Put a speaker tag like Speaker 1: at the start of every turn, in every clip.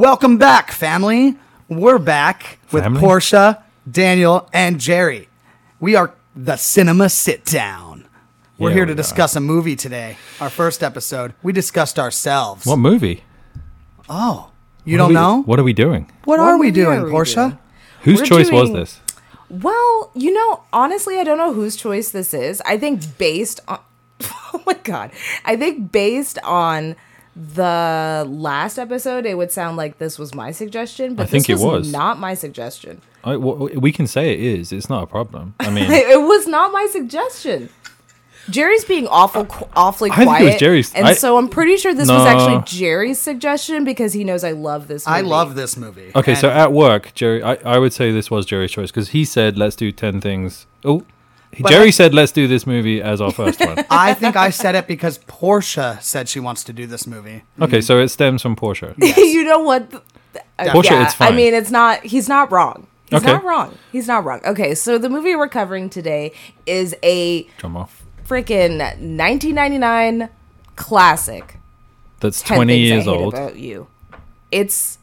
Speaker 1: Welcome back, family. We're back with
Speaker 2: Family?
Speaker 1: Portia, Daniel, and Jerry. We are the Cinema Sit Down. We're
Speaker 2: Yeah,
Speaker 1: here to
Speaker 2: we are.
Speaker 1: discuss a movie today. Our first episode, we discussed ourselves.
Speaker 2: What movie?
Speaker 1: oh, you
Speaker 2: What are
Speaker 1: don't
Speaker 2: we-
Speaker 1: know?
Speaker 2: What are we doing?
Speaker 1: What,
Speaker 3: What
Speaker 1: are we
Speaker 3: movie
Speaker 1: doing,
Speaker 3: are we
Speaker 1: Portia?
Speaker 2: Whose
Speaker 3: We're
Speaker 2: choice was
Speaker 3: doing-
Speaker 2: this?
Speaker 3: Well, you know, honestly, I don't know whose choice this is. I think based on Oh my god. I think based on the last episode, it would sound like this was my suggestion, but
Speaker 2: I think
Speaker 3: this
Speaker 2: it was.
Speaker 3: not my suggestion.
Speaker 2: I, w- we can say it is. It's not a problem. I mean,
Speaker 3: It, it was not my suggestion. Jerry's being awful, qu- awfully
Speaker 2: I think it
Speaker 3: quiet,
Speaker 2: was Jerry's-
Speaker 3: and
Speaker 2: I-
Speaker 3: so I'm pretty sure this
Speaker 2: No.
Speaker 3: was actually Jerry's suggestion because he knows I love this. Movie.
Speaker 1: I love this movie.
Speaker 2: okay. So
Speaker 1: And
Speaker 2: at work, Jerry, I, I would say this was Jerry's choice because he said, "Let's do ten things." Oh, he-
Speaker 1: But
Speaker 2: Jerry
Speaker 1: I-
Speaker 2: said, "Let's do this movie as our first one."
Speaker 1: I think I said it because Portia said she wants to do this movie.
Speaker 2: Okay, so it stems from Porsche.
Speaker 3: you know what? Th- uh,
Speaker 2: Portia, it's fine.
Speaker 3: I mean, it's not. He's not wrong. He's
Speaker 2: Okay.
Speaker 3: not wrong. He's not wrong. Okay, so the movie we're covering today is a
Speaker 2: Drum off.
Speaker 3: freaking 1999 classic.
Speaker 2: That's
Speaker 3: 10
Speaker 2: twenty
Speaker 3: Things I
Speaker 2: years
Speaker 3: Hate
Speaker 2: old.
Speaker 3: About you, it's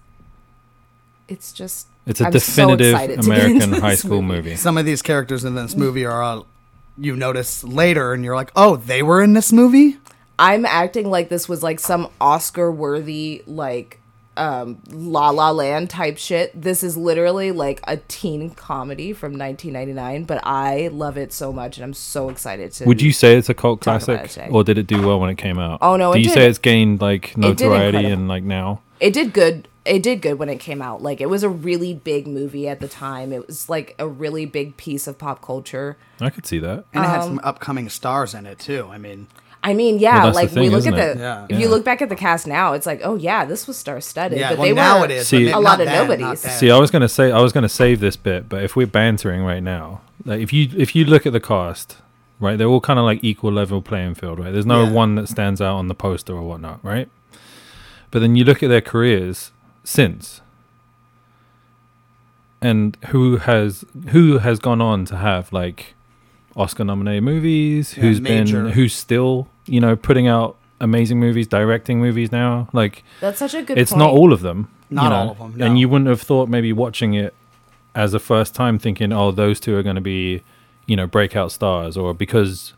Speaker 3: it's just
Speaker 2: It's a
Speaker 3: I'm so
Speaker 2: definitive
Speaker 3: excited to get
Speaker 2: American
Speaker 3: into
Speaker 2: high
Speaker 3: this
Speaker 2: school
Speaker 3: movie.
Speaker 2: movie.
Speaker 1: Some of these characters in this movie are, uh, you notice later, and you're like, oh, they were in this movie?
Speaker 3: I'm acting like this was like some Oscar worthy like um La La Land type shit. This is literally like a teen comedy from 1999, but I love it so much and I'm so excited to
Speaker 2: Would you say it's a cult
Speaker 3: Talk about
Speaker 2: classic,
Speaker 3: it today.
Speaker 2: or did it do well when it came out?
Speaker 3: Oh, no,
Speaker 2: Do
Speaker 3: it
Speaker 2: you
Speaker 3: did.
Speaker 2: say it's gained like
Speaker 3: did
Speaker 2: notoriety
Speaker 3: incredible.
Speaker 2: and like now?
Speaker 3: It did good. It did good when it came out. Like it was a really big movie at the time. It was like a really big piece of pop culture.
Speaker 2: I could see that.
Speaker 1: And it had some upcoming stars in it, too. I mean,
Speaker 3: I mean, yeah,
Speaker 2: that's the
Speaker 3: like we
Speaker 2: thing,
Speaker 3: look
Speaker 2: isn't
Speaker 3: at
Speaker 2: it?
Speaker 3: the
Speaker 1: Yeah.
Speaker 3: if you look back at the cast now, it's like, oh yeah, this was star studded.
Speaker 1: yeah,
Speaker 3: but
Speaker 1: well,
Speaker 3: they
Speaker 1: now
Speaker 3: were
Speaker 1: it is.
Speaker 2: See-
Speaker 1: but
Speaker 2: A
Speaker 3: lot
Speaker 1: not
Speaker 3: of
Speaker 1: then, not
Speaker 3: nobodies.
Speaker 1: then.
Speaker 2: See, I was gonna say I was gonna save this bit, but if we're bantering right now, like if you if you look at the cast, right, they're all kind of like equal level playing field, right? There's no
Speaker 1: Yeah.
Speaker 2: one that stands out on the poster or whatnot, right? But then you look at their careers since, and who has who has gone on to have like Oscar nominated movies?
Speaker 1: Yeah,
Speaker 2: who's
Speaker 1: major.
Speaker 2: been who's still you know putting out amazing movies, directing movies now, like
Speaker 3: That's such a good.
Speaker 2: it's
Speaker 3: point.
Speaker 2: not all of them. you
Speaker 1: Not all
Speaker 2: know,
Speaker 1: of them, no.
Speaker 2: And you wouldn't have thought maybe watching it as a first time thinking, oh, those two are going to be, you know, breakout stars, or because,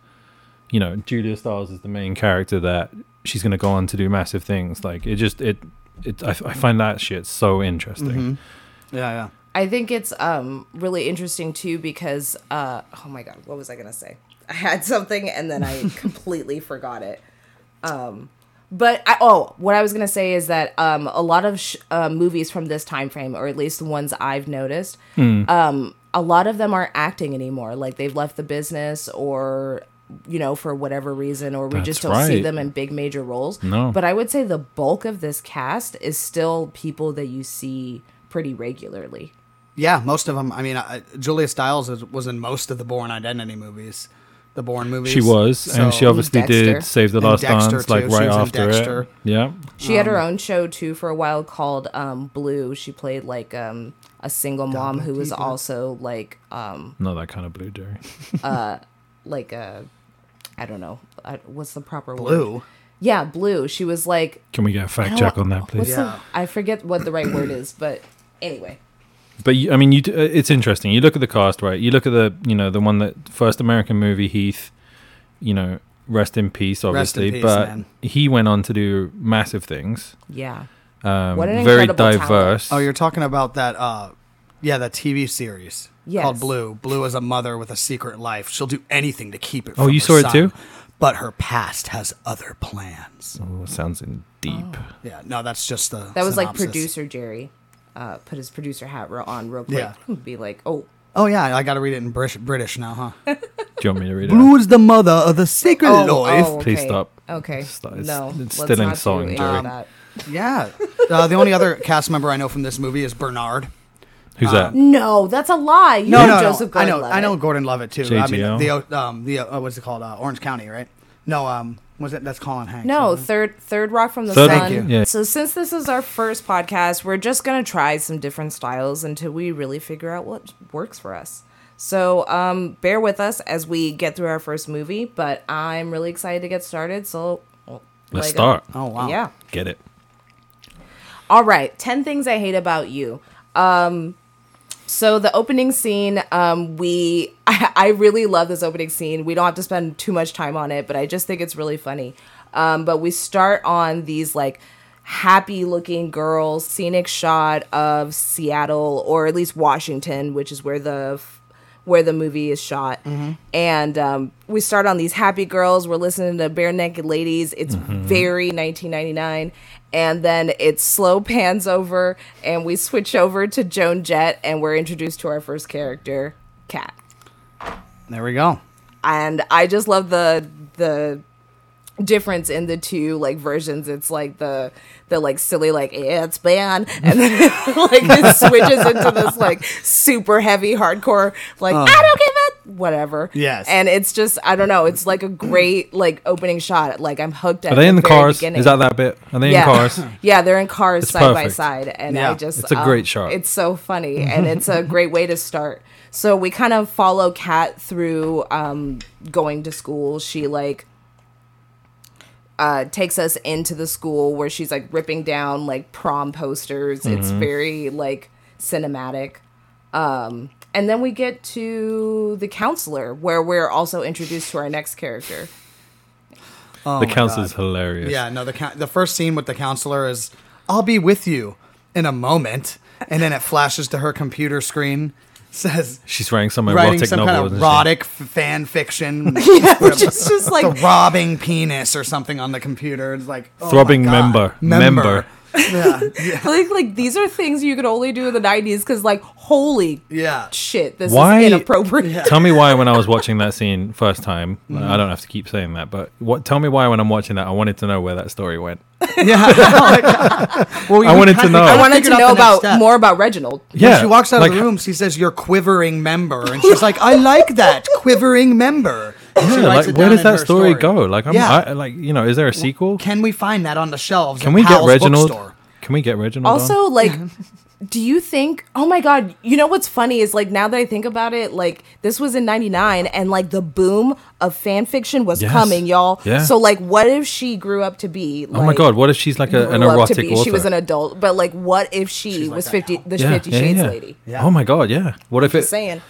Speaker 2: you know, Julia Stiles is the main character that she's going to go on to do massive things. Like it just it. It, I, I find that shit so interesting.
Speaker 1: Mm-hmm. Yeah, yeah.
Speaker 3: I think it's um really interesting too because uh oh my god, what was I gonna say? I had something and then I completely forgot it. Um but I, oh, what I was gonna say is that um, a lot of sh- uh, movies from this time frame, or at least the ones I've noticed,
Speaker 2: Hmm.
Speaker 3: um, a lot of them aren't acting anymore. Like they've left the business, or you know, for whatever reason, or we just don't
Speaker 2: That's
Speaker 3: see
Speaker 2: right.
Speaker 3: them in big major roles.
Speaker 2: No.
Speaker 3: But I would say the bulk of this cast is still people that you see pretty regularly.
Speaker 1: Yeah, most of them. I mean, I, Julia Stiles is, was in most of the Born Identity movies, the Born movies.
Speaker 2: She was, and she
Speaker 1: So-
Speaker 2: obviously
Speaker 3: Dexter.
Speaker 2: did save the
Speaker 1: And
Speaker 2: last
Speaker 1: Dexter,
Speaker 2: dance, like
Speaker 1: too. She
Speaker 2: right
Speaker 1: was in
Speaker 2: after
Speaker 1: Dexter.
Speaker 2: it. Yeah,
Speaker 3: She had her
Speaker 1: Um,
Speaker 3: own show too for a while called um, Blue. She played like um, a single mom who was also like um,
Speaker 2: not that kind of blue Jerry.
Speaker 3: like a I don't know I, what's the proper word.
Speaker 1: blue.
Speaker 3: Yeah, blue. She was like
Speaker 2: Can we get a fact check on that, please?
Speaker 3: what's
Speaker 1: Yeah.
Speaker 3: the, I forget what the right word is, but anyway,
Speaker 2: But you, I mean, you. d- uh, It's interesting. You look at the cast, right? You look at the, you know, the one that first American movie Heath. You know, rest in peace,
Speaker 1: in
Speaker 2: obviously.
Speaker 1: peace,
Speaker 2: but
Speaker 1: man.
Speaker 2: he went on to do massive things.
Speaker 3: yeah.
Speaker 2: Um,
Speaker 3: What an
Speaker 2: very
Speaker 3: incredible talent.
Speaker 2: diverse.
Speaker 1: Oh, you're talking about that? Uh, yeah, that TV series called
Speaker 3: Yes.
Speaker 1: Blue. Blue is a mother with a secret life. She'll do anything to keep it.
Speaker 2: Oh,
Speaker 1: from
Speaker 2: you
Speaker 1: her
Speaker 2: saw it
Speaker 1: son,
Speaker 2: too?
Speaker 1: But her past has other plans.
Speaker 2: Oh, sounds in deep.
Speaker 3: Oh.
Speaker 1: Yeah, no, that's just the.
Speaker 3: That was like
Speaker 1: synopsis.
Speaker 3: producer Jerry uh, put his producer hat ro- on real quick.
Speaker 1: Yeah.
Speaker 3: and Be like, oh,
Speaker 1: Oh yeah, I got to read it in British, British now, huh?
Speaker 2: Do you want me to read it?
Speaker 1: Blue is the mother of the secret
Speaker 3: oh,
Speaker 1: life.
Speaker 3: oh,
Speaker 2: please
Speaker 3: okay.
Speaker 2: stop.
Speaker 3: Okay,
Speaker 2: Stop. It's-
Speaker 3: no,
Speaker 2: it's
Speaker 3: let's
Speaker 2: still
Speaker 3: not do
Speaker 2: insulting,
Speaker 3: any
Speaker 2: Jerry.
Speaker 3: of that.
Speaker 1: Yeah. Uh, the only other cast member I know from this movie is Bernard.
Speaker 2: Who's that?
Speaker 3: No, that's a lie. You
Speaker 1: No,
Speaker 3: know
Speaker 1: no,
Speaker 3: Joseph
Speaker 1: no. I know,
Speaker 3: Gordon-Levitt.
Speaker 1: I know Gordon Levitt too. I mean,
Speaker 2: JGL.
Speaker 1: the uh, um, the uh, what's it called? Uh, Orange County, right? No, um, was it? That's Colin Hanks.
Speaker 3: No,
Speaker 1: isn't it?
Speaker 3: third third rock from the
Speaker 2: Mm-hmm. Third
Speaker 3: sun.
Speaker 2: Rock, Thank you. yeah.
Speaker 3: So since this is our first podcast, we're just gonna try some different styles until we really figure out what works for us. So um, bear with us as we get through our first movie, but I'm really excited to get started. So
Speaker 2: Oh, Let's start.
Speaker 1: Oh wow.
Speaker 3: Yeah.
Speaker 2: Get it.
Speaker 3: All right, 10 things I hate about you. Um so the opening scene um we I, I really love this opening scene. We don't have to spend too much time on it, but I just think it's really funny. Um but we start on these like happy looking girls scenic shot of Seattle or at least Washington, which is where the f- where the movie is shot. And um, we start on these happy girls. We're listening to bare naked ladies. It's very 1999. And then it slow pans over, and we switch over to Joan Jett, and we're introduced to our first character, Kat.
Speaker 1: There we go.
Speaker 3: And I just love the the difference in the two like versions it's like the the like silly like yeah, it's banned and then like it switches into this like super heavy hardcore like i don't give a whatever
Speaker 1: Yes.
Speaker 3: and it's just i don't know it's like a great like opening shot like i'm hooked at
Speaker 2: Are they in the
Speaker 3: very
Speaker 2: cars?
Speaker 3: beginning.
Speaker 2: Is that that bit? Are they
Speaker 3: yeah.
Speaker 2: in cars?
Speaker 3: yeah they're in cars
Speaker 2: It's
Speaker 3: side by
Speaker 2: perfect.
Speaker 3: side and i
Speaker 1: Yeah.
Speaker 3: just um,
Speaker 2: It's a great shot. Mm-hmm.
Speaker 3: it's so funny and it's a great way to start so we kind of follow kat through um going to school she like uh, takes us into the school where she's like ripping down like prom posters. It's
Speaker 2: Mm-hmm.
Speaker 3: very like cinematic. Um, and then we get to the counselor where we're also introduced to our next character.
Speaker 2: the counselor's hilarious.
Speaker 1: Oh Yeah, no, the coun the first scene with the counselor is I'll be with you in a moment, and then it flashes to her computer screen, says
Speaker 2: She's writing some
Speaker 1: writing
Speaker 2: erotic
Speaker 1: some
Speaker 2: novel.
Speaker 1: kind of
Speaker 2: isn't she?
Speaker 1: erotic f- fan fiction,
Speaker 3: Which is just like
Speaker 1: the robbing penis or something on the computer. It's like oh my
Speaker 2: Throbbing
Speaker 1: God.
Speaker 2: member. Member.
Speaker 1: Yeah, yeah,
Speaker 3: like like these are things you could only do in the 90s because like holy
Speaker 1: yeah.
Speaker 3: shit this
Speaker 2: Why-
Speaker 3: is inappropriate
Speaker 2: Tell me why when I was watching that scene first time, I don't have to keep saying that, but what? Tell me why when I'm watching that, I wanted to know where that story went.
Speaker 1: Yeah. Oh well,
Speaker 2: I wanted to know.
Speaker 3: i
Speaker 2: I
Speaker 3: wanted to know about more about reginald
Speaker 1: Yeah,
Speaker 2: Yeah,
Speaker 1: she walks out
Speaker 2: like-
Speaker 1: of the room. She says, "Your quivering member," and she's like, "I like that quivering member." And she
Speaker 2: Yeah,
Speaker 1: writes
Speaker 2: like
Speaker 1: it
Speaker 2: where
Speaker 1: down
Speaker 2: does
Speaker 1: in
Speaker 2: that
Speaker 1: her
Speaker 2: story, go? Like, I'm,
Speaker 1: Yeah.
Speaker 2: I, like you know, is there a sequel? Can,
Speaker 1: Can we find that on the shelves? Can
Speaker 2: we get Reginald? Can we get Reginald? on?
Speaker 3: also like do you think oh my god you know what's funny is like now that i think about it like this was in 99 and like the boom of fan fiction was
Speaker 2: Yes.
Speaker 3: coming y'all
Speaker 2: Yeah.
Speaker 3: so like what if she grew up to be like
Speaker 2: oh my god, what if she's like a, an
Speaker 3: grew up
Speaker 2: erotic author?
Speaker 3: she was an adult but like what if she
Speaker 1: like
Speaker 3: was
Speaker 1: that
Speaker 3: 50
Speaker 1: now.
Speaker 3: the 50 shades lady
Speaker 1: Yeah.
Speaker 2: Oh my god, yeah. What if it?
Speaker 3: just saying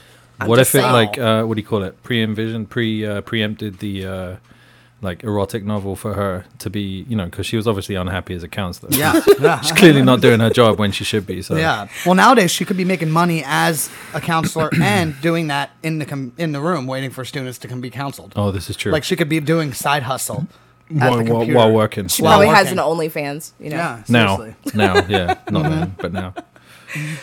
Speaker 3: I'm
Speaker 2: what
Speaker 3: just
Speaker 2: if it
Speaker 3: saying.
Speaker 2: like uh, what do you call it? Pre envisioned, pre uh, preempted the uh, like erotic novel for her to be, you know, because she was obviously unhappy as a counselor.
Speaker 1: Yeah, yeah.
Speaker 2: she's clearly not doing her job when she should be. So
Speaker 1: Yeah. Well, nowadays she could be making money as a counselor and doing that in the com- in the room, waiting for students to come be counseled.
Speaker 2: Oh, this is true.
Speaker 1: Like she could be doing side hustle at
Speaker 2: while,
Speaker 1: the
Speaker 2: while-
Speaker 1: computer.
Speaker 2: while working.
Speaker 3: she
Speaker 1: Wow,
Speaker 3: probably has
Speaker 1: working.
Speaker 3: an onlyfans you know
Speaker 1: Yeah.
Speaker 2: now,
Speaker 1: seriously.
Speaker 2: now, yeah, not then, but now.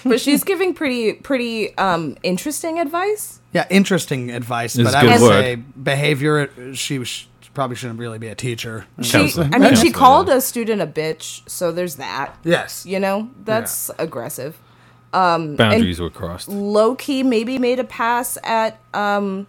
Speaker 3: but she's giving pretty pretty um interesting advice
Speaker 1: Yeah. Interesting advice,
Speaker 2: It's
Speaker 1: but
Speaker 2: a
Speaker 1: I
Speaker 2: good
Speaker 1: would
Speaker 2: word.
Speaker 1: say behavior. She sh- probably shouldn't really be a teacher.
Speaker 3: she,
Speaker 2: Counselor.
Speaker 3: i mean she
Speaker 2: Counselor,
Speaker 3: called
Speaker 2: yeah.
Speaker 3: a student a bitch so there's that
Speaker 1: yes.
Speaker 3: you know that's aggressive
Speaker 2: Boundaries were crossed.
Speaker 3: low key maybe made a pass at um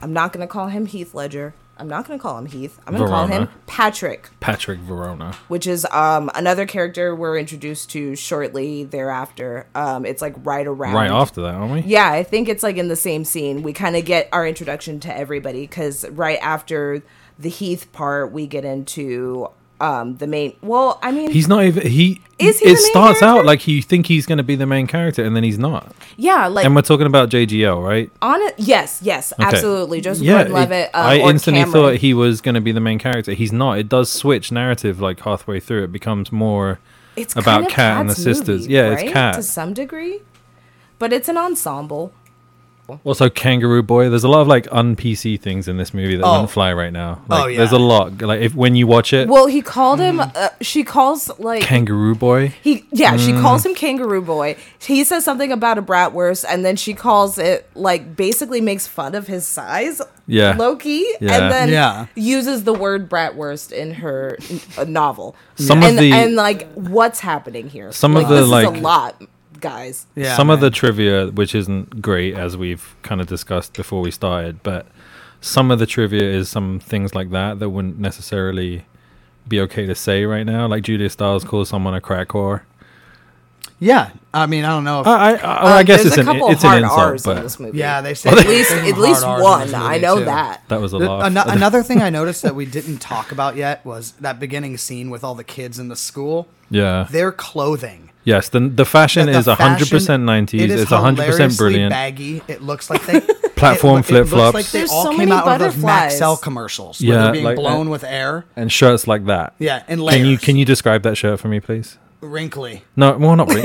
Speaker 3: I'm not gonna call him Heath Ledger. I'm not gonna call him Heath. I'm gonna call him
Speaker 2: Verona.
Speaker 3: Patrick,
Speaker 2: Patrick Verona.
Speaker 3: which is um another character we're introduced to shortly thereafter. Um it's like right around
Speaker 2: Right after that, aren't we?
Speaker 3: yeah, I think it's like in the same scene. We kind of get our introduction to everybody because right after the Heath part, we get into um the main. Well, I mean,
Speaker 2: He's not even he.
Speaker 3: Is he the
Speaker 2: it
Speaker 3: main
Speaker 2: starts
Speaker 3: character?
Speaker 2: out like you think he's going to be the main character, and then he's not.
Speaker 3: yeah, like
Speaker 2: And we're talking about JGL, right?
Speaker 3: on it. Yes, yes, absolutely. Joseph
Speaker 2: yeah,
Speaker 3: Gordon-Levitt.
Speaker 2: it-
Speaker 3: um,
Speaker 2: I
Speaker 3: or
Speaker 2: instantly
Speaker 3: Cameron.
Speaker 2: thought he was going to be the main character. He's not. It does switch narrative like halfway through. It becomes more
Speaker 3: it's
Speaker 2: about
Speaker 3: kind of
Speaker 2: Kat and the
Speaker 3: Kat's
Speaker 2: sisters.
Speaker 3: movie,
Speaker 2: yeah,
Speaker 3: right?
Speaker 2: it's Kat.
Speaker 3: to some degree, but it's an ensemble.
Speaker 2: Also, Kangaroo Boy. There's a lot of like un PC things in this movie that
Speaker 1: Oh.
Speaker 2: wouldn't fly right now. Like,
Speaker 1: yeah.
Speaker 2: There's a lot. Like if when you watch it,
Speaker 3: Well, he called him.
Speaker 2: Mm-hmm.
Speaker 3: Uh, she calls like
Speaker 2: Kangaroo Boy.
Speaker 3: he. Yeah, she
Speaker 2: Mm.
Speaker 3: calls him Kangaroo Boy. He says something about a bratwurst, and then she calls it like basically makes fun of his size.
Speaker 2: Yeah.
Speaker 3: low key,
Speaker 2: Yeah.
Speaker 3: and then
Speaker 1: Yeah.
Speaker 3: uses the word bratwurst in her n- uh, novel.
Speaker 2: Some of
Speaker 3: and,
Speaker 2: the-
Speaker 3: and like what's happening here?
Speaker 2: Some of
Speaker 3: Like,
Speaker 2: the,
Speaker 3: this is
Speaker 2: like-
Speaker 3: a lot, guys.
Speaker 1: Yeah,
Speaker 2: some of
Speaker 1: man.
Speaker 2: the trivia, which isn't great as we've kind of discussed before we started, but some of the trivia is some things like that that wouldn't necessarily be okay to say right now. Like Julia Stiles calls someone a crack whore.
Speaker 1: Yeah, I mean, I don't know. If,
Speaker 2: I, I, I, I
Speaker 3: Um,
Speaker 2: guess
Speaker 3: there's
Speaker 2: it's
Speaker 3: a
Speaker 2: an
Speaker 3: couple
Speaker 2: it's
Speaker 3: hard
Speaker 2: an insult,
Speaker 3: R's in
Speaker 2: but
Speaker 3: this movie.
Speaker 1: yeah, they say
Speaker 2: At
Speaker 3: at least at least one. I know that.
Speaker 2: that was a
Speaker 1: Th-
Speaker 2: laugh.
Speaker 1: ano- another thing I noticed that we didn't talk about yet was that beginning scene with all the kids in the school.
Speaker 2: yeah.
Speaker 1: Their clothing.
Speaker 2: Yes, the the fashion
Speaker 1: That the
Speaker 2: is hundred percent
Speaker 1: fashion-
Speaker 2: nineties.
Speaker 1: it is
Speaker 2: It's hundred percent
Speaker 1: hilariously
Speaker 2: brilliant.
Speaker 1: Baggy. It looks like they
Speaker 2: Platform
Speaker 1: it, loo- it looks
Speaker 2: flip-flops.
Speaker 1: Like they
Speaker 3: There's
Speaker 1: all
Speaker 3: so
Speaker 1: came
Speaker 3: many
Speaker 1: out of those
Speaker 3: butterflies.
Speaker 1: Maxell commercials where
Speaker 2: Yeah,
Speaker 1: they're being
Speaker 2: like
Speaker 1: blown
Speaker 2: that.
Speaker 1: with air.
Speaker 2: and shirts like that.
Speaker 1: Yeah, and layers.
Speaker 2: Can you can you describe that shirt for me, please?
Speaker 1: wrinkly?
Speaker 2: No, well, not really.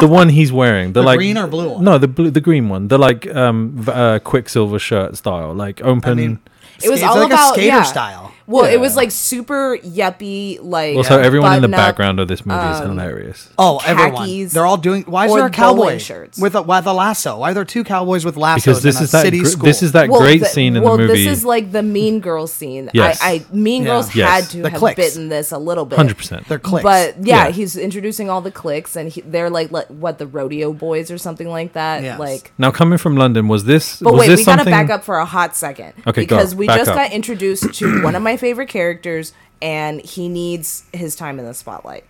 Speaker 2: the one he's wearing, the, like
Speaker 1: green or blue one?
Speaker 2: No, the blue, the green one. The like um v- uh, Quicksilver shirt style, like open.
Speaker 1: mean,
Speaker 3: It was
Speaker 1: It's
Speaker 3: all
Speaker 1: like
Speaker 3: about
Speaker 1: a skater
Speaker 3: yeah.
Speaker 1: style.
Speaker 3: Well, it was
Speaker 2: Yeah.
Speaker 3: like super yuppie, like
Speaker 2: also, everyone in the
Speaker 3: button up.
Speaker 2: background of this movie is
Speaker 3: um,
Speaker 2: hilarious.
Speaker 1: Oh, everyone.
Speaker 3: khakis
Speaker 1: They're all doing. Why is
Speaker 3: or
Speaker 1: there a
Speaker 3: bowling
Speaker 1: cowboy
Speaker 3: shirts.
Speaker 1: with a, why the lasso? Why are there two cowboys with lassos
Speaker 2: Because this
Speaker 1: in a
Speaker 2: is, that
Speaker 1: city
Speaker 2: gr-
Speaker 1: school?
Speaker 2: this is that
Speaker 3: Well,
Speaker 2: great
Speaker 3: the-
Speaker 2: scene in
Speaker 3: well,
Speaker 2: the movie.
Speaker 3: this is like the Mean Girls scene.
Speaker 2: Yes.
Speaker 3: I, I Mean
Speaker 1: Yeah.
Speaker 3: Girls
Speaker 2: Yes.
Speaker 3: had to
Speaker 1: The
Speaker 3: have
Speaker 1: cliques.
Speaker 3: bitten this a little bit.
Speaker 2: 100%.
Speaker 1: They're cliques.
Speaker 3: But yeah,
Speaker 2: Yeah.
Speaker 3: he's introducing all the clicks, and he, they're like, like what the rodeo boys or something like that.
Speaker 1: Yes.
Speaker 3: Like,
Speaker 2: now, coming from London, was this?
Speaker 3: but
Speaker 2: was
Speaker 3: wait,
Speaker 2: this
Speaker 3: we gotta
Speaker 2: something?
Speaker 3: back up for a hot second
Speaker 2: Okay, go.
Speaker 3: because we
Speaker 2: Back
Speaker 3: just
Speaker 2: up.
Speaker 3: got introduced to one of my favorite characters, and he needs his time in the spotlight.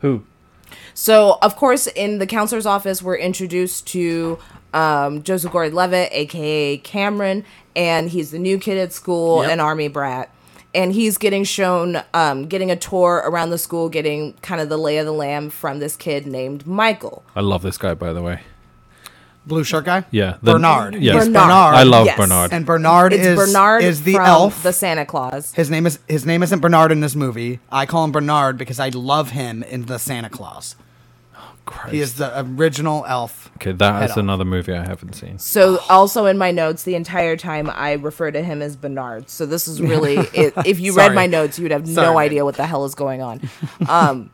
Speaker 2: Who?
Speaker 3: So, of course, in the counselor's office, we're introduced to um, Joseph Gordon Levitt, aka Cameron, and he's the new kid at school,
Speaker 1: Yep.
Speaker 3: an army brat. And he's getting shown, um, getting a tour around the school, getting kind of the lay of the land from this kid named Michael.
Speaker 2: I love this guy, by the way.
Speaker 1: blue shirt guy.
Speaker 2: Yeah, the-
Speaker 1: Bernard.
Speaker 2: Yes,
Speaker 1: Bernard.
Speaker 2: I love
Speaker 3: yes.
Speaker 2: Bernard.
Speaker 1: And Bernard
Speaker 3: It's
Speaker 1: is
Speaker 3: Bernard
Speaker 1: is the
Speaker 3: from
Speaker 1: elf.
Speaker 3: the Santa Claus.
Speaker 1: his name is his name isn't Bernard in this movie. I call him Bernard because I love him in the Santa Claus.
Speaker 2: Christ.
Speaker 1: He is the original elf.
Speaker 2: okay, that
Speaker 1: head
Speaker 2: is
Speaker 1: on.
Speaker 2: another movie I haven't seen.
Speaker 3: So also in my notes the entire time I refer to him as Bernard. So this is really it, if you read
Speaker 1: Sorry.
Speaker 3: my notes you would have
Speaker 1: Sorry,
Speaker 3: no
Speaker 1: man.
Speaker 3: idea what the hell is going on. Um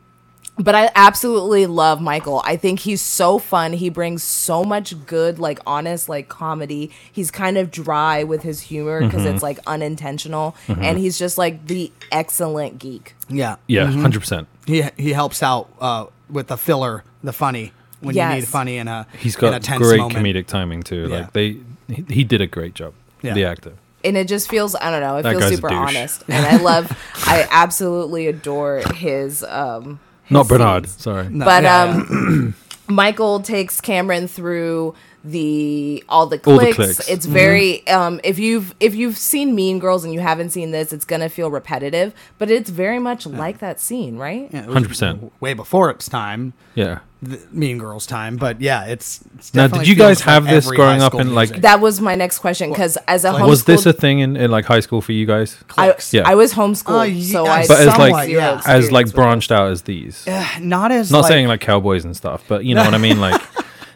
Speaker 3: but I absolutely love Michael. I think he's so fun. He brings so much good like honest like comedy. He's kind of dry with his humor because
Speaker 2: Mm-hmm.
Speaker 3: it's like unintentional and he's just like the excellent geek.
Speaker 1: Yeah.
Speaker 2: Yeah, 100 percent.
Speaker 1: He he helps out uh, with the filler, the funny when
Speaker 3: Yes.
Speaker 1: you need funny in a
Speaker 2: He's
Speaker 1: in a
Speaker 2: got
Speaker 1: tense
Speaker 2: great
Speaker 1: moment.
Speaker 2: comedic timing too.
Speaker 1: Yeah.
Speaker 2: Like they, he, he did a great job.
Speaker 1: Yeah.
Speaker 2: The actor.
Speaker 3: and it just feels I don't know, it
Speaker 2: That
Speaker 3: feels
Speaker 2: guy's a
Speaker 3: super
Speaker 2: douche.
Speaker 3: honest. And I love I absolutely adore his um
Speaker 2: Not Bernard. Sorry.
Speaker 1: No,
Speaker 3: But
Speaker 1: yeah,
Speaker 3: um, Michael takes Cameron through the all the
Speaker 2: All
Speaker 3: clicks.
Speaker 2: the clicks. Mm-hmm.
Speaker 3: It's very um, if you've if you've seen Mean Girls and you haven't seen this, it's gonna feel repetitive. But it's very much like that scene, right?
Speaker 1: yeah, it was
Speaker 2: 100%.
Speaker 1: way before its time.
Speaker 2: Yeah.
Speaker 1: the Mean Girls time, but yeah, it's, it's
Speaker 2: Now,
Speaker 1: definitely
Speaker 2: did you guys
Speaker 1: feels
Speaker 2: have
Speaker 1: like
Speaker 2: this
Speaker 1: every
Speaker 2: growing
Speaker 1: high
Speaker 2: up
Speaker 1: school
Speaker 2: in, like-
Speaker 1: music.
Speaker 3: That was my next question because as a homeschool,
Speaker 2: Was this a thing in, in like high school for you guys?
Speaker 3: I,
Speaker 2: Yeah.
Speaker 3: I was homeschooled,
Speaker 1: Oh, ye-
Speaker 3: so
Speaker 1: uh,
Speaker 3: I
Speaker 2: But as, like,
Speaker 3: somewhat zero
Speaker 1: yeah.
Speaker 2: As
Speaker 3: experience
Speaker 2: like
Speaker 3: with
Speaker 2: branched out as these.
Speaker 1: not as
Speaker 2: Not
Speaker 1: like,
Speaker 2: saying like cowboys and stuff, but you know what I mean. Like,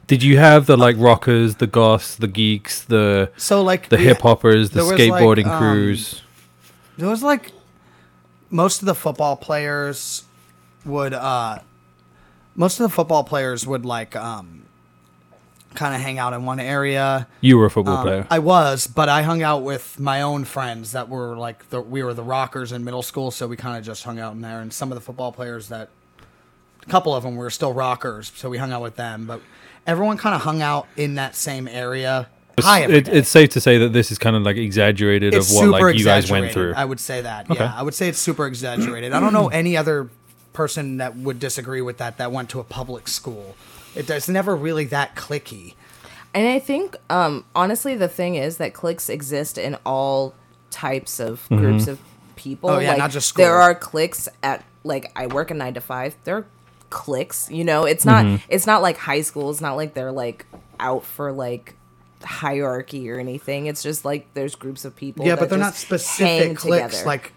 Speaker 2: did you have the like rockers, the goths, the geeks, the
Speaker 1: so like
Speaker 2: the
Speaker 1: we-
Speaker 2: hip hoppers, the
Speaker 1: there was, like,
Speaker 2: skateboarding
Speaker 1: um,
Speaker 2: crews?
Speaker 1: There was like most of the football players would uh most of the football players would like um kind of hang out in one area.
Speaker 2: You were a football
Speaker 1: Um,
Speaker 2: player.
Speaker 1: I was, but I hung out with my own friends that were like the, we were the rockers in middle school, so we kind of just hung out in there. And some of the football players that, a couple of them were still rockers, so we hung out with them. But everyone kind of hung out in that same area. High every
Speaker 2: it,
Speaker 1: day.
Speaker 2: it's safe to say that this is kind of like exaggerated
Speaker 1: It's
Speaker 2: of what like you guys went through.
Speaker 1: I would say that.
Speaker 2: Okay.
Speaker 1: Yeah, I would say it's super exaggerated. I don't know any other person that would disagree with that that went to a public school. It, it's never really that clicky.
Speaker 3: And I think, um, honestly, the thing is that cliques exist in all types of groups of people.
Speaker 1: Oh, yeah,
Speaker 3: like,
Speaker 1: not just
Speaker 3: There
Speaker 1: school.
Speaker 3: are cliques at like I work a nine to five. There are cliques. You know, it's not it's not like high school. It's not like they're like out for like hierarchy or anything. It's just like there's groups of people.
Speaker 1: yeah,
Speaker 3: that
Speaker 1: but they're not
Speaker 3: just hang
Speaker 1: specific clicks
Speaker 3: together.
Speaker 1: like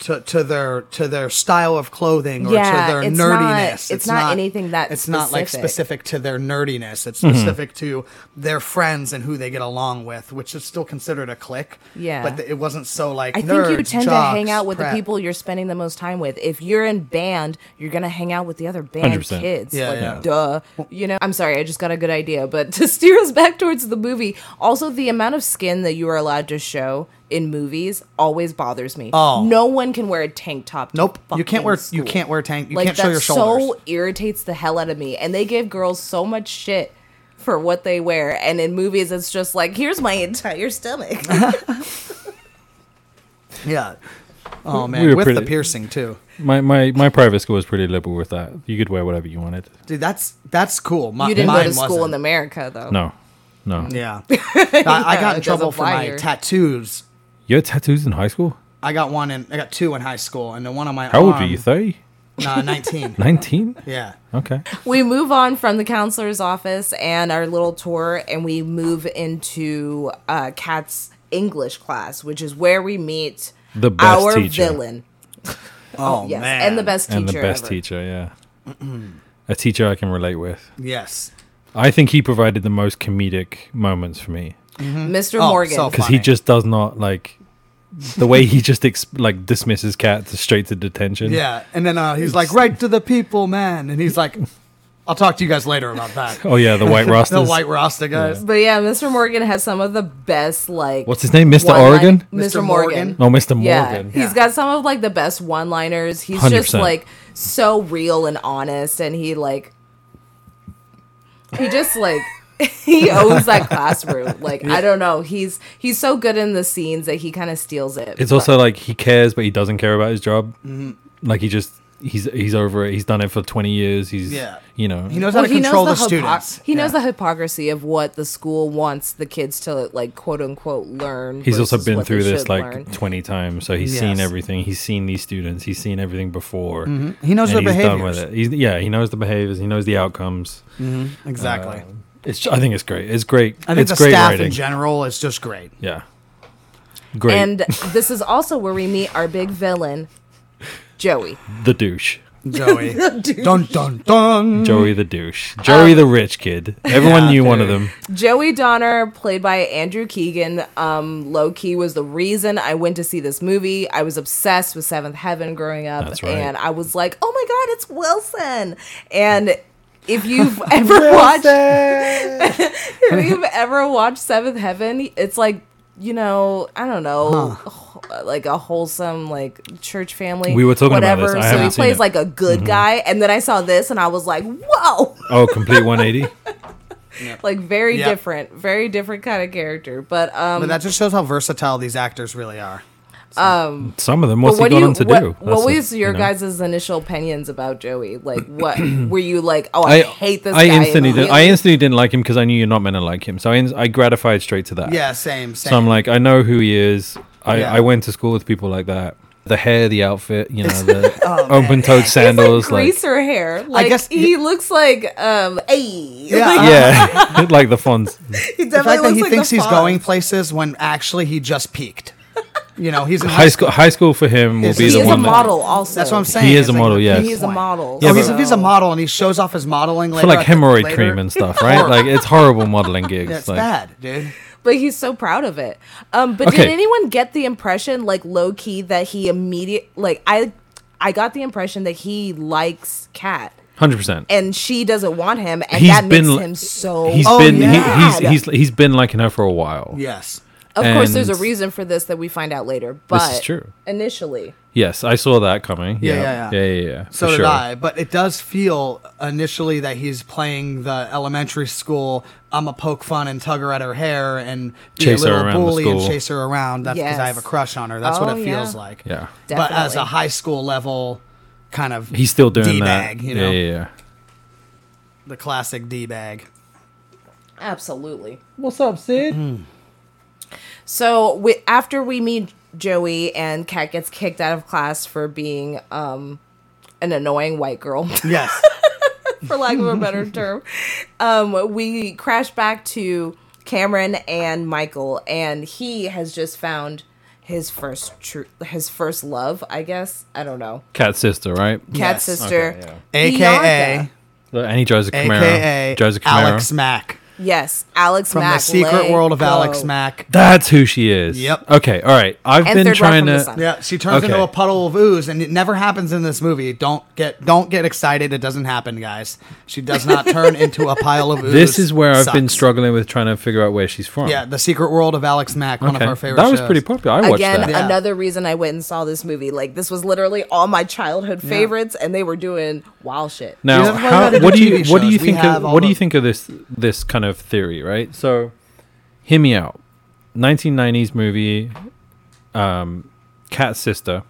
Speaker 1: to, to their to their style of clothing or
Speaker 3: Yeah,
Speaker 1: to their
Speaker 3: it's not-
Speaker 1: nerdiness.
Speaker 3: it's not anything that
Speaker 1: it's not like
Speaker 3: specific.
Speaker 1: specific to their nerdiness. It's
Speaker 2: Mm-hmm.
Speaker 1: specific to their friends and who they get along with, which is still considered a clique.
Speaker 3: Yeah.
Speaker 1: but th- it wasn't so like.
Speaker 3: I think you tend to hang out with the people you're spending the most time with. If you're in band, you're gonna hang out with the other band
Speaker 2: 100%.
Speaker 3: kids.
Speaker 1: Yeah,
Speaker 3: like,
Speaker 1: yeah.
Speaker 3: duh. You know, I'm sorry, I just got a good idea. But to steer us back towards the movie, also the amount of skin that you are allowed to show in movies always bothers me.
Speaker 1: Oh.
Speaker 3: no one can wear a tank top. to
Speaker 1: Nope, you can't
Speaker 3: fucking
Speaker 1: wear you
Speaker 3: school.
Speaker 1: can't wear tank. You
Speaker 3: like
Speaker 1: can't
Speaker 3: that
Speaker 1: show your shoulders.
Speaker 3: so irritates the hell out of me. And they give girls so much shit. For what they wear, and in movies, it's just like, here's my entire stomach.
Speaker 1: Yeah. Oh man,
Speaker 2: we were
Speaker 1: with the
Speaker 2: pretty-
Speaker 1: piercing too,
Speaker 2: My my my private school was pretty liberal with that. You could wear whatever you wanted.
Speaker 1: dude. That's that's cool. My,
Speaker 3: You didn't
Speaker 1: mine
Speaker 3: go to school
Speaker 1: wasn't.
Speaker 3: in America though.
Speaker 2: No, no.
Speaker 1: Yeah, I, I got in
Speaker 3: it
Speaker 1: trouble
Speaker 3: doesn't
Speaker 1: for
Speaker 3: apply
Speaker 1: my
Speaker 3: here.
Speaker 1: tattoos.
Speaker 2: You had tattoos in high school.
Speaker 1: I got one in. I got two in high school, and the one on my
Speaker 2: How old
Speaker 1: arm.
Speaker 2: were you? 30?
Speaker 1: Nah, nineteen.
Speaker 2: 19?
Speaker 1: yeah,
Speaker 2: Okay.
Speaker 3: We move on from the counselor's office and our little tour, and we move into uh, Kat's English class, which is where we meet
Speaker 2: The best
Speaker 3: our
Speaker 2: teacher.
Speaker 3: villain.
Speaker 1: Oh
Speaker 3: Yes,
Speaker 1: man,
Speaker 3: and the best teacher.
Speaker 2: And the best
Speaker 3: ever.
Speaker 2: teacher, yeah. A teacher I can relate with.
Speaker 1: Yes,
Speaker 2: I think he provided the most comedic moments for me
Speaker 3: Mr.
Speaker 1: Oh,
Speaker 3: Morgan.
Speaker 1: so-
Speaker 2: because he
Speaker 1: Funny.
Speaker 2: just does not like the way he just ex- like dismisses Cat straight to detention.
Speaker 1: yeah. And then uh, he's like, "Right to the people, man," and he's like, "I'll talk to you guys later about that."
Speaker 2: Oh yeah, the white
Speaker 1: the
Speaker 2: rosters.
Speaker 1: white Rasta guys.
Speaker 3: But yeah, Mr. Morgan has some of the best like
Speaker 2: What's his name? Mr.
Speaker 3: one-line-
Speaker 2: Oregon?
Speaker 1: Mr.
Speaker 3: Mr.
Speaker 1: Morgan.
Speaker 3: Morgan.
Speaker 2: Oh, Mr.
Speaker 3: Yeah,
Speaker 2: Morgan.
Speaker 3: he's
Speaker 1: Yeah.
Speaker 3: got some of like the best one-liners. He's just
Speaker 2: 100%.
Speaker 3: like so real and honest, and he like he just like he owns that classroom. Like I don't know, he's he's so good in the scenes that he kind of steals it.
Speaker 2: It's also like he cares, but he doesn't care about his job. Like he just he's he's over it. He's done it for twenty years. He's
Speaker 1: Yeah.
Speaker 2: you know
Speaker 1: He knows how to control the,
Speaker 3: hypo-
Speaker 1: students.
Speaker 3: He knows
Speaker 1: Yeah.
Speaker 3: the hypocrisy of what the school wants the kids to like quote unquote learn.
Speaker 2: he's also
Speaker 3: versus
Speaker 2: been
Speaker 3: what they
Speaker 2: through this
Speaker 3: should
Speaker 2: like
Speaker 3: learn.
Speaker 2: twenty times, so he's seen
Speaker 1: Yes.
Speaker 2: everything. He's seen these students. He's seen everything before.
Speaker 3: Mm-hmm.
Speaker 1: He knows
Speaker 2: and
Speaker 1: their
Speaker 2: he's done with
Speaker 1: behaviors.
Speaker 2: it. He's, yeah, he knows the behaviors. He knows the outcomes.
Speaker 1: Exactly.
Speaker 2: It's. ju- I think it's great. It's great.
Speaker 1: I think
Speaker 2: Uh, it's
Speaker 1: the
Speaker 2: great
Speaker 1: staff
Speaker 2: writing.
Speaker 1: in general is just great.
Speaker 2: yeah. Great.
Speaker 3: And this is also where we meet our big villain, Joey.
Speaker 2: the douche.
Speaker 1: Joey. dun dun
Speaker 3: Mm-hmm.
Speaker 1: dun.
Speaker 2: Joey the douche.
Speaker 3: Um,
Speaker 2: Joey the rich kid. Everyone
Speaker 1: Yeah,
Speaker 2: knew one of
Speaker 1: dude.
Speaker 2: them.
Speaker 3: Joey Donner, played by Andrew Keegan, um, low key was the reason I went to see this movie. I was obsessed with Seventh Heaven growing up,
Speaker 2: That's right.
Speaker 3: and I was like, "Oh my god, it's Wilson!" And if you've ever watched, if you've ever watched Seventh Heaven, it's like you know, I don't know. uh, Like a wholesome, like church family.
Speaker 2: We were talking about this. I
Speaker 3: so he
Speaker 2: haven't seen
Speaker 3: plays
Speaker 2: it. Mm-hmm.
Speaker 3: like a good guy, and then I saw this, and I was like, "Whoa!"
Speaker 2: Oh, complete one eighty.
Speaker 3: like very
Speaker 1: Yeah.
Speaker 3: different very different kind of character but um
Speaker 1: But that just shows how versatile these actors really are.
Speaker 2: Some of them.
Speaker 3: but
Speaker 2: What's
Speaker 3: what
Speaker 2: he got
Speaker 3: do you
Speaker 2: on to
Speaker 3: what,
Speaker 2: do?
Speaker 3: what
Speaker 2: That's it,
Speaker 3: was your
Speaker 2: you know?
Speaker 3: guys' initial opinions about joey like what were you like oh i, hate this
Speaker 2: I
Speaker 3: guy
Speaker 2: instantly did, I
Speaker 3: immediately?
Speaker 2: instantly didn't like him because I knew you're not meant to like him. So I, ins- I gratified straight to that.
Speaker 1: Yeah, same, same.
Speaker 2: So I'm like, I know who he is. I,
Speaker 1: Yeah.
Speaker 2: I went to school with people like that. The hair, the outfit, you know, the open-toed sandals,
Speaker 3: He's like
Speaker 2: like,
Speaker 3: greaser hair. Like
Speaker 1: guess
Speaker 3: he, looks like um a. Yeah,
Speaker 1: yeah.
Speaker 2: yeah, like the fonts.
Speaker 3: he definitely
Speaker 1: The fact that
Speaker 3: looks
Speaker 1: he
Speaker 3: like
Speaker 1: thinks
Speaker 3: the
Speaker 1: he's
Speaker 3: Fonz.
Speaker 1: going places when actually he just peaked. You know, he's in
Speaker 2: High school, high school for him will
Speaker 1: He's-
Speaker 2: be
Speaker 3: He
Speaker 2: the
Speaker 3: is a
Speaker 2: one. that-
Speaker 3: model also.
Speaker 1: That's what I'm saying.
Speaker 2: is a
Speaker 1: It's
Speaker 2: model,
Speaker 1: the
Speaker 2: yes.
Speaker 1: peak
Speaker 3: He's a
Speaker 1: point.
Speaker 3: model,
Speaker 1: Yeah,
Speaker 3: so-
Speaker 1: he's, if he's a model and he shows off his modeling
Speaker 2: for
Speaker 1: later.
Speaker 2: like
Speaker 1: at the-
Speaker 2: hemorrhoid
Speaker 1: later,
Speaker 2: cream and stuff, right? like it's horrible modeling gigs.
Speaker 1: That's
Speaker 2: like,
Speaker 1: bad, dude.
Speaker 3: but he's so proud of it. Um, but did
Speaker 2: Okay.
Speaker 3: anyone get the impression, like low key, that he immediate like I, I got the impression that he likes Cat
Speaker 2: Hundred percent.
Speaker 3: and she doesn't want him, and
Speaker 2: He's
Speaker 3: that makes
Speaker 2: been-
Speaker 3: him so.
Speaker 2: He's
Speaker 1: Oh,
Speaker 2: been
Speaker 1: yeah.
Speaker 2: he, he's, he's he's been liking her for a while.
Speaker 1: Yes.
Speaker 3: of course, there's a
Speaker 2: and-
Speaker 3: reason for this that we find out later. But
Speaker 2: is true.
Speaker 3: Initially,
Speaker 2: Yes, I saw that coming.
Speaker 1: Yeah,
Speaker 2: Yeah,
Speaker 1: yeah,
Speaker 2: yeah,
Speaker 1: yeah.
Speaker 2: yeah. yeah, yeah,
Speaker 1: So
Speaker 2: for
Speaker 1: did
Speaker 2: sure.
Speaker 1: I. But it does feel initially that he's playing the elementary school. I'm a poke fun and tug her at her hair and be
Speaker 2: Chase
Speaker 1: a
Speaker 2: her
Speaker 1: little
Speaker 2: around the
Speaker 1: bully and
Speaker 2: school.
Speaker 1: chase her around. That's because I have a
Speaker 3: Yes.
Speaker 1: crush on her. That's what
Speaker 3: Oh,
Speaker 1: it
Speaker 3: yeah.
Speaker 1: feels like.
Speaker 2: Yeah.
Speaker 1: But as a
Speaker 3: Definitely.
Speaker 1: high school level kind of
Speaker 2: He's still doing
Speaker 1: D-bag,
Speaker 2: that.
Speaker 1: you know?
Speaker 2: Yeah, yeah, yeah.
Speaker 1: the classic D bag.
Speaker 3: absolutely.
Speaker 2: What's up, Sid?
Speaker 3: So we, after we meet Joey and Kat gets kicked out of class for being um, an annoying white girl.
Speaker 1: Yes.
Speaker 3: for lack of a better term. Um, we crash back to Cameron and Michael, and he has just found his first true, his first love. I guess I don't know.
Speaker 2: Cat sister, right?
Speaker 3: Cat
Speaker 1: Yes.
Speaker 3: sister,
Speaker 2: Okay,
Speaker 1: AKA
Speaker 3: Bianca.
Speaker 2: And he drives a Camaro.
Speaker 1: AKA
Speaker 2: drives a Camaro.
Speaker 1: Alex Mack.
Speaker 3: yes, Alex
Speaker 1: From
Speaker 3: Mack,
Speaker 1: the secret
Speaker 3: let
Speaker 1: world of
Speaker 3: go.
Speaker 1: Alex Mack.
Speaker 2: That's who she is.
Speaker 1: Yep.
Speaker 2: Okay. All right. I've
Speaker 3: And
Speaker 2: been
Speaker 3: third rock
Speaker 2: trying
Speaker 3: from the
Speaker 2: to.
Speaker 3: sun.
Speaker 1: Yeah, she turns
Speaker 2: Okay.
Speaker 1: into a puddle of ooze, and it never happens in this movie. Don't get don't get excited. It doesn't happen, guys. She does not turn into a pile of ooze.
Speaker 2: This is where I've been
Speaker 1: Sucks.
Speaker 2: struggling with trying to figure out where she's from.
Speaker 1: Yeah, the Secret World of Alex Mack, one
Speaker 2: Okay.
Speaker 1: of our favorite.
Speaker 2: That was
Speaker 1: shows.
Speaker 2: pretty popular. I watched
Speaker 3: Again,
Speaker 2: that.
Speaker 1: Yeah.
Speaker 3: another reason I went and saw this movie. Like this was literally all my childhood favorites, and they were doing wild shit.
Speaker 1: Yeah,
Speaker 2: Now,
Speaker 1: that's why we
Speaker 2: how,
Speaker 1: gotta
Speaker 2: what
Speaker 1: do
Speaker 2: do you
Speaker 1: TV
Speaker 2: what do you
Speaker 1: shows. We
Speaker 2: think
Speaker 1: have
Speaker 2: of
Speaker 1: all
Speaker 2: what do you
Speaker 1: the-
Speaker 2: think of this this kind of theory, right? So, hear me out. 1990s movie, um, Cat Sister.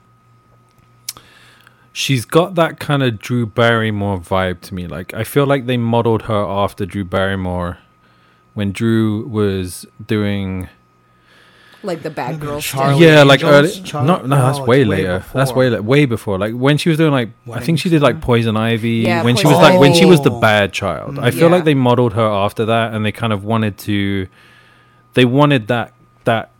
Speaker 2: she's got that kind of Drew Barrymore vibe to me. Like I feel like they modeled her after Drew Barrymore when Drew was doing
Speaker 3: like the bad girl
Speaker 1: Charlie.
Speaker 3: stuff.
Speaker 2: yeah, like
Speaker 1: Angels?
Speaker 2: early.
Speaker 1: Charlie-
Speaker 2: no, no, that's
Speaker 1: no,
Speaker 2: way
Speaker 1: it's way
Speaker 2: later. that's
Speaker 1: before.
Speaker 2: way la- way before. Like when she was doing like I think she did like Poison Ivy
Speaker 3: Yeah,
Speaker 2: when she
Speaker 3: Poison
Speaker 2: was like when she was the
Speaker 1: Ivy.
Speaker 2: bad child.
Speaker 1: Mm,
Speaker 2: I feel
Speaker 3: Yeah.
Speaker 2: like they modeled her after that, and they kind of wanted to. They wanted that that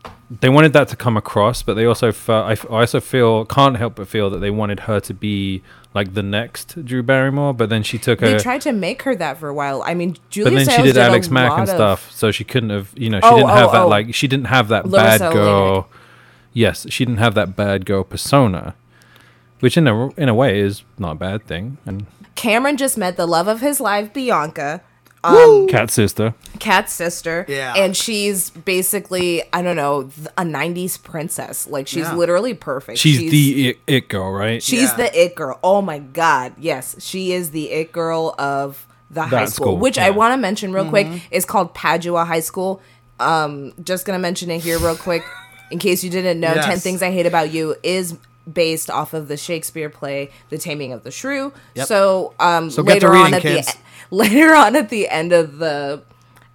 Speaker 2: they wanted that to come across, but they also felt I, f- I also feel can't help but feel that they wanted her to be like the next Drew Barrymore, but then she took
Speaker 3: They
Speaker 2: a.
Speaker 3: tried to make her that for a while. I mean, Julie
Speaker 2: But then she
Speaker 3: Stiles
Speaker 2: did
Speaker 3: a
Speaker 2: Alex Mack
Speaker 3: lot
Speaker 2: and
Speaker 3: of-
Speaker 2: stuff, so she couldn't have, you know, she
Speaker 3: Oh,
Speaker 2: didn't have
Speaker 3: oh,
Speaker 2: that
Speaker 3: oh.
Speaker 2: like she didn't have that
Speaker 3: Larissa
Speaker 2: bad
Speaker 3: Leonard.
Speaker 2: girl. Yes, she didn't have that bad girl persona, which in a in a way is not a bad thing. And
Speaker 3: Cameron just met the love of his life, Bianca. Um,
Speaker 2: cat sister,
Speaker 3: Cat's sister.
Speaker 1: Yeah.
Speaker 3: And she's basically, I don't know, th- a 90s princess. Like, she's
Speaker 1: Yeah.
Speaker 3: literally perfect.
Speaker 2: she's, the it, it girl, right?
Speaker 3: She's
Speaker 1: Yeah.
Speaker 3: the it girl. Oh my God. Yes. She is the it girl of the high
Speaker 2: That
Speaker 3: school,
Speaker 2: school,
Speaker 3: which
Speaker 2: yeah.
Speaker 3: I want to mention real quick is called Padua High School. Um, just going to mention it here real quick in case you didn't know
Speaker 1: Yes.
Speaker 3: 10 Things I Hate About You is based off of the Shakespeare play The Taming of the Shrew.
Speaker 1: Yep.
Speaker 3: So, um,
Speaker 1: So get to
Speaker 3: later on
Speaker 1: reading,
Speaker 3: at
Speaker 1: kids.
Speaker 3: the e-, later on at the end of the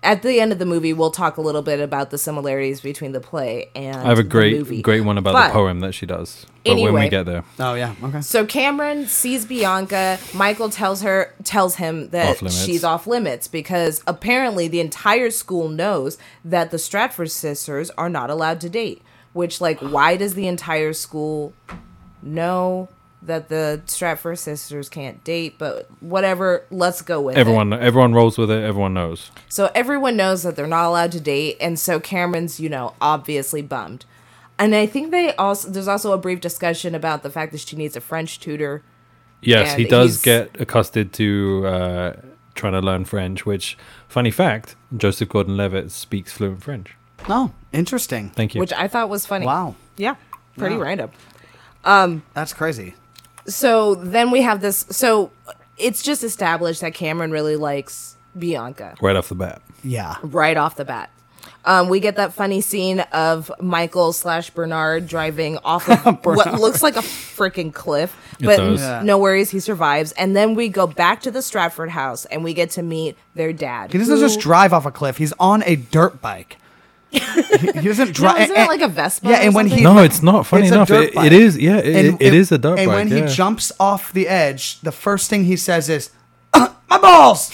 Speaker 3: at the end of the movie, we'll talk a little bit about the similarities between the play and
Speaker 2: I have a
Speaker 3: the
Speaker 2: great
Speaker 3: movie.
Speaker 2: great one about
Speaker 3: But-
Speaker 2: the poem that she does. But when we
Speaker 3: Anyway.
Speaker 2: get there,
Speaker 1: Oh yeah. Okay.
Speaker 3: So Cameron sees Bianca. Michael tells her tells him that
Speaker 2: Off limits.
Speaker 3: she's off limits because apparently the entire school knows that the Stratford sisters are not allowed to date. Which like why does the entire school know that the Stratford sisters can't date? But whatever, let's go with it.
Speaker 2: everyone everyone rolls with it. Everyone knows.
Speaker 3: So everyone knows that they're not allowed to date, and so Cameron's, you know, obviously bummed. And I think they also there's also a brief discussion about the fact that she needs a French tutor.
Speaker 2: Yes, he
Speaker 3: And
Speaker 2: does
Speaker 3: he's-
Speaker 2: get accustomed to uh, trying to learn French. Which, funny fact, Joseph Gordon-Levitt speaks fluent French.
Speaker 1: Oh, interesting.
Speaker 2: Thank you.
Speaker 3: which I thought was funny.
Speaker 1: Wow.
Speaker 3: Yeah. Pretty
Speaker 1: Wow.
Speaker 3: random.
Speaker 1: That's crazy.
Speaker 3: So then we have this. So it's just established that Cameron really likes Bianca
Speaker 2: right off the bat.
Speaker 1: Yeah.
Speaker 3: right off the bat. Um, we get that funny scene of Michael slash Bernard driving off of what looks like a freaking cliff,
Speaker 2: It
Speaker 3: but
Speaker 2: does.
Speaker 1: Yeah.
Speaker 3: no worries, he survives. And then we go back to the Stratford house and we get to meet their dad.
Speaker 1: He doesn't
Speaker 3: who-
Speaker 1: just drive off a cliff. He's on a dirt bike. he he doesn't drive.
Speaker 3: isn't it like a Vespa
Speaker 1: Yeah,
Speaker 3: or
Speaker 1: and when he
Speaker 2: No, it's not. Funny
Speaker 1: It's a
Speaker 2: enough,
Speaker 1: dirt
Speaker 2: it,
Speaker 1: bike.
Speaker 2: it is. Yeah, it, it- it is a dirt
Speaker 1: and
Speaker 2: bike.
Speaker 1: when
Speaker 2: yeah.
Speaker 1: he jumps off the edge, the first thing he says is, "Uh, "My balls."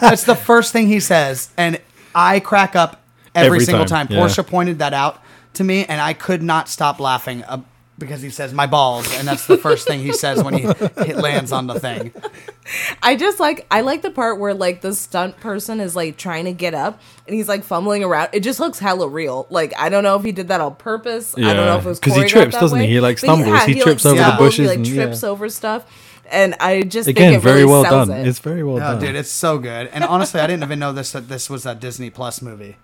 Speaker 1: That's the first thing he says, and I crack up every,
Speaker 2: Every
Speaker 1: single
Speaker 2: time,
Speaker 1: time.
Speaker 2: yeah.
Speaker 1: Portia pointed that out to me, and I could not stop laughing. Uh, because he says my balls, and that's the first thing he says when he hit, lands on the thing.
Speaker 3: I just like I like the part where like the stunt person is like trying to get up and he's like fumbling around. It just looks hella real. Like I don't know if he did that on purpose. I don't
Speaker 2: Yeah.
Speaker 3: know if it was
Speaker 2: 'Cause he
Speaker 3: choreographed
Speaker 2: trips,
Speaker 3: that
Speaker 2: doesn't he?
Speaker 3: way.
Speaker 2: He, like,
Speaker 3: But
Speaker 2: stumbles.
Speaker 3: yeah,
Speaker 2: He trips
Speaker 3: like,
Speaker 2: over the
Speaker 3: stumbles,
Speaker 2: bushes
Speaker 3: He like
Speaker 2: and-
Speaker 3: trips
Speaker 2: yeah.
Speaker 3: over stuff, and I just
Speaker 2: Again,
Speaker 3: think it
Speaker 2: very
Speaker 3: really
Speaker 2: well
Speaker 3: sells
Speaker 2: done.
Speaker 3: It.
Speaker 2: It's very well
Speaker 1: Oh,
Speaker 2: done.
Speaker 1: dude, it's so good. And honestly, I didn't even know this that this was a Disney Plus movie.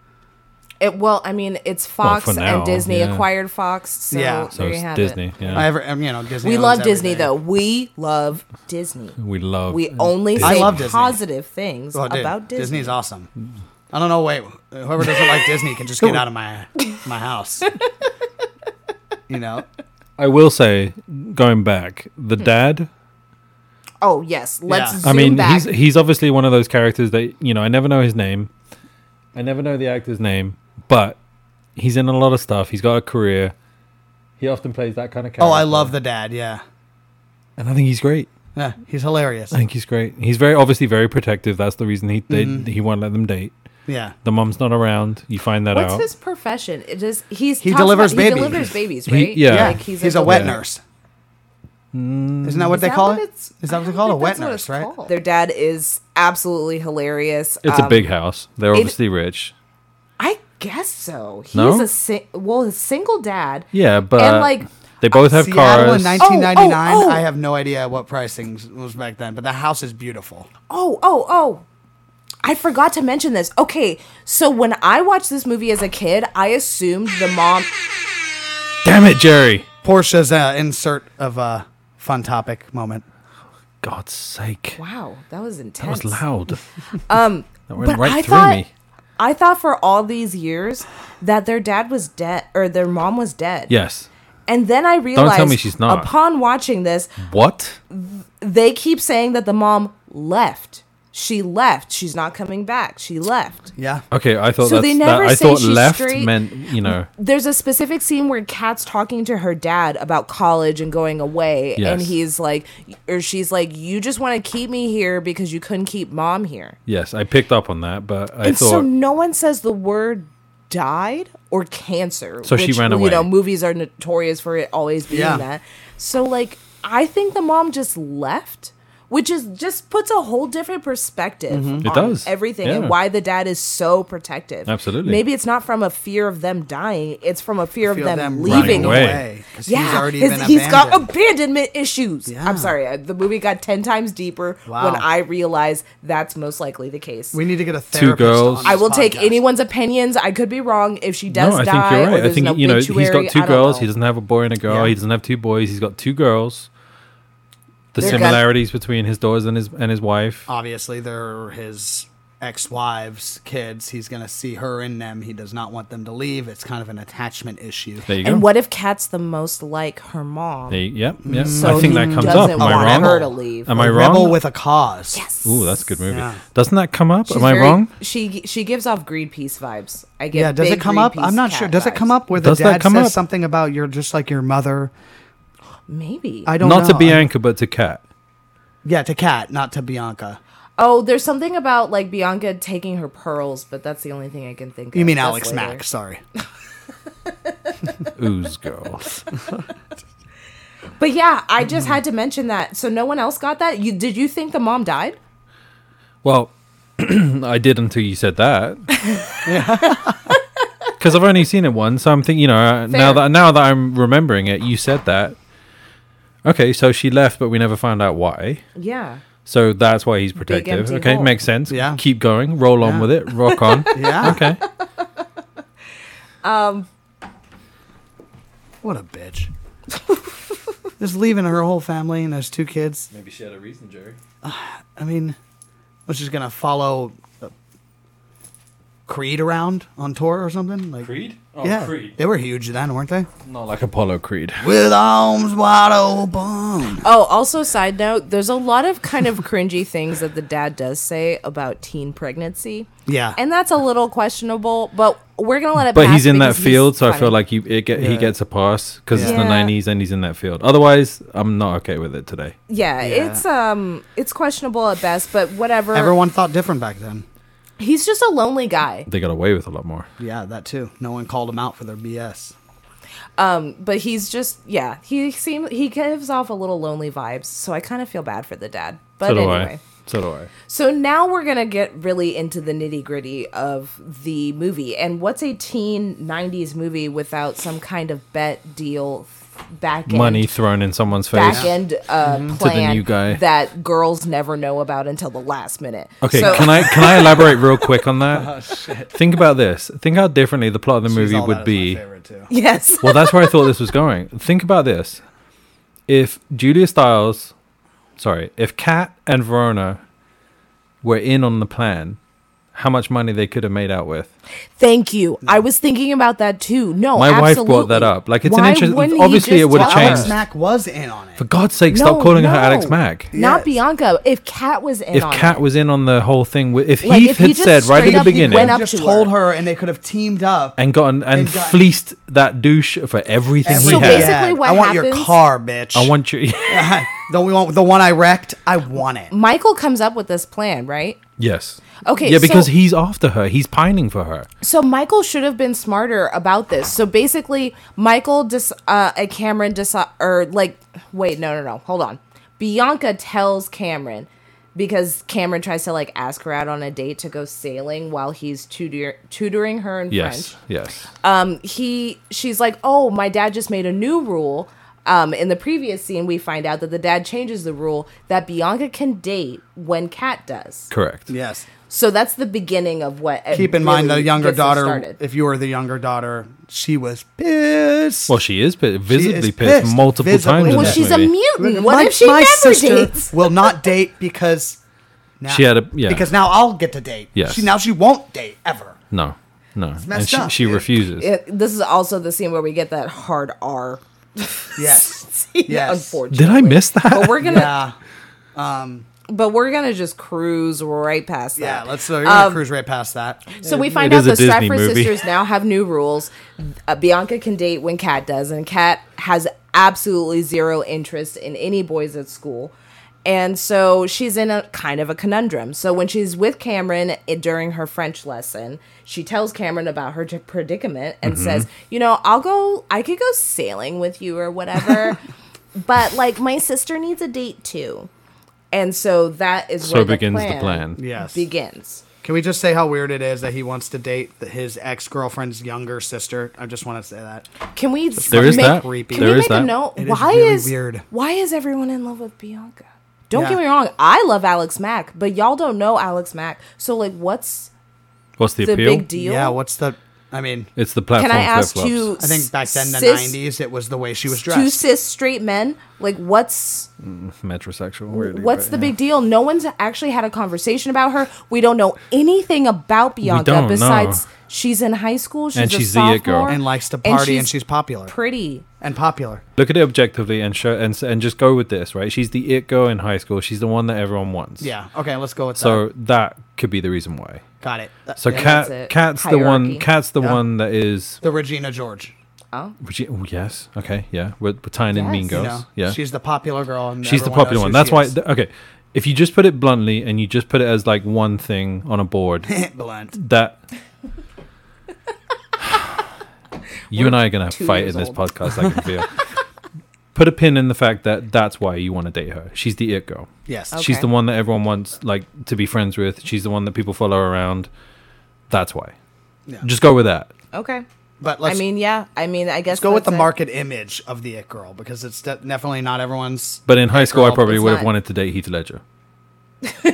Speaker 3: It- well, I mean, it's Fox
Speaker 2: for now,
Speaker 3: and Disney
Speaker 2: yeah.
Speaker 3: acquired Fox, so
Speaker 1: Yeah.
Speaker 3: there
Speaker 2: so
Speaker 3: you
Speaker 2: it's
Speaker 3: have
Speaker 2: Disney.
Speaker 3: it.
Speaker 2: Yeah,
Speaker 1: I ever, um, you know, Disney.
Speaker 3: We
Speaker 1: owns
Speaker 3: love Disney
Speaker 1: everything.
Speaker 3: though. We love Disney.
Speaker 2: we love.
Speaker 3: We only
Speaker 2: Disney.
Speaker 3: say
Speaker 1: love Disney.
Speaker 3: positive things
Speaker 1: Oh, dude,
Speaker 3: about Disney.
Speaker 1: Disney's awesome. I don't know. Wait, whoever doesn't like Disney can just get out of my my house. You know,
Speaker 2: I will say, going back,
Speaker 1: Hmm.
Speaker 2: the dad.
Speaker 3: Oh yes, let's.
Speaker 1: Yeah.
Speaker 3: Zoom
Speaker 2: I mean,
Speaker 3: back.
Speaker 2: he's he's obviously one of those characters that you know. I never know his name. I never know the actor's name, but he's in a lot of stuff. He's got a career. He often plays that kind of character.
Speaker 1: Oh, I love the dad. Yeah,
Speaker 2: and I think he's great.
Speaker 1: yeah, he's hilarious.
Speaker 2: I think he's great. He's very obviously very protective. That's the reason he they,
Speaker 1: Mm-hmm.
Speaker 2: he won't let them date.
Speaker 1: Yeah,
Speaker 2: The mom's not around. You find that
Speaker 3: What's
Speaker 2: out.
Speaker 3: his profession? It is he's
Speaker 1: He
Speaker 3: talks
Speaker 1: delivers
Speaker 3: about-
Speaker 1: babies.
Speaker 3: He delivers babies,
Speaker 2: He-
Speaker 3: right?
Speaker 2: yeah.
Speaker 1: yeah.
Speaker 3: like
Speaker 1: he's,
Speaker 3: he's,
Speaker 1: a, wet
Speaker 2: Yeah.
Speaker 1: nurse. Isn't that what they
Speaker 3: that
Speaker 1: call
Speaker 3: what
Speaker 1: it?
Speaker 3: it's-
Speaker 1: Is that what they call it? A wet
Speaker 3: That's what
Speaker 1: nurse,
Speaker 3: it's
Speaker 1: right?
Speaker 3: called. Their dad is absolutely hilarious.
Speaker 2: it's a
Speaker 3: Um,
Speaker 2: big house. They're obviously rich.
Speaker 3: I guess so. He's
Speaker 2: No?
Speaker 3: a sing- well, a single dad.
Speaker 2: Yeah, but
Speaker 3: and like
Speaker 2: they both have
Speaker 1: Seattle
Speaker 2: cars.
Speaker 1: in 1999.
Speaker 3: Oh, oh, oh.
Speaker 1: I have no idea what pricing was back then, but the house is beautiful.
Speaker 3: oh oh oh. I forgot to mention this. Okay, so when I watched this movie as a kid, I assumed the mom.
Speaker 2: Damn it, Jerry!
Speaker 1: Portia's uh, insert of a fun topic moment.
Speaker 2: God's sake!
Speaker 3: Wow, that was
Speaker 2: That
Speaker 3: intense.
Speaker 2: was loud. Um, that went
Speaker 3: But
Speaker 2: right
Speaker 3: I
Speaker 2: through
Speaker 3: thought,
Speaker 2: me.
Speaker 3: I thought for all these years that their dad was dead or their mom was dead.
Speaker 2: Yes,
Speaker 3: And then I
Speaker 2: tell
Speaker 3: realized
Speaker 2: me she's not.
Speaker 3: upon watching this,
Speaker 2: What?
Speaker 3: they keep saying that the mom left. She left. She's not coming back. She left.
Speaker 1: Yeah.
Speaker 2: Okay, I thought
Speaker 3: So
Speaker 2: that's,
Speaker 3: they
Speaker 2: that,
Speaker 3: never
Speaker 2: I
Speaker 3: say
Speaker 2: thought
Speaker 3: she's
Speaker 2: left
Speaker 3: straight.
Speaker 2: meant you know
Speaker 3: There's a specific scene where Kat's talking to her dad about college and going away.
Speaker 2: Yes.
Speaker 3: And he's like, or she's like, you just want to keep me here because you couldn't keep mom here.
Speaker 2: yes. I picked up on that, but I
Speaker 3: and
Speaker 2: thought
Speaker 3: so no one says the word died or cancer.
Speaker 2: So she
Speaker 3: which,
Speaker 2: ran
Speaker 3: You
Speaker 2: away.
Speaker 3: know, movies are notorious for it always being
Speaker 1: Yeah.
Speaker 3: that. So like, I think the mom just left, which is just puts a whole different perspective.
Speaker 2: Mm-hmm. It
Speaker 3: on
Speaker 2: does.
Speaker 3: everything
Speaker 2: Yeah.
Speaker 3: and why the dad is so protective.
Speaker 2: Absolutely.
Speaker 3: Maybe it's not from a fear of them dying; it's from a fear,
Speaker 1: Feel
Speaker 3: of them,
Speaker 2: running
Speaker 3: leaving.
Speaker 2: away.
Speaker 1: Because
Speaker 3: Yeah,
Speaker 1: he's already
Speaker 3: his-
Speaker 1: been
Speaker 3: he's got
Speaker 1: abandoned.
Speaker 3: abandonment issues.
Speaker 1: Yeah.
Speaker 3: I'm sorry, uh, the movie got ten times deeper
Speaker 1: Wow.
Speaker 3: when I realized that's most likely the case.
Speaker 1: we need to get a therapist.
Speaker 2: girls.
Speaker 1: on
Speaker 3: I
Speaker 1: this
Speaker 3: will take
Speaker 1: podcast.
Speaker 3: anyone's opinions. I could be wrong if she does
Speaker 2: no, I
Speaker 3: die.
Speaker 2: think you're
Speaker 3: or
Speaker 2: right. I
Speaker 3: there's
Speaker 2: think
Speaker 3: an
Speaker 2: you know he's
Speaker 3: obituary,
Speaker 2: got two
Speaker 3: I don't
Speaker 2: girls.
Speaker 3: know.
Speaker 2: He doesn't have a boy and a girl.
Speaker 1: Yeah.
Speaker 2: He doesn't have two boys. He's got two girls. The
Speaker 3: They're gonna-
Speaker 2: similarities between his daughters and his and his wife.
Speaker 1: Obviously, they're his ex-wives, kids. He's gonna see her in them. He does not want them to leave. It's kind of an attachment issue.
Speaker 2: There you go.
Speaker 3: And what if Kat's the most like her mom?
Speaker 2: There you- yep, yep.
Speaker 3: So
Speaker 2: Mm. I think
Speaker 3: he
Speaker 2: that comes up.
Speaker 3: doesn't
Speaker 2: Am I
Speaker 3: want
Speaker 2: wrong?
Speaker 3: her to leave.
Speaker 2: Am I
Speaker 1: A
Speaker 2: wrong?
Speaker 1: Rebel with a cause.
Speaker 3: Yes.
Speaker 2: Ooh, that's a good movie.
Speaker 1: Yeah.
Speaker 2: Doesn't that come up?
Speaker 3: She's
Speaker 2: Am I
Speaker 3: very-
Speaker 2: wrong?
Speaker 3: She she gives off Greenpeace vibes. I get.
Speaker 1: Yeah. Does
Speaker 3: big
Speaker 1: it come up?
Speaker 3: Greenpeace
Speaker 1: I'm not sure.
Speaker 3: Kat
Speaker 1: Does it
Speaker 3: vibes.
Speaker 1: come up where the
Speaker 2: Does that
Speaker 1: dad
Speaker 2: come
Speaker 1: says
Speaker 2: up?
Speaker 1: something about you're just like your mother?
Speaker 3: Maybe.
Speaker 1: I don't
Speaker 2: Not
Speaker 1: know.
Speaker 2: to Bianca, but to Kat.
Speaker 1: Yeah, to Kat, not to Bianca.
Speaker 3: oh, there's something about like Bianca taking her pearls, but that's the only thing I can think of.
Speaker 1: You mean Alex
Speaker 3: That's later.
Speaker 1: Mack? Sorry.
Speaker 2: Ooze girl.
Speaker 3: But yeah, I just had to mention that. So no one else got that. You did you think the mom died?
Speaker 2: Well, I did until you said that. Because I've only seen it once, so I'm thinking, you know, uh, now
Speaker 3: Fair.
Speaker 2: that now that I'm remembering it, you said that. Okay, so she left, but we never found out why.
Speaker 3: Yeah.
Speaker 2: So that's why he's protective.
Speaker 3: empty
Speaker 2: Okay,
Speaker 3: hole.
Speaker 2: makes sense.
Speaker 1: Yeah.
Speaker 2: Keep going. Roll on
Speaker 1: Yeah.
Speaker 2: with it. Rock on.
Speaker 1: Yeah.
Speaker 2: Okay.
Speaker 1: What a bitch. Just leaving her whole family and those two kids.
Speaker 2: Maybe she had a reason, Jerry.
Speaker 1: I mean, was just gonna follow uh, Creed around on tour or something. Like
Speaker 2: Creed?
Speaker 1: yeah, they were huge then, weren't they?
Speaker 2: Not like Apollo Creed.
Speaker 1: With arms wide open.
Speaker 3: Oh, also side note, there's a lot of kind of cringy things that the dad does say about teen pregnancy.
Speaker 1: Yeah.
Speaker 3: And that's a little questionable, but we're gonna let it
Speaker 2: But
Speaker 3: pass
Speaker 2: he's in that
Speaker 3: because he's
Speaker 2: field, so I
Speaker 3: funny.
Speaker 2: feel like he it get, he
Speaker 1: Yeah.
Speaker 2: gets a pass because it's the
Speaker 3: Yeah.
Speaker 2: '90s and he's in that field. Otherwise, I'm not okay with it today.
Speaker 3: yeah,
Speaker 1: Yeah.
Speaker 3: it's um it's questionable at best, but whatever.
Speaker 1: Everyone thought different back then.
Speaker 3: he's just a lonely guy.
Speaker 2: They got away with a lot more.
Speaker 1: Yeah, that too. No one called them out for their BS.
Speaker 3: Um, but he's just yeah, he seems he gives off a little lonely vibes, so I kind of feel bad for the dad. But
Speaker 2: so do
Speaker 3: anyway.
Speaker 2: I. So do I.
Speaker 3: So now we're going to get really into the nitty gritty of the movie. And what's a teen 90s movie without some kind of bet deal back end?
Speaker 2: Money thrown in someone's face.
Speaker 3: Back end uh, plan
Speaker 2: Mm-hmm. new guy.
Speaker 3: that girls never know about until the last minute.
Speaker 2: Okay,
Speaker 3: so,
Speaker 2: can I can I elaborate real quick on that? Think about this. Think how differently the plot of the movie
Speaker 1: All that
Speaker 2: would
Speaker 1: is
Speaker 2: be.
Speaker 1: my favorite too.
Speaker 3: yes,
Speaker 2: Well, that's where I thought this was going. Think about this. If Julia Stiles, sorry, if Kat and Verona were in on the plan, how much money they could have made out with.
Speaker 3: thank you. I was thinking about that too. No,
Speaker 2: My wife
Speaker 3: Oh, absolutely.
Speaker 2: brought that up. Like, it's an
Speaker 3: Why
Speaker 2: interesting-
Speaker 3: wouldn't he
Speaker 2: obviously
Speaker 3: just
Speaker 2: it would've
Speaker 3: tell her?
Speaker 1: Alex
Speaker 2: changed.
Speaker 1: Mack was in on it.
Speaker 2: For God's sake,
Speaker 3: No,
Speaker 2: stop calling her
Speaker 3: no.
Speaker 2: Alex Mack.
Speaker 3: Not
Speaker 1: Yes.
Speaker 3: Bianca. If Kat was in
Speaker 2: If
Speaker 3: on
Speaker 2: Kat
Speaker 3: it.
Speaker 2: was in on the whole thing, wi- if
Speaker 3: Like,
Speaker 2: Heath
Speaker 3: if he
Speaker 2: had
Speaker 3: just
Speaker 2: said right
Speaker 3: straight
Speaker 2: at the
Speaker 3: up, he
Speaker 2: beginning
Speaker 3: went up-
Speaker 1: just
Speaker 3: to
Speaker 1: told
Speaker 3: her.
Speaker 1: her. and they could have teamed up.
Speaker 2: and gotten and,
Speaker 1: and gotten-
Speaker 2: fleeced that douche for everything
Speaker 1: Every
Speaker 2: he
Speaker 3: So
Speaker 2: had,
Speaker 3: basically- what
Speaker 1: I want your
Speaker 3: happens-
Speaker 1: car, bitch.
Speaker 2: I want you.
Speaker 1: the one, the one I wrecked. I want it.
Speaker 3: Michael comes up with this plan, right?
Speaker 2: yes.
Speaker 3: Okay,
Speaker 2: Yeah, because
Speaker 3: so-
Speaker 2: he's after her. He's pining for her.
Speaker 3: So Michael should have been smarter about this. So basically, Michael dis uh, uh, Cameron deci- or like wait no no no hold on. Bianca tells Cameron because Cameron tries to like ask her out on a date to go sailing while he's tutor- tutoring her in
Speaker 2: Yes.
Speaker 3: French.
Speaker 2: Yes.
Speaker 3: Um, he she's like, oh, my dad just made a new rule. Um, in the previous scene, we find out that the dad changes the rule that Bianca can date when Kat does.
Speaker 2: Correct.
Speaker 1: Yes.
Speaker 3: So that's the beginning of what. uh,
Speaker 1: Keep in mind the
Speaker 3: really
Speaker 1: younger
Speaker 3: gets them
Speaker 1: daughter.
Speaker 3: started.
Speaker 1: If you were the younger daughter, she was pissed.
Speaker 2: Well, she is pissed, visibly pissed,
Speaker 1: pissed.
Speaker 2: multiple
Speaker 1: Visibly
Speaker 2: times. in
Speaker 3: Well,
Speaker 1: that
Speaker 2: this
Speaker 3: she's
Speaker 2: movie.
Speaker 3: a mutant. What
Speaker 1: My-
Speaker 3: if she
Speaker 1: my
Speaker 3: never
Speaker 1: sister
Speaker 3: dates?
Speaker 1: will not date because now,
Speaker 2: She had a- yeah.
Speaker 1: because now I'll get to date.
Speaker 2: Yes.
Speaker 1: She now she won't date ever.
Speaker 2: No, no, and
Speaker 1: messed
Speaker 2: she,
Speaker 1: up,
Speaker 2: she
Speaker 1: dude.
Speaker 2: refuses.
Speaker 3: It- this is also the scene where we get that hard R
Speaker 1: Yes. Yes.
Speaker 3: Unfortunately.
Speaker 2: Did I miss that?
Speaker 3: But we're gonna
Speaker 1: yeah. Um,
Speaker 3: but we're gonna just cruise right past
Speaker 1: Yeah.
Speaker 3: that.
Speaker 1: Let's uh, we're gonna cruise right past that.
Speaker 3: so we find
Speaker 2: It
Speaker 3: out
Speaker 2: is a
Speaker 3: the
Speaker 2: Disney
Speaker 3: Stratford
Speaker 2: movie.
Speaker 3: sisters now have new rules. Uh, Bianca can date when Kat does, and Kat has absolutely zero interest in any boys at school. And so she's in a kind of a conundrum. So when she's with Cameron it, during her French lesson, she tells Cameron about her t- predicament and
Speaker 2: Mm-hmm.
Speaker 3: says, "You know, I'll go. I could go sailing with you or whatever, but like my sister needs a date too." And so that is
Speaker 2: So
Speaker 3: where
Speaker 2: begins the
Speaker 3: the
Speaker 2: plan.
Speaker 3: plan.
Speaker 1: Yes.
Speaker 3: begins.
Speaker 1: Can we just say how weird it is that he wants to date the, his ex girlfriend's younger sister? I just want to say that.
Speaker 3: Can we?
Speaker 2: There is
Speaker 3: make,
Speaker 2: that.
Speaker 1: creepy.
Speaker 3: Can
Speaker 2: There
Speaker 3: we
Speaker 2: is
Speaker 3: make
Speaker 2: that.
Speaker 3: a note?
Speaker 1: It is
Speaker 3: why
Speaker 1: really
Speaker 3: is
Speaker 1: weird.
Speaker 3: Why is everyone in love with Bianca? Don't
Speaker 1: Yeah.
Speaker 3: get me wrong. I love Alex Mack, but y'all don't know Alex Mack. So like, what's
Speaker 2: What's the
Speaker 3: the
Speaker 2: appeal?
Speaker 3: big deal?
Speaker 1: Yeah. What's the? I mean,
Speaker 2: It's the platform
Speaker 3: Can I ask
Speaker 2: flip-flops.
Speaker 3: you?
Speaker 1: I think back then the
Speaker 3: cis-
Speaker 1: '90s, it was the way she was
Speaker 3: Two
Speaker 1: dressed.
Speaker 3: cis straight men. Like, what's
Speaker 2: Metrosexual. really,
Speaker 3: what's
Speaker 2: but
Speaker 3: the
Speaker 2: yeah.
Speaker 3: big deal? No one's actually had a conversation about her. We don't know anything about Bianca
Speaker 2: don't
Speaker 3: besides
Speaker 2: know.
Speaker 3: she's in high school. She's
Speaker 2: And
Speaker 3: a
Speaker 2: she's the
Speaker 3: sophomore,
Speaker 2: it girl.
Speaker 1: and likes to party, and she's, popular
Speaker 3: pretty.
Speaker 1: and popular.
Speaker 2: Look at it objectively and show and s- and just go with this, right? She's the it girl in high school. She's the one that everyone wants.
Speaker 1: Yeah. Okay. Let's go with
Speaker 2: So that could be the reason why.
Speaker 1: that. Got it.
Speaker 2: So
Speaker 1: Yeah.
Speaker 2: cat,
Speaker 3: that's it.
Speaker 2: cat's the one.
Speaker 3: Hierarchy.
Speaker 2: Cat's the
Speaker 1: Yeah.
Speaker 2: one that is.
Speaker 1: the Regina George.
Speaker 2: Which, oh, yes. Okay. Yeah. We're, we're tying in Mean
Speaker 3: Yes.
Speaker 1: You
Speaker 2: Girls.
Speaker 1: know,
Speaker 2: yeah.
Speaker 1: She's the popular girl. And
Speaker 2: She's the
Speaker 1: everyone
Speaker 2: popular
Speaker 1: knows
Speaker 2: one.
Speaker 1: who
Speaker 2: That's
Speaker 1: she
Speaker 2: why.
Speaker 1: is.
Speaker 2: th- okay, if you just put it bluntly and you just put it as like one thing on a board,
Speaker 1: Blunt.
Speaker 2: that you and I are gonna
Speaker 3: two
Speaker 2: fight in
Speaker 3: years
Speaker 2: this
Speaker 3: old.
Speaker 2: podcast. I can feel. Put a pin in the fact that that's why you want to date her. She's the it girl.
Speaker 1: Yes.
Speaker 2: She's
Speaker 3: Okay.
Speaker 2: the one that everyone wants, like to be friends with. She's the one that people follow around. That's why.
Speaker 1: Yeah.
Speaker 2: Just go with that.
Speaker 3: Okay.
Speaker 1: But let's
Speaker 3: I mean, yeah. I mean, I guess
Speaker 1: let's go with the
Speaker 3: that's it.
Speaker 1: market image of the it girl because it's de- definitely not everyone's.
Speaker 2: But in high school, I
Speaker 1: girl,
Speaker 2: probably
Speaker 3: it's
Speaker 2: would have
Speaker 3: not-
Speaker 2: wanted to date Heath Ledger,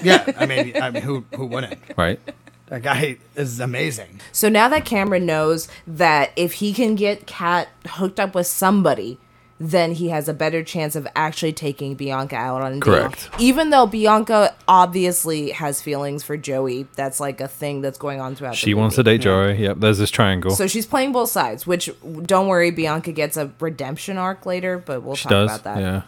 Speaker 1: yeah. I mean, I mean, who who wouldn't?
Speaker 2: right?
Speaker 1: That guy is amazing.
Speaker 3: So now that Cameron knows that if he can get Kat hooked up with somebody, then he has a better chance of actually taking Bianca out on a date.
Speaker 2: Correct.
Speaker 3: Even though Bianca obviously has feelings for Joey, that's like a thing that's going on throughout.
Speaker 2: She wants to date Joey. Yep. There's this triangle.
Speaker 3: So she's playing both sides. Which don't worry, Bianca gets a redemption arc later, but we'll
Speaker 2: she
Speaker 3: talk
Speaker 2: does.
Speaker 3: about that.
Speaker 2: Yeah.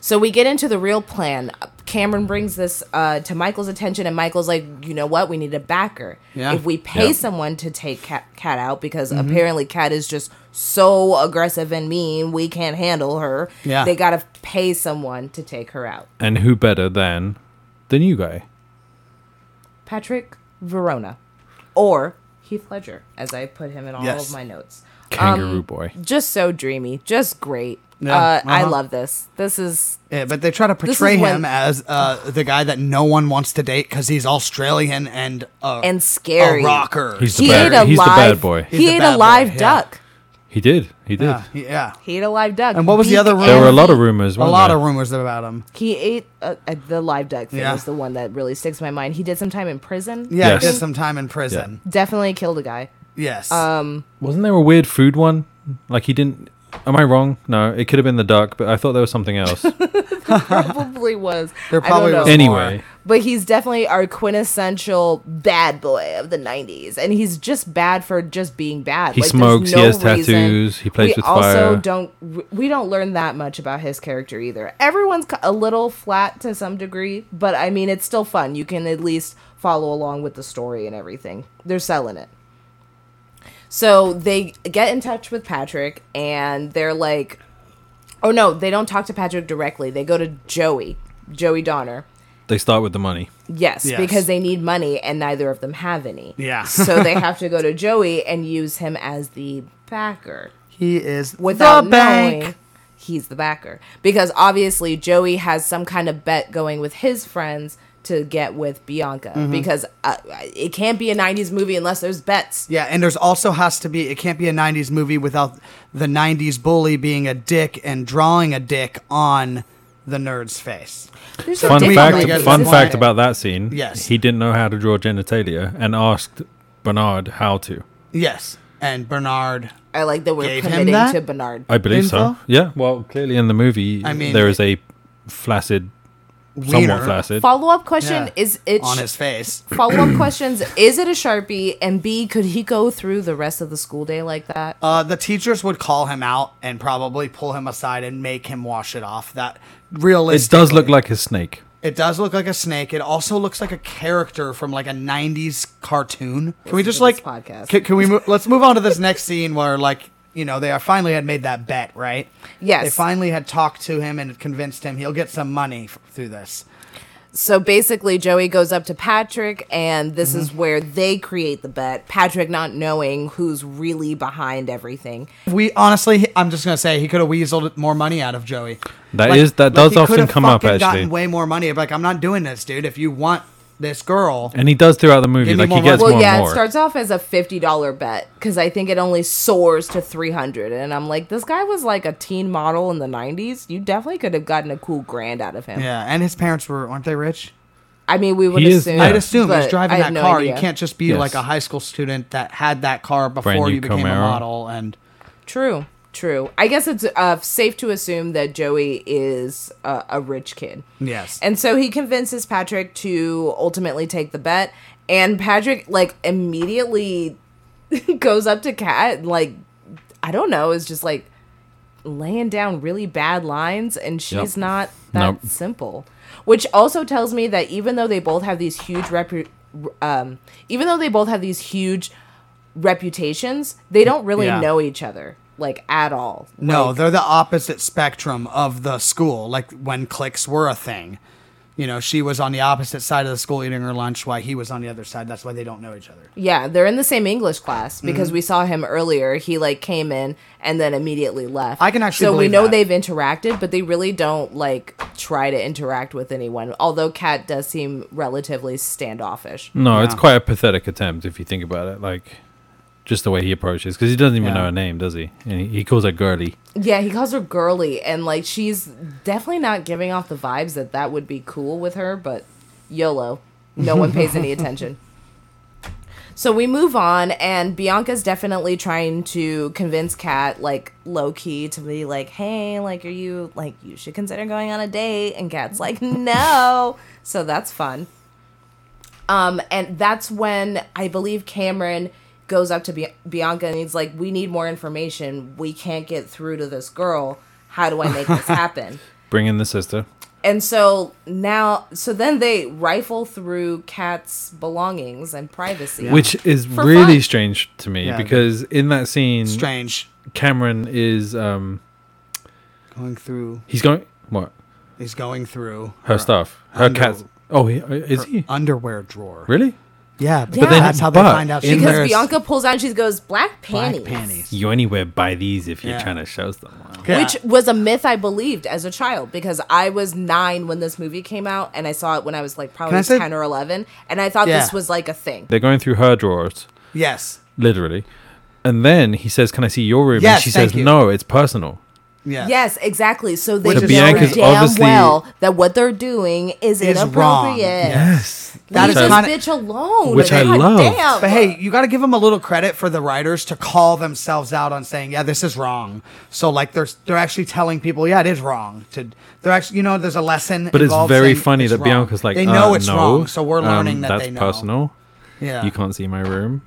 Speaker 3: So we get into the real plan. Cameron brings this uh, to Michael's attention, and Michael's like, you know what? We need a backer.
Speaker 1: Yeah. Mm-hmm.
Speaker 3: If we pay
Speaker 2: Yeah.
Speaker 3: someone to take Cat, Cat out, because apparently Cat is just so aggressive and mean, we can't handle her.
Speaker 1: Yeah.
Speaker 3: They got to pay someone to take her out.
Speaker 2: And who better than the new guy?
Speaker 3: Patrick Verona or Heath Ledger, as I put him in all
Speaker 1: Yes.
Speaker 3: of my notes.
Speaker 1: Um,
Speaker 2: Kangaroo Boy.
Speaker 3: Just so dreamy, just great.
Speaker 1: Yeah,
Speaker 3: Uh, I
Speaker 1: uh-huh.
Speaker 3: love this. This is
Speaker 1: Yeah, but they try to
Speaker 3: is
Speaker 1: portray
Speaker 3: when-
Speaker 1: him as uh, the guy that no one wants to date because he's Australian and uh, a,
Speaker 3: and scary.
Speaker 1: a rocker.
Speaker 2: He's the
Speaker 3: He
Speaker 2: bad-
Speaker 3: ate a
Speaker 2: he's the
Speaker 3: live.
Speaker 2: bad boy. He's
Speaker 3: He
Speaker 1: the
Speaker 3: ate
Speaker 1: bad
Speaker 3: a
Speaker 1: boy,
Speaker 3: live
Speaker 1: yeah.
Speaker 3: duck.
Speaker 2: He did. He did.
Speaker 1: yeah, uh, yeah.
Speaker 3: He ate a live duck.
Speaker 1: And what was the
Speaker 3: Beak
Speaker 1: other
Speaker 3: and-
Speaker 2: There were a
Speaker 1: rumor?
Speaker 2: lot of rumors.
Speaker 1: A lot of rumors about him.
Speaker 3: He ate a, a, the live duck thing
Speaker 1: Yeah.
Speaker 3: was the one that really sticks in my mind. He did some time in prison.
Speaker 1: Yeah,
Speaker 2: Yes.
Speaker 1: he did some time in prison.
Speaker 3: Definitely killed a guy.
Speaker 1: Yes.
Speaker 3: Um,
Speaker 2: Wasn't there a weird food one? Like he didn't. Am I wrong? No, it could have been the duck, but I thought there was something else.
Speaker 3: Probably was.
Speaker 1: There
Speaker 3: I
Speaker 1: probably
Speaker 3: don't know.
Speaker 1: was-
Speaker 2: anyway,
Speaker 3: But he's definitely our quintessential bad boy of the 90s. And he's just bad for just being bad.
Speaker 2: He
Speaker 3: there's
Speaker 2: smokes, he has tattoos, he plays
Speaker 3: we
Speaker 2: with
Speaker 3: also
Speaker 2: fire.
Speaker 3: don't, we don't learn that much about his character either. Everyone's ca- a little flat to some degree, but I mean, it's still fun. You can at least follow along with the story and everything. They're selling it. So they get in touch with Patrick and they're like, oh no, they don't talk to Patrick directly. They go to Joey, Joey Donner.
Speaker 2: they start with the money.
Speaker 3: Yes,
Speaker 1: Yes.
Speaker 3: because they need money and neither of them have any.
Speaker 1: Yeah.
Speaker 3: so they have to go to Joey and use him as the backer
Speaker 1: he is
Speaker 3: without
Speaker 1: the bank.
Speaker 3: knowing he's the backer because obviously Joey has some kind of bet going with his friends to get with Bianca
Speaker 1: Mm-hmm.
Speaker 3: because uh, it can't be a 90s movie unless there's bets.
Speaker 1: Yeah, and there's also has to be it can't be a 90s movie without the 90s bully being a dick and drawing a dick on the nerd's face.
Speaker 3: There's
Speaker 2: Fun
Speaker 1: dick
Speaker 2: fact.
Speaker 1: pic is
Speaker 2: Fun
Speaker 1: one.
Speaker 2: fact about that scene.
Speaker 1: Yes.
Speaker 2: He didn't know how to draw genitalia and asked Bernard how to.
Speaker 1: Yes. And Bernard
Speaker 3: I like that we're
Speaker 1: Gave him
Speaker 3: committing
Speaker 1: that?
Speaker 3: to Bernard.
Speaker 2: I believe
Speaker 1: Info?
Speaker 2: so. Yeah. Well, clearly in the movie,
Speaker 1: I mean-
Speaker 2: there is a flaccid somewhat
Speaker 1: Wiener.
Speaker 2: flaccid.
Speaker 3: Follow up question
Speaker 1: Yeah.
Speaker 3: is it
Speaker 1: on his face.
Speaker 3: follow up questions is it a sharpie and B could he go through the rest of the school day like that?
Speaker 1: Uh, the teachers would call him out and probably pull him aside and make him wash it off. That
Speaker 2: it
Speaker 1: realistic.
Speaker 2: does look like a snake.
Speaker 1: It does look like a snake. It also looks like a character from like a '90s cartoon. Can we just
Speaker 3: Listen
Speaker 1: like
Speaker 3: to this podcast.
Speaker 1: Can, can we? Mo- let's move on to this next scene where like you know they are finally had made that bet, right?
Speaker 3: Yes.
Speaker 1: They finally had talked to him and convinced him he'll get some money f- through this.
Speaker 3: So basically, Joey goes up to Patrick, and this
Speaker 1: Mm-hmm.
Speaker 3: is where they create the bet. Patrick not knowing who's really behind everything.
Speaker 1: We honestly, he- I'm just gonna say he could have weaseled more money out of Joey.
Speaker 2: That
Speaker 1: That is
Speaker 2: is- that does often come up, actually.
Speaker 1: Gotten way more money. Like I'm not doing this, dude. If you want this girl,
Speaker 2: And he does throughout the movie.
Speaker 1: Give me
Speaker 2: Like he
Speaker 1: more
Speaker 2: gets
Speaker 1: money.
Speaker 2: more
Speaker 3: Well,
Speaker 2: and
Speaker 3: yeah,
Speaker 2: more.
Speaker 3: it starts off as a fifty dollar bet because I think it only soars to three hundred, and I'm like, this guy was like a teen model in the '90s. You definitely could have gotten a cool grand out of him.
Speaker 1: yeah. And his parents were, aren't they rich?
Speaker 3: I mean, we would
Speaker 2: He is-
Speaker 3: assume.
Speaker 2: yeah.
Speaker 1: I'd assume he's
Speaker 3: but
Speaker 1: driving
Speaker 3: I
Speaker 1: that
Speaker 3: have no
Speaker 1: car. You
Speaker 3: idea.
Speaker 1: can't just be
Speaker 2: Yes.
Speaker 1: like a high school student that had that car before
Speaker 2: Brand new
Speaker 1: you became a
Speaker 2: Camaro.
Speaker 1: model. And
Speaker 3: True, true. I guess it's uh, safe to assume that Joey is uh, a rich kid.
Speaker 1: yes,
Speaker 3: And so he convinces Patrick to ultimately take the bet. And Patrick, like, immediately goes up to Kat and, like, I don't know, is just like laying down really bad lines. And
Speaker 2: Yep.
Speaker 3: she's not that
Speaker 2: Nope.
Speaker 3: simple. Which also tells me that even though they both have these huge repu- um, even though they both have these huge reputations, they don't really
Speaker 1: Yeah.
Speaker 3: know each other like at all.
Speaker 1: no,
Speaker 3: Like,
Speaker 1: they're the opposite spectrum of the school. Like when cliques were a thing, you know, she was on the opposite side of the school eating her lunch, while he was on the other side. That's why they don't know each other.
Speaker 2: Mm-hmm.
Speaker 3: Yeah, they're in the same English class because
Speaker 1: Mm-hmm.
Speaker 3: we saw him earlier. He like came in and then immediately left.
Speaker 1: I can actually
Speaker 3: So we
Speaker 1: believe
Speaker 3: know
Speaker 1: that.
Speaker 3: they've interacted, but they really don't like try to interact with anyone. Although Kat does seem relatively standoffish.
Speaker 2: No, it's quite a pathetic attempt if you think about it. Like, just the way he approaches, because he doesn't even
Speaker 1: Yeah.
Speaker 2: know her name, does he? And he, he calls her girly.
Speaker 3: Yeah, he calls her girly, and like she's definitely not giving off the vibes that that would be cool with her, but YOLO. No one pays any attention. So we move on, and Bianca's definitely trying to convince Kat, like low key, to be like, hey, like, are you, like, you should consider going on a date? And Kat's like, no. so that's fun. Um, and that's when I believe Cameron goes up to Bi- Bianca and he's like, "We need more information. We can't get through to this girl. How do I make this happen?"
Speaker 2: Bring in the sister.
Speaker 3: And so now, so then they rifle through Kat's belongings and privacy.
Speaker 2: Which is
Speaker 3: For
Speaker 2: really
Speaker 3: fun.
Speaker 2: strange to me
Speaker 1: Yeah.
Speaker 2: because in that scene,
Speaker 1: Strange.
Speaker 2: Cameron is um
Speaker 1: Going through,
Speaker 2: he's going what
Speaker 1: he's going through
Speaker 2: her stuff, her
Speaker 1: under-
Speaker 2: cat's. Oh, he, is
Speaker 1: her
Speaker 2: he
Speaker 1: underwear drawer.
Speaker 2: really?
Speaker 1: Yeah, but
Speaker 3: then-
Speaker 1: that's how they
Speaker 2: but
Speaker 1: find out she
Speaker 2: in
Speaker 3: because
Speaker 1: wears
Speaker 3: Bianca pulls out, and she goes, "Black
Speaker 1: black
Speaker 3: panties."
Speaker 1: panties.
Speaker 2: You anywhere buy these if
Speaker 1: Yeah.
Speaker 2: you're trying to show someone.
Speaker 1: Yeah.
Speaker 3: Which was a myth I believed as a child because I was nine when this movie came out, and I saw it when I was like
Speaker 1: Can
Speaker 3: probably
Speaker 1: I say-
Speaker 3: ten or eleven, and I thought
Speaker 1: Yeah.
Speaker 3: this was like a thing.
Speaker 2: They're going through her drawers,
Speaker 1: yes,
Speaker 2: literally, and then he says, "Can I see your room?"
Speaker 1: Yes,
Speaker 2: and she
Speaker 1: thank
Speaker 2: says,
Speaker 1: you.
Speaker 2: "No, it's personal."
Speaker 1: yes,
Speaker 3: Yes, exactly. So they
Speaker 1: Which
Speaker 3: know
Speaker 1: is Bianca's
Speaker 3: damn
Speaker 2: obviously-
Speaker 3: well that what they're doing is,
Speaker 1: Is wrong.
Speaker 3: inappropriate.
Speaker 1: Yeah.
Speaker 2: Yes,
Speaker 1: That
Speaker 3: Leave
Speaker 1: is
Speaker 2: So-
Speaker 3: this
Speaker 1: kinda-
Speaker 3: bitch alone.
Speaker 2: Which I
Speaker 3: God
Speaker 2: love.
Speaker 3: damn.
Speaker 1: But hey, you got to give them a little credit for the writers to call themselves out on saying, "Yeah, this is wrong." So like they're they're actually telling people, "Yeah, it is wrong." To they're actually you know there's a lesson.
Speaker 2: But it's
Speaker 1: involved
Speaker 2: very
Speaker 1: saying
Speaker 2: funny
Speaker 1: it's
Speaker 2: that
Speaker 1: wrong.
Speaker 2: Bianca's like,
Speaker 1: they know
Speaker 2: uh,
Speaker 1: it's
Speaker 2: no,
Speaker 1: wrong, so we're
Speaker 2: um,
Speaker 1: learning that
Speaker 2: that's
Speaker 1: they know.
Speaker 2: personal.
Speaker 1: Yeah,
Speaker 2: You can't see my room.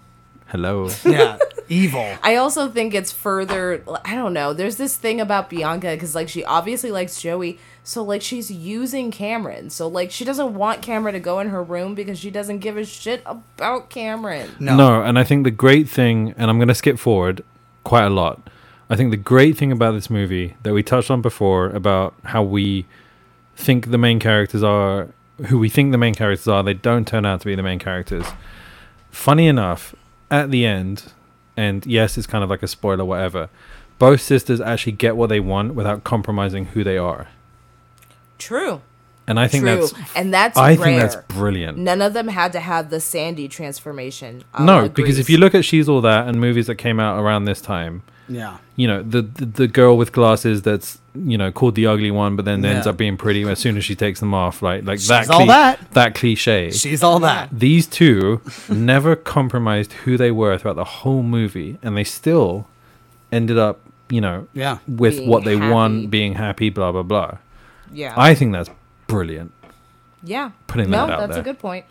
Speaker 2: Hello.
Speaker 1: yeah, evil.
Speaker 3: I also think it's further. I don't know. There's this thing about Bianca because like she obviously likes Joey, so like she's using Cameron. So like she doesn't want Cameron to go in her room because she doesn't give a shit about Cameron.
Speaker 1: No.
Speaker 2: No. and I think the great thing, and I'm going to skip forward quite a lot. I think the great thing about this movie that we touched on before about how we think the main characters are who we think the main characters are, they don't turn out to be the main characters. Funny enough, at the end, and yes, it's kind of like a spoiler, whatever, both sisters actually get what they want without compromising who they are.
Speaker 3: True.
Speaker 2: And I think
Speaker 3: True.
Speaker 2: that's
Speaker 3: and that's
Speaker 2: I
Speaker 3: rare.
Speaker 2: think that's brilliant.
Speaker 3: None of them had to have the Sandy transformation. Um,
Speaker 2: no, because if
Speaker 3: agrees.
Speaker 2: you look at She's All That and movies that came out around this time,
Speaker 1: Yeah,
Speaker 2: you know, the the, the girl with glasses that's you know called the ugly one, but then ends
Speaker 1: Yeah.
Speaker 2: up being pretty as soon as she takes them off, right? Like that,
Speaker 1: She's all
Speaker 2: cli-
Speaker 1: that.
Speaker 2: cliche.
Speaker 1: she's all that.
Speaker 2: These two never compromised who they were throughout the whole movie, and they still ended up, you know,
Speaker 1: Yeah.
Speaker 2: with
Speaker 3: Being
Speaker 2: what they
Speaker 3: happy.
Speaker 2: want, being happy, blah blah blah.
Speaker 3: yeah,
Speaker 2: I think that's brilliant.
Speaker 3: Yeah.
Speaker 2: Putting
Speaker 3: no,
Speaker 2: that out
Speaker 3: that's
Speaker 2: there.
Speaker 3: a good point.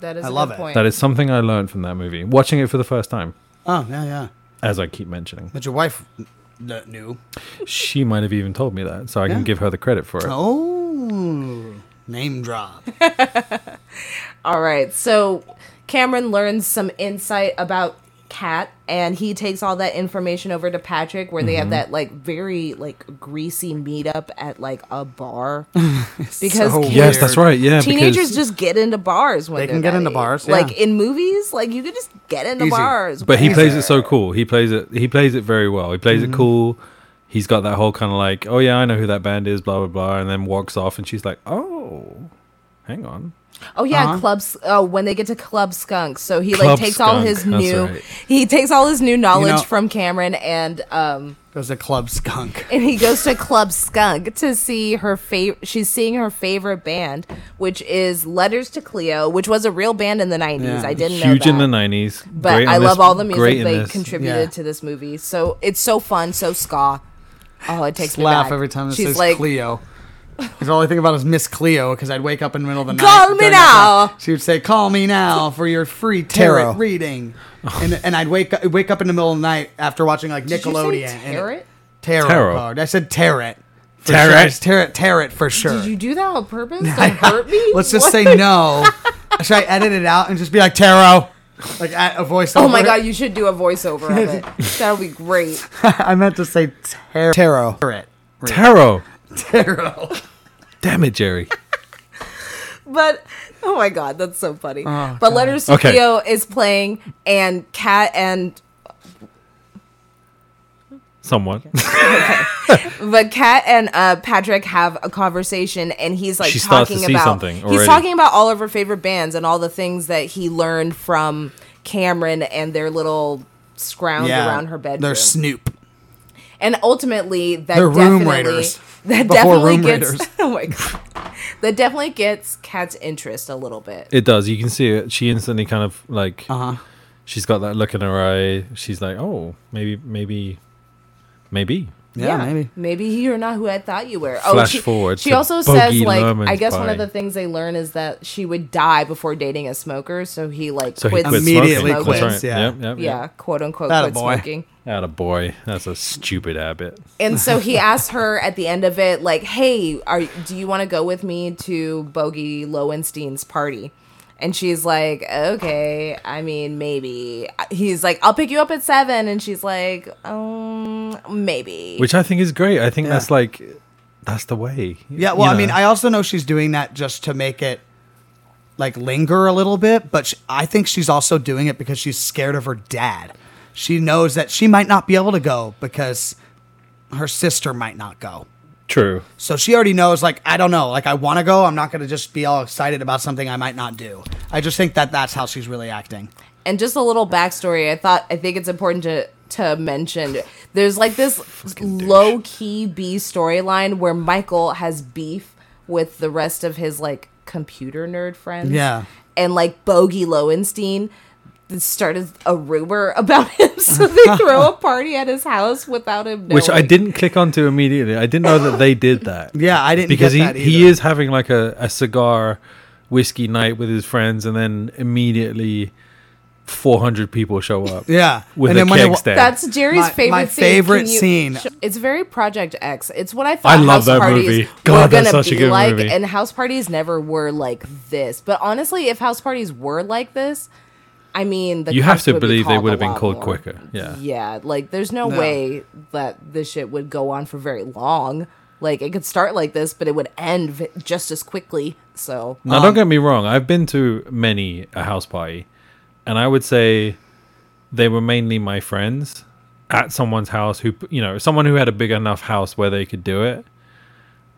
Speaker 3: That is
Speaker 1: I
Speaker 3: a
Speaker 1: love
Speaker 3: good
Speaker 1: it.
Speaker 3: point.
Speaker 2: That is something I learned from that movie. Watching it for the first time,
Speaker 1: Oh yeah, yeah.
Speaker 2: as I keep mentioning,
Speaker 1: But your wife n- knew.
Speaker 2: she might have even told me that, so I
Speaker 1: Yeah.
Speaker 2: can give her the credit for it.
Speaker 1: Oh, name drop.
Speaker 3: All right. So Cameron learns some insight about Cat and he takes all that information over to Patrick where they
Speaker 2: Mm-hmm.
Speaker 3: have that like very like greasy meetup at like a bar. because
Speaker 1: so
Speaker 3: kids-
Speaker 1: weird.
Speaker 2: Yes, that's right. Yeah,
Speaker 3: Teenagers
Speaker 2: because-
Speaker 3: just get into bars when
Speaker 1: They
Speaker 3: they're
Speaker 1: can get
Speaker 3: that
Speaker 1: into
Speaker 3: age.
Speaker 1: bars,
Speaker 3: Like
Speaker 1: yeah.
Speaker 3: in movies, like you can just get into
Speaker 1: Easy.
Speaker 3: bars.
Speaker 2: But he
Speaker 3: whatever.
Speaker 2: plays it so cool. He plays it. He plays it very well. He
Speaker 1: Mm-hmm.
Speaker 2: plays it cool. He's got that whole kind of like, oh yeah, I know who that band is, blah blah blah, and then walks off, and she's like, oh, hang on.
Speaker 3: Oh yeah,
Speaker 1: Uh-huh.
Speaker 3: clubs. Oh, when they get to Club Skunk, so he like
Speaker 2: Club
Speaker 3: takes all
Speaker 2: Skunk,
Speaker 3: his
Speaker 2: that's
Speaker 3: new
Speaker 2: right.
Speaker 3: he takes all his new knowledge
Speaker 1: know-
Speaker 3: from Cameron and um
Speaker 1: There's a club skunk.
Speaker 3: and he goes to Club Skunk to see her favorite. She's seeing her favorite band, which is Letters to Cleo, which was a real band in the nineties.
Speaker 1: Yeah.
Speaker 3: I didn't know
Speaker 2: Huge
Speaker 3: that.
Speaker 2: in the nineties,
Speaker 3: but I love all the music they contributed
Speaker 1: Yeah.
Speaker 3: to this movie. So it's so fun, so ska. Oh, it takes
Speaker 1: Just
Speaker 3: me
Speaker 1: laugh
Speaker 3: back.
Speaker 1: every time it
Speaker 3: She's
Speaker 1: says
Speaker 3: like,
Speaker 1: Cleo. Because all I think about is Miss Cleo. Because I'd wake up in the middle of the night.
Speaker 3: Call me
Speaker 1: during that time.
Speaker 3: now.
Speaker 1: She would say, "Call me now for your free tarot
Speaker 4: Tarot.
Speaker 1: reading," and and I'd wake up, wake up in the middle of the night after watching like
Speaker 3: Did you say
Speaker 1: Nickelodeon. and it-
Speaker 3: Tarot?
Speaker 1: Tarot,
Speaker 2: Tarot.
Speaker 1: card. I said tarot. For
Speaker 2: Tarot.
Speaker 1: sure. It's Tarot. Tarot for sure.
Speaker 3: Did you do that on purpose? Don't hurt me.
Speaker 1: Let's just
Speaker 3: What?
Speaker 1: say no. Should I edit it out and just be like tarot? Like at a voice.
Speaker 3: Oh my god, you should do a voiceover of it. That would be great.
Speaker 1: I meant to say tarot.
Speaker 4: Tarot.
Speaker 1: Tarot.
Speaker 2: Tarot.
Speaker 1: Tarot.
Speaker 2: Damn it, Jerry.
Speaker 3: But oh my god, that's so funny. but Letters to
Speaker 2: Oh, Okay.
Speaker 3: Cleo is playing, and Cat and
Speaker 2: Someone.
Speaker 3: but Cat and uh, Patrick have a conversation, and he's like
Speaker 2: She starts to
Speaker 3: talking
Speaker 2: see
Speaker 3: about
Speaker 2: something
Speaker 3: he's
Speaker 2: already.
Speaker 3: talking about all of her favorite bands and all the things that he learned from Cameron and their little scrounge around her bedroom.
Speaker 1: They're Snoop.
Speaker 3: And ultimately, that
Speaker 1: They're room
Speaker 3: definitely
Speaker 1: raiders.
Speaker 3: that
Speaker 1: Before
Speaker 3: definitely
Speaker 1: room
Speaker 3: gets
Speaker 1: raiders.
Speaker 3: oh my god, that definitely gets Cat's interest a little bit.
Speaker 2: it does. You can see it. She instantly kind of like.
Speaker 1: Uh huh.
Speaker 2: She's got that look in her eye. She's like, oh, maybe, maybe, maybe.
Speaker 1: Yeah, maybe.
Speaker 3: Maybe you're not who I thought you were. Oh,
Speaker 2: Flash
Speaker 3: she,
Speaker 2: forward
Speaker 3: She
Speaker 2: to
Speaker 3: also
Speaker 2: Bogey
Speaker 3: says like I
Speaker 2: Lerman's
Speaker 3: guess one
Speaker 2: body.
Speaker 3: of the things they learn is that she would die before dating a smoker, so he like
Speaker 2: So
Speaker 3: quits
Speaker 2: he quits
Speaker 1: Immediately
Speaker 2: smoking.
Speaker 1: quits,
Speaker 2: That's right.
Speaker 1: yeah.
Speaker 2: Yep, yep, yep.
Speaker 3: yeah, quote unquote
Speaker 1: Atta
Speaker 3: quit
Speaker 1: boy.
Speaker 3: smoking.
Speaker 2: Out of boy. That's a stupid habit.
Speaker 3: And so he asks her at the end of it, like, "Hey, are do you want to go with me to Bogey Lowenstein's party?" And she's like, "Okay, I mean, maybe." He's like, "I'll pick you up at 7." and she's like, "Um, maybe."
Speaker 2: Which I think is great. I think
Speaker 1: Yeah.
Speaker 2: that's like that's the way.
Speaker 1: Yeah. Well, I mean, I also know she's doing that just to make it like linger a little bit, but sh I think she's also doing it because she's scared of her dad. She knows that she might not be able to go because her sister might not go.
Speaker 2: true.
Speaker 1: So she already knows, like, I don't know, like, I want to go. I'm not going to just be all excited about something I might not do. I just think that that's how she's really acting.
Speaker 3: and just a little backstory i thought i think it's important to to mention there's like this low key b storyline where michael has beef with the rest of his like computer nerd friends
Speaker 1: Yeah.
Speaker 3: and like bogey lowenstein started a rumor about him so they throw a party at his house without him knowing.
Speaker 2: Which I didn't click onto immediately. I didn't know that they did that.
Speaker 1: Yeah, I didn't
Speaker 2: because
Speaker 1: get
Speaker 2: he
Speaker 1: that
Speaker 2: he
Speaker 1: either.
Speaker 2: is having like a, a cigar whiskey night with his friends, and then immediately four hundred people show up.
Speaker 1: Yeah.
Speaker 2: with
Speaker 1: And
Speaker 2: a
Speaker 1: then when it
Speaker 2: keg
Speaker 1: wa-
Speaker 2: stand.
Speaker 3: that's jerry's
Speaker 1: My-
Speaker 3: favorite
Speaker 1: my
Speaker 3: scene.
Speaker 1: favorite
Speaker 3: Can you-
Speaker 1: scene.
Speaker 3: Sh- it's very project x it's what i
Speaker 2: I
Speaker 3: thought
Speaker 2: love
Speaker 3: house
Speaker 2: that
Speaker 3: parties
Speaker 2: movie.
Speaker 3: were
Speaker 2: God, that's
Speaker 3: gonna
Speaker 2: such a
Speaker 3: be
Speaker 2: good
Speaker 3: like
Speaker 2: movie.
Speaker 3: and house parties never were like this but honestly if house parties were like this i mean the
Speaker 2: you have
Speaker 3: cops
Speaker 2: to
Speaker 3: would be
Speaker 2: believe they
Speaker 3: called
Speaker 2: would
Speaker 3: a
Speaker 2: have been
Speaker 3: lot
Speaker 2: called
Speaker 3: more.
Speaker 2: quicker. Yeah.
Speaker 3: yeah like there's no,
Speaker 1: No.
Speaker 3: way that this shit would go on for very long like it could start like this but it would end v- just as quickly so
Speaker 2: Now,
Speaker 1: Um,
Speaker 2: don't get me wrong. I've been to many a house party, and I would say they were mainly my friends at someone's house who, you know, someone who had a big enough house where they could do it.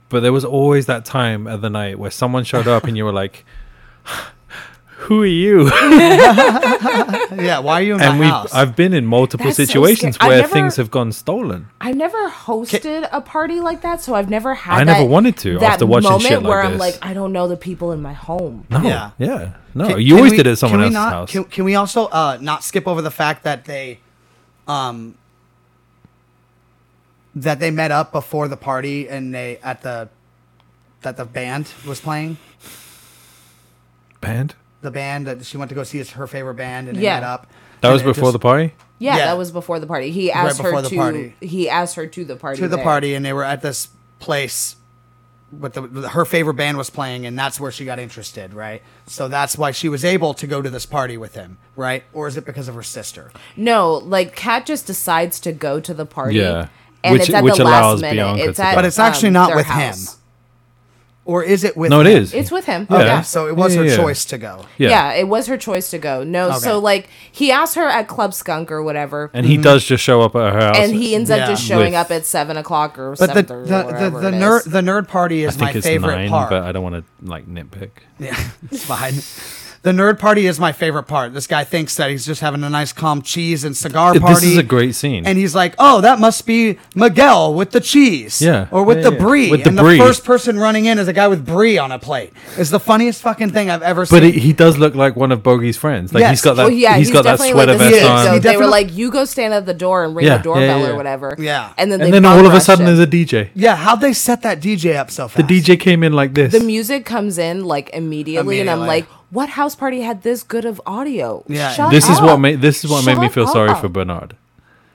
Speaker 2: But there was always that time of the night where someone showed up and you were like, "Who are you?"
Speaker 1: Yeah. Why are you in
Speaker 2: and
Speaker 1: my
Speaker 2: we,
Speaker 1: house?
Speaker 2: I've been in multiple
Speaker 3: That's so
Speaker 2: situations
Speaker 3: scary. I
Speaker 2: where
Speaker 3: never-
Speaker 2: things have gone stolen.
Speaker 3: I've never hosted a party like that, so I've never had.
Speaker 2: I
Speaker 3: that,
Speaker 2: never wanted to
Speaker 3: That
Speaker 2: after watching
Speaker 3: moment
Speaker 2: shit like
Speaker 3: where I'm
Speaker 2: this.
Speaker 3: like, I don't know the people in my home.
Speaker 2: No,
Speaker 1: Yeah.
Speaker 2: yeah, no,
Speaker 1: Can-
Speaker 2: Oh, you
Speaker 1: can
Speaker 2: always
Speaker 1: we-
Speaker 2: did it at someone
Speaker 1: can
Speaker 2: else's
Speaker 1: we not,
Speaker 2: house.
Speaker 1: Can, can we also uh, not skip over the fact that they, um, that they met up before the party and they at the that the band was playing.
Speaker 2: band?
Speaker 1: the band that she went to go see is her favorite band and
Speaker 3: Yeah.
Speaker 1: ended up.
Speaker 2: That
Speaker 1: and
Speaker 2: was
Speaker 1: it
Speaker 2: before
Speaker 1: just-
Speaker 2: the party.
Speaker 3: Yeah,
Speaker 1: Yeah.
Speaker 3: that was before the party. He asked
Speaker 1: before
Speaker 3: her
Speaker 1: the
Speaker 3: to
Speaker 1: party.
Speaker 3: he asked her to the party
Speaker 1: to the
Speaker 3: there.
Speaker 1: party and they were at this place but the, her favorite band was playing and that's where she got interested right so that's why she was able to go to this party with him right or is it because of her sister
Speaker 3: No, like Kat just decides to go to the party.
Speaker 2: Yeah.
Speaker 3: and
Speaker 2: Which-
Speaker 3: it's at
Speaker 2: which
Speaker 3: the
Speaker 2: allows
Speaker 3: last minute.
Speaker 2: Bianca
Speaker 3: it's
Speaker 2: to
Speaker 3: at,
Speaker 2: go. But
Speaker 1: it's actually
Speaker 3: um,
Speaker 1: not
Speaker 3: their
Speaker 1: with
Speaker 3: house.
Speaker 1: or is it with
Speaker 2: No, it
Speaker 1: him?
Speaker 2: is.
Speaker 3: It's with him.
Speaker 2: Yeah.
Speaker 3: Yeah.
Speaker 1: yeah so it was
Speaker 2: Yeah,
Speaker 1: her
Speaker 2: yeah, yeah.
Speaker 1: choice to go
Speaker 2: Yeah.
Speaker 3: Yeah. it was her choice to go. No, so
Speaker 1: Okay.
Speaker 3: like he asked her at Club Skunk or whatever, and,
Speaker 2: And he
Speaker 1: Mm-hmm.
Speaker 2: does just show up at her house.
Speaker 3: he ends
Speaker 1: Yeah.
Speaker 3: up just showing
Speaker 2: With-
Speaker 3: up at seven o'clock or
Speaker 1: but
Speaker 3: seven
Speaker 1: the
Speaker 3: thirty.
Speaker 1: the, the, the nerd the nerd party is
Speaker 2: I think
Speaker 1: my
Speaker 2: it's
Speaker 1: favorite
Speaker 2: nine,
Speaker 1: part
Speaker 2: but I don't want to like nitpick.
Speaker 1: Yeah, it's fine. The nerd party is my favorite part. This guy thinks that he's just having a nice, calm cheese and cigar
Speaker 2: This
Speaker 1: party.
Speaker 2: is a great scene.
Speaker 1: And he's like, "Oh, that must be Miguel with the cheese,
Speaker 2: Yeah.
Speaker 1: or with
Speaker 2: Yeah,
Speaker 1: the
Speaker 2: yeah.
Speaker 1: brie."
Speaker 2: With the
Speaker 1: and
Speaker 2: brie.
Speaker 1: the first person running in is a guy with brie on a plate. It's the funniest fucking thing I've ever
Speaker 2: But
Speaker 1: seen.
Speaker 2: he, he does look like one of Bogey's friends. Like
Speaker 1: Yes.
Speaker 2: he's got that.
Speaker 3: Well, Oh, yeah,
Speaker 2: he's got that
Speaker 3: definitely
Speaker 2: sweater
Speaker 3: like the
Speaker 2: vest
Speaker 1: scapegoat. He
Speaker 2: on.
Speaker 3: So they were
Speaker 1: definitely-
Speaker 3: like, "You go stand at the door and ring
Speaker 2: Yeah, yeah,
Speaker 3: the doorbell
Speaker 2: yeah, yeah.
Speaker 3: or whatever."
Speaker 1: Yeah.
Speaker 3: and then
Speaker 2: and
Speaker 3: they
Speaker 2: then all of a
Speaker 3: bum-rushed
Speaker 2: sudden,
Speaker 3: it.
Speaker 2: there's a DJ.
Speaker 1: yeah, how'd they set that DJ up so
Speaker 2: The
Speaker 1: fast?
Speaker 2: DJ came in like this.
Speaker 3: the music comes in like immediately, and I'm
Speaker 1: Immediately.
Speaker 3: like, "What house party had this good of audio?"
Speaker 1: Yeah.
Speaker 3: Shut
Speaker 2: this is what
Speaker 3: up.
Speaker 2: made this is what made me
Speaker 3: Oh. Shut
Speaker 2: feel sorry
Speaker 3: up.
Speaker 2: for Bernard.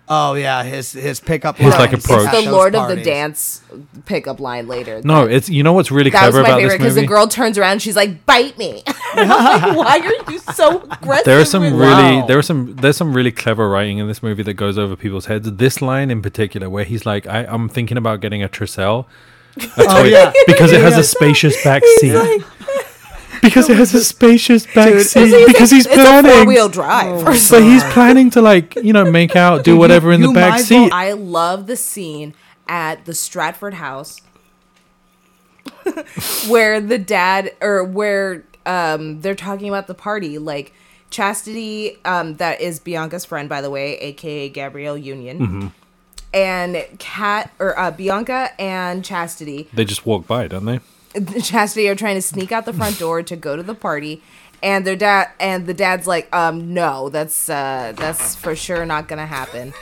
Speaker 1: Oh yeah, his his pickup.
Speaker 2: He's
Speaker 1: line
Speaker 2: like a
Speaker 1: is
Speaker 2: pro.
Speaker 1: at
Speaker 3: the
Speaker 1: those
Speaker 3: Lord of the
Speaker 1: parties.
Speaker 3: Dance pickup line later.
Speaker 2: No, it's you know what's really
Speaker 3: That was
Speaker 2: clever
Speaker 3: my
Speaker 2: about
Speaker 3: favorite
Speaker 2: this
Speaker 3: because the
Speaker 2: movie.
Speaker 3: girl turns around, she's like, "Bite me!" And I was like, Why are you so aggressive?
Speaker 2: there are some
Speaker 3: with
Speaker 2: really
Speaker 1: Wow.
Speaker 2: there are some there's some really clever writing in this movie that goes over people's heads. This line in particular, where he's like, I, "I'm thinking about getting a Tricel, a toy-
Speaker 1: Oh, yeah.
Speaker 2: because it has a spacious back seat, because it has a spacious back
Speaker 1: Dude,
Speaker 2: seat,
Speaker 1: it's-
Speaker 2: because he's
Speaker 3: It's a four
Speaker 2: planning,
Speaker 3: wheel drive.
Speaker 1: Oh.
Speaker 3: or
Speaker 2: but he's planning to like you know make out, do whatever in
Speaker 1: you
Speaker 2: the back
Speaker 1: might as well-
Speaker 2: seat."
Speaker 3: I love the scene at the Stratford house where the dad or where um they're talking about the party like Chastity um that is Bianca's friend by the way aka Gabrielle Union and Cat or uh, Bianca and Chastity
Speaker 2: They just walk by, don't they?
Speaker 3: Chastity are trying to sneak out the front door to go to the party, and their dad and the dad's like, um, no, that's uh, that's for sure not gonna happen.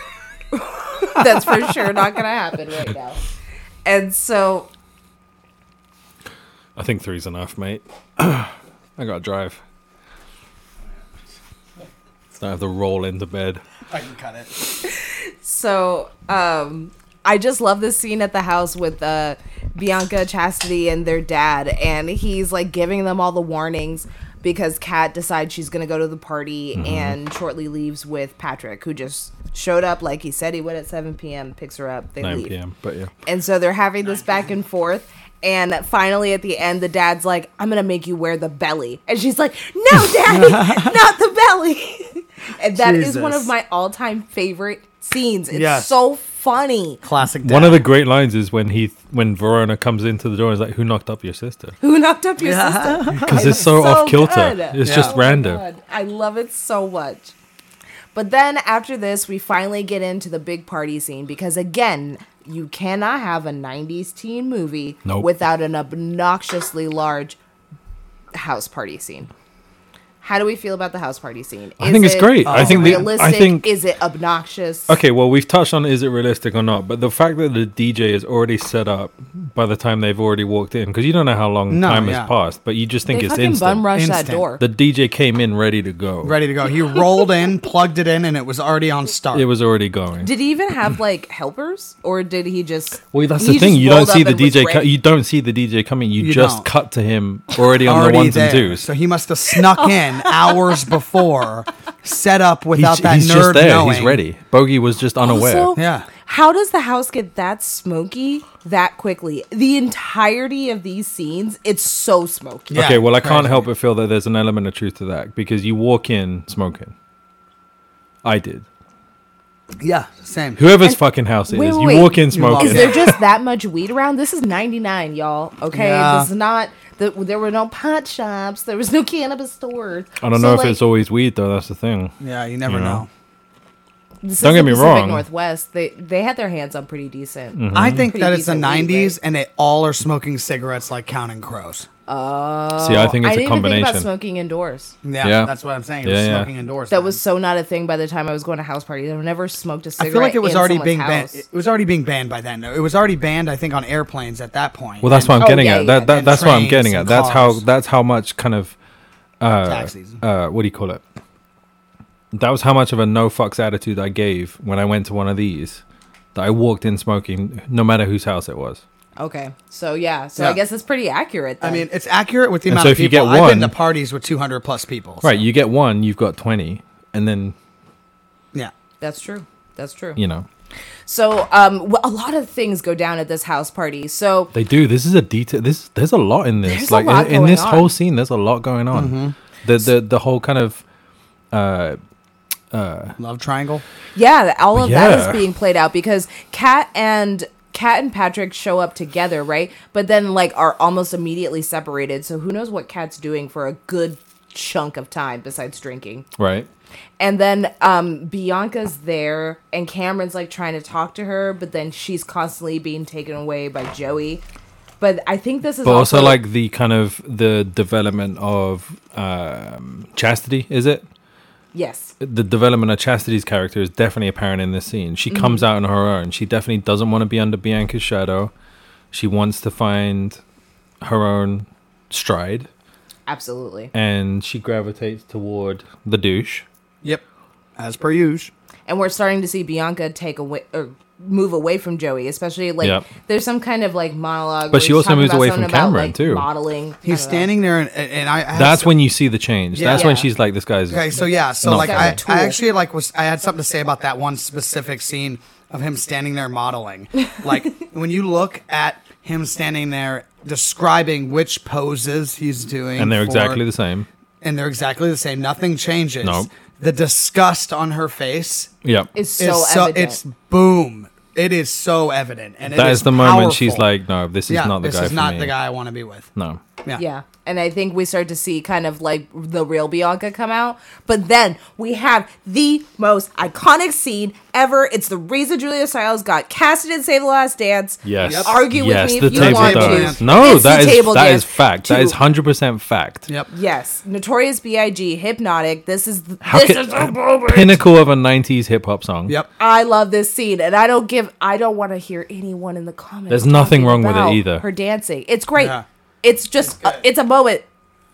Speaker 3: that's for sure not gonna happen right now. And so
Speaker 2: I think three's enough, mate. I got to drive. So I have to roll into bed.
Speaker 1: I can cut it.
Speaker 3: so um, I just love this scene at the house with uh, Bianca Chastity and their dad, and he's like giving them all the warnings. Because Kat decides she's gonna go to the party and shortly leaves with Patrick, who just showed up like he said he would at 7 p.m. Picks her up, they
Speaker 2: 9
Speaker 3: leave.
Speaker 2: p.m. But yeah.
Speaker 3: And so they're having this back and forth. And finally, at the end, the dad's like, I'm going to make you wear the belly. And she's like, No, daddy, not the belly. and that is one of
Speaker 1: Jesus.
Speaker 3: my all time favorite scenes. It's
Speaker 1: Yes.
Speaker 3: so funny.
Speaker 1: Classic. dad.
Speaker 2: One of the great lines is when he, when Verona comes into the door, and is like, "Who knocked up your sister?"
Speaker 3: Who knocked up your sister?
Speaker 2: Because it's so,
Speaker 3: so
Speaker 2: off kilter.
Speaker 3: good.
Speaker 2: It's
Speaker 1: Yeah.
Speaker 2: just
Speaker 3: Oh my
Speaker 2: random.
Speaker 3: God, I love it so much. But then after this, we finally get into the big party scene because, again, you cannot have a 90s teen movie
Speaker 2: Nope.
Speaker 3: without an obnoxiously large house party scene. How do we feel about the house party scene?
Speaker 2: I think it's great. I think the- I
Speaker 3: realistic.
Speaker 2: think-
Speaker 3: is it obnoxious?
Speaker 2: Okay, well, we've touched on is it realistic or not, but the fact that the DJ is already set up by the time they've already walked in, because you don't know how long
Speaker 1: No,
Speaker 2: time
Speaker 1: yeah.
Speaker 2: has passed, but you just think
Speaker 3: They
Speaker 2: it's
Speaker 3: fucking bum
Speaker 2: instant.
Speaker 3: rush that
Speaker 1: Instant.
Speaker 3: door.
Speaker 2: the DJ came in ready to go.
Speaker 1: ready to go. He rolled in, plugged it in, and it was already on start.
Speaker 2: It was already going.
Speaker 3: did he even have like helpers, or did he just?
Speaker 2: Well, that's
Speaker 3: he
Speaker 2: the thing.
Speaker 3: just
Speaker 2: You don't
Speaker 3: rolled
Speaker 2: see
Speaker 3: up
Speaker 2: the
Speaker 3: and was
Speaker 2: DJ. Co-
Speaker 3: ready?
Speaker 2: you don't see the DJ coming. You,
Speaker 1: You
Speaker 2: just
Speaker 1: don't.
Speaker 2: cut to him already on
Speaker 1: already
Speaker 2: the ones
Speaker 1: there.
Speaker 2: and twos.
Speaker 1: So he must have
Speaker 3: Oh.
Speaker 1: snuck in hours before, set up without
Speaker 2: he's
Speaker 1: that
Speaker 2: he's
Speaker 1: nerd
Speaker 2: just there.
Speaker 1: knowing.
Speaker 2: He's ready. Bogey was just unaware.
Speaker 3: Also,
Speaker 1: Yeah.
Speaker 3: How does the house get that smoky that quickly? The entirety of these scenes, it's so smoky.
Speaker 1: Yeah,
Speaker 2: okay, well, I can't
Speaker 1: crazy.
Speaker 2: help but feel that there's an element of truth to that because you walk in smoking. I did.
Speaker 1: Yeah, same.
Speaker 2: Whoever's fucking house it is,
Speaker 3: Wait,
Speaker 2: you
Speaker 3: wait,
Speaker 2: walk in
Speaker 1: You walk
Speaker 2: smoking.
Speaker 3: Is there just that much weed around? This is 99, y'all. Okay,
Speaker 1: Yeah.
Speaker 3: this is not. The, there were no pot shops. There was no cannabis stores.
Speaker 2: I don't
Speaker 3: So,
Speaker 2: know if
Speaker 3: like,
Speaker 2: it's always weed though. That's the thing.
Speaker 1: Yeah, you never
Speaker 2: You know.
Speaker 1: know.
Speaker 3: this
Speaker 2: don't
Speaker 3: is
Speaker 2: get
Speaker 3: the
Speaker 2: me
Speaker 3: Pacific
Speaker 2: wrong. Mm-hmm.
Speaker 3: Northwest, they they had their hands on pretty decent.
Speaker 1: I think
Speaker 3: Pretty
Speaker 1: that it's the
Speaker 3: decent weed,
Speaker 1: 90s and they all are smoking cigarettes like Counting Crows.
Speaker 2: See, I think
Speaker 3: Oh, I
Speaker 2: it's a
Speaker 3: didn't even think about
Speaker 2: combination.
Speaker 3: smoking indoors.
Speaker 1: Yeah,
Speaker 2: Yeah.
Speaker 1: that's what I'm saying. It
Speaker 2: Yeah,
Speaker 1: was
Speaker 2: yeah.
Speaker 1: smoking indoors.
Speaker 3: That
Speaker 1: then.
Speaker 3: was so not a thing by the time I was going to house parties. I've never smoked a
Speaker 1: I
Speaker 3: cigarette.
Speaker 1: feel like it was
Speaker 3: in
Speaker 1: already
Speaker 3: someone's
Speaker 1: being banned.
Speaker 3: house.
Speaker 1: It was already being banned by then. It was already banned, I think, on airplanes at that point.
Speaker 2: Well, that's what I'm
Speaker 3: Oh,
Speaker 2: getting
Speaker 3: yeah,
Speaker 2: at.
Speaker 3: yeah,
Speaker 2: That, that
Speaker 1: and
Speaker 2: that's what I'm
Speaker 1: trains
Speaker 2: getting
Speaker 1: and
Speaker 2: at. That's how
Speaker 1: cars.
Speaker 2: that's how much kind of
Speaker 1: tax season.
Speaker 2: uh, what do you call it? That was how much of a no fucks attitude I gave when I went to one of these. That I walked in smoking, no matter whose house it was.
Speaker 3: Okay. So yeah. So I
Speaker 1: Yeah.
Speaker 3: guess that's pretty accurate.
Speaker 1: I
Speaker 3: then.
Speaker 1: mean, it's accurate with the
Speaker 2: And
Speaker 1: amount
Speaker 2: so
Speaker 1: of
Speaker 2: if you
Speaker 1: people.
Speaker 2: get
Speaker 1: I've been to
Speaker 2: one-
Speaker 1: parties with 200 plus people. so-
Speaker 2: Right, you get one, you've got twenty, and then
Speaker 1: Yeah.
Speaker 3: that's true. That's true.
Speaker 2: you know
Speaker 3: So um, wh- a lot of things go down at this house party. So
Speaker 2: they do. This is a detail. This there's a lot in this.
Speaker 3: There's a
Speaker 2: like
Speaker 3: lot
Speaker 2: in, in this
Speaker 3: going on. Mm-hmm.
Speaker 2: whole scene, there's a lot going on. The the the whole kind of uh,
Speaker 1: Love triangle.
Speaker 3: Yeah, all of
Speaker 2: Yeah.
Speaker 3: that is being played out because Kat and Kat and Patrick show up together, right? But then like are almost immediately separated. So who knows what Kat's doing for a good chunk of time besides drinking.
Speaker 2: right.
Speaker 3: And then um Bianca's there and Cameron's like trying to talk to her, but then she's constantly being taken away by Joey. But I think this is
Speaker 2: but also like the kind of the development of um, chastity is it
Speaker 3: yes.
Speaker 2: the development of chastity's character is definitely apparent in this scene
Speaker 3: Mm-hmm.
Speaker 2: she comes out on her own she definitely doesn't want to be under bianca's shadow she wants to find her own stride
Speaker 3: Absolutely.
Speaker 2: and she gravitates toward the douche
Speaker 1: Yep. As per usual.
Speaker 3: and we're starting to see Bianca take away or move away from Joey, especially like
Speaker 2: Yep.
Speaker 3: there's some kind of like
Speaker 2: But
Speaker 3: monologue. where
Speaker 2: she
Speaker 3: he's
Speaker 2: also
Speaker 3: talking
Speaker 2: moves
Speaker 3: about
Speaker 2: away
Speaker 3: something
Speaker 2: from Cameron,
Speaker 3: like,
Speaker 2: too.
Speaker 1: He's
Speaker 3: Modeling. I don't know.
Speaker 1: standing there, and, and I. I
Speaker 2: that's when you see the change that's
Speaker 1: Yeah.
Speaker 2: when she's like this guy's
Speaker 1: Okay, so yeah, so
Speaker 2: Not
Speaker 1: like
Speaker 2: fair.
Speaker 1: I,
Speaker 3: Tool.
Speaker 1: I actually like was I had something to say about that one specific scene of him standing there modeling. Like when you look at him standing there describing which poses he's doing,
Speaker 2: and they're
Speaker 1: for-
Speaker 2: exactly the same
Speaker 1: and they're exactly the same. Nothing changes.
Speaker 2: Nope.
Speaker 1: The disgust on her face
Speaker 2: yep
Speaker 3: It's so
Speaker 1: is so,
Speaker 3: evident.
Speaker 1: it's boom. It is so evident, and it
Speaker 2: that
Speaker 1: is
Speaker 2: is the moment she's
Speaker 1: powerful.
Speaker 2: like no this is
Speaker 1: yeah,
Speaker 2: not the
Speaker 1: this
Speaker 2: guy
Speaker 1: is
Speaker 2: for
Speaker 1: not
Speaker 2: me.
Speaker 1: the guy I want to be with.
Speaker 2: no
Speaker 1: Yeah,
Speaker 3: yeah. And I think we start to see kind of like the real Bianca come out. But then we have the most iconic scene ever. It's the reason Julia Stiles got casted in Save the Last Dance.
Speaker 2: Yes.
Speaker 1: Yep.
Speaker 3: Argue
Speaker 2: yes,
Speaker 3: with me
Speaker 2: the
Speaker 3: if you
Speaker 2: table
Speaker 3: want
Speaker 2: dance.
Speaker 3: to.
Speaker 2: No,
Speaker 3: It's
Speaker 2: that is
Speaker 3: the table
Speaker 2: that
Speaker 3: dance
Speaker 2: is fact. That
Speaker 3: to-
Speaker 2: is hundred percent fact.
Speaker 1: yep.
Speaker 3: Yes, Notorious B.I.G. Hypnotic. This is th-
Speaker 2: How
Speaker 3: this
Speaker 2: could-
Speaker 3: is the moment.
Speaker 2: Pinnacle of a '90s hip hop song.
Speaker 1: Yep.
Speaker 3: I love this scene, and I don't give. I don't want to hear anyone in the comments.
Speaker 2: There's nothing
Speaker 3: talking
Speaker 2: wrong with it
Speaker 3: about
Speaker 2: either.
Speaker 3: Her dancing, it's great.
Speaker 1: Yeah.
Speaker 3: It's just, it's, it's a moment.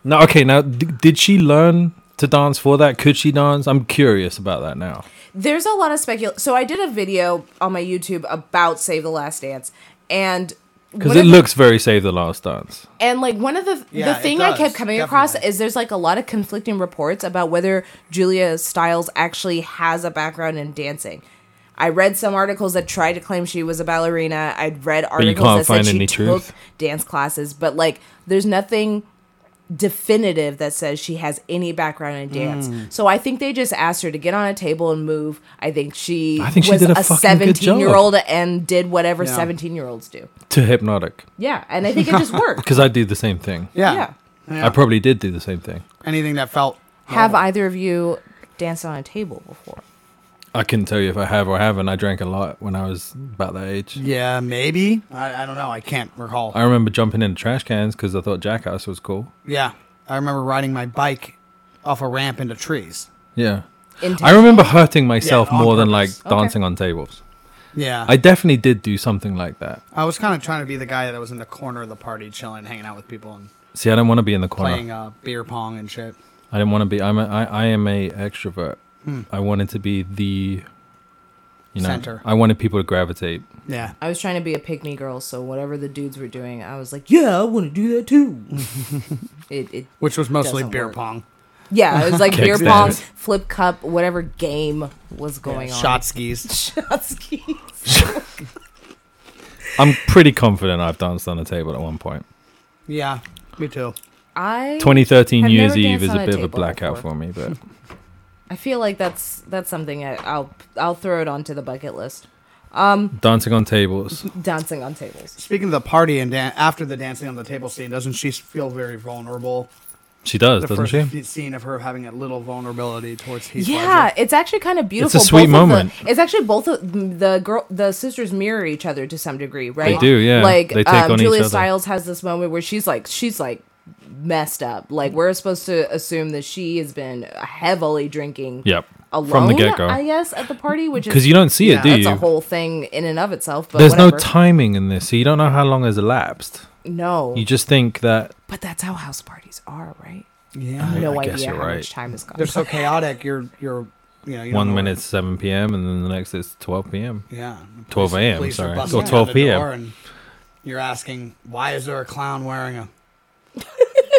Speaker 2: No, okay. Now, d- did she learn to dance for that? Could she dance? I'm curious about that now.
Speaker 3: There's a lot of speculation. So I did a video on my YouTube about Save the Last Dance, and
Speaker 2: Because
Speaker 3: one
Speaker 2: it
Speaker 3: of the-
Speaker 2: looks very Save the Last Dance.
Speaker 3: and like one of the
Speaker 1: Yeah,
Speaker 3: the
Speaker 1: it
Speaker 3: thing I
Speaker 1: does,
Speaker 3: kept coming across
Speaker 1: definitely.
Speaker 3: is there's like a lot of conflicting reports about whether Julia Stiles actually has a background in dancing. I read some articles that tried to claim she was a ballerina. I'd read
Speaker 2: you
Speaker 3: articles
Speaker 2: can't
Speaker 3: that said
Speaker 2: find
Speaker 3: she
Speaker 2: any
Speaker 3: took
Speaker 2: truth.
Speaker 3: dance classes, but like there's nothing definitive that says she has any background in dance.
Speaker 1: Hmm.
Speaker 3: So I think they just asked her to get on a table and move. I think she
Speaker 2: I think she
Speaker 3: was
Speaker 2: did a
Speaker 3: a
Speaker 2: fucking good
Speaker 3: 17 year old and did whatever 17 year olds do.
Speaker 2: To hypnotic,
Speaker 3: Yeah, and I think it just worked.
Speaker 2: because I do the same thing.
Speaker 1: yeah,
Speaker 3: yeah.
Speaker 2: I probably did do the same thing.
Speaker 1: Anything that felt
Speaker 3: Have either of you danced on a table before?
Speaker 2: I couldn't tell you if I have or haven't. I drank a lot when I was about that age.
Speaker 1: yeah, maybe I, I don't know. I can't recall.
Speaker 2: I remember jumping into trash cans because I thought Jackass was cool.
Speaker 1: Yeah. I remember riding my bike off a ramp into trees.
Speaker 2: Yeah.
Speaker 3: In
Speaker 2: I remember hurting myself
Speaker 1: on
Speaker 2: more than like
Speaker 1: purpose.
Speaker 3: Okay.
Speaker 2: dancing on tables.
Speaker 1: Yeah.
Speaker 2: I definitely did do something like that.
Speaker 1: I was kind of trying to be the guy that was in the corner of the party chilling, hanging out with people and
Speaker 2: See, I don't want to be in the corner.
Speaker 1: playing uh, beer pong and shit.
Speaker 2: I didn't want to be. I'm a, I, I am a extrovert.
Speaker 3: Hmm.
Speaker 2: I wanted to be the, you know,
Speaker 1: Center.
Speaker 2: I wanted people to gravitate.
Speaker 1: Yeah.
Speaker 3: I was trying to be a pygmy girl, so whatever the dudes were doing, I was like, yeah, I want to do that too. it, it,
Speaker 1: Which was mostly
Speaker 3: Doesn't
Speaker 1: beer
Speaker 3: work.
Speaker 1: pong.
Speaker 3: yeah, it was like beer
Speaker 2: Kicks
Speaker 3: pong,
Speaker 2: down.
Speaker 3: flip cup, whatever game was going on.
Speaker 1: Shot skis.
Speaker 3: Shot skis.
Speaker 2: I'm pretty confident I've danced on a table at one point.
Speaker 1: Yeah. Me too.
Speaker 3: I
Speaker 2: 2013
Speaker 3: I've
Speaker 2: New Year's
Speaker 3: never
Speaker 2: Eve is
Speaker 3: danced
Speaker 2: a
Speaker 3: on a
Speaker 2: bit of a
Speaker 3: table
Speaker 2: blackout
Speaker 3: before.
Speaker 2: for me, but
Speaker 3: I feel like that's that's something I, I'll I'll throw it onto the bucket list.
Speaker 2: dancing on tables.
Speaker 3: Dancing on tables.
Speaker 1: Speaking of the party and dan- after the dancing on the table scene, doesn't she feel very vulnerable?
Speaker 2: She does,
Speaker 1: The
Speaker 2: doesn't
Speaker 1: first
Speaker 2: she?
Speaker 1: f- scene of her having a little vulnerability towards Heath
Speaker 3: Yeah,
Speaker 1: Ledger.
Speaker 3: it's actually kind of beautiful.
Speaker 2: sweet
Speaker 3: Both of the-
Speaker 2: moment.
Speaker 3: it's actually both of the girl, the sisters mirror each other to some degree, right?
Speaker 2: do, yeah.
Speaker 3: Like
Speaker 2: They take
Speaker 3: um,
Speaker 2: on each
Speaker 3: Julia
Speaker 2: other.
Speaker 3: Stiles has this moment where she's like, she's like messed up. Like we're supposed to assume that she has been heavily drinking.
Speaker 2: Yep. From
Speaker 3: Alone,
Speaker 2: the get-go.
Speaker 3: I guess at the party, which is
Speaker 2: 'Cause you don't see it,
Speaker 3: yeah,
Speaker 2: do
Speaker 3: that's
Speaker 2: you?
Speaker 3: a whole thing in and of itself. But
Speaker 2: There's
Speaker 3: whatever.
Speaker 2: no timing in this, so you don't know how long has elapsed.
Speaker 3: No,
Speaker 2: You just think that
Speaker 3: but that's how house parties are, right?
Speaker 1: Yeah,
Speaker 3: No
Speaker 2: I guess
Speaker 3: idea
Speaker 2: you're
Speaker 3: how
Speaker 2: right.
Speaker 3: much time has gone.
Speaker 1: they're so chaotic. You're you're you know you don't know
Speaker 2: One
Speaker 1: where-
Speaker 2: minute's 7 p.m. and then the next it's 12 p.m.
Speaker 1: Yeah.
Speaker 2: 12
Speaker 1: Police-
Speaker 2: a.m.,
Speaker 1: police are
Speaker 2: sorry.
Speaker 1: busting
Speaker 2: Or
Speaker 1: down
Speaker 2: 12
Speaker 1: the
Speaker 2: p.m..
Speaker 1: door And you're asking, why is there a clown wearing a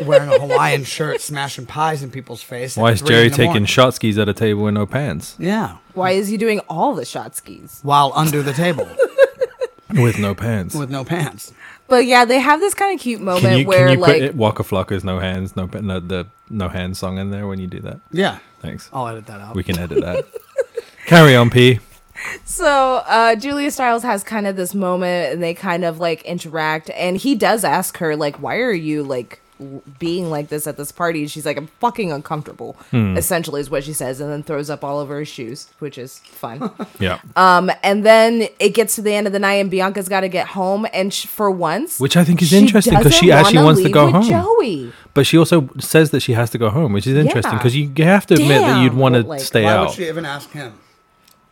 Speaker 1: wearing a Hawaiian shirt, smashing pies in people's face? at
Speaker 2: Why is
Speaker 1: three
Speaker 2: Jerry
Speaker 1: in the
Speaker 2: taking
Speaker 1: morning?"
Speaker 2: shot skis at a table with no pants?
Speaker 1: Yeah,
Speaker 3: Why is he doing all the shot skis?
Speaker 1: while under the table
Speaker 2: With no pants.
Speaker 1: with no pants.
Speaker 3: But yeah, they have this kind of cute moment
Speaker 2: can you,
Speaker 3: where
Speaker 2: can you
Speaker 3: like
Speaker 2: put it, Waka Flocka's No Hands, no, pa- no, the No Hands song in there when you do that?
Speaker 1: Yeah,
Speaker 2: Thanks.
Speaker 1: I'll edit that out.
Speaker 2: We can edit that. Carry on, P.
Speaker 3: So uh, Julia Stiles has kind of this moment, and they kind of like interact, and he does ask her like, "Why are you like w- being like this at this party?" She's like, "I'm fucking uncomfortable,"
Speaker 2: Hmm.
Speaker 3: essentially is what she says, and then throws up all over his shoes, which is fun.
Speaker 2: Yeah.
Speaker 1: Uh,
Speaker 3: um, and then it gets to the end of the night, and Bianca's got to get home, and sh- for once,
Speaker 2: Which I think is interesting 'cause she
Speaker 3: doesn't
Speaker 2: actually
Speaker 3: wanna
Speaker 2: wants to
Speaker 3: leave
Speaker 2: go
Speaker 3: with
Speaker 2: home.
Speaker 3: Joey.
Speaker 2: But she also says that she has to go home, which is interesting because you have to admit that you'd
Speaker 3: Damn,
Speaker 2: want to
Speaker 3: but, like,
Speaker 2: stay
Speaker 1: Why
Speaker 2: out
Speaker 1: would she even ask him?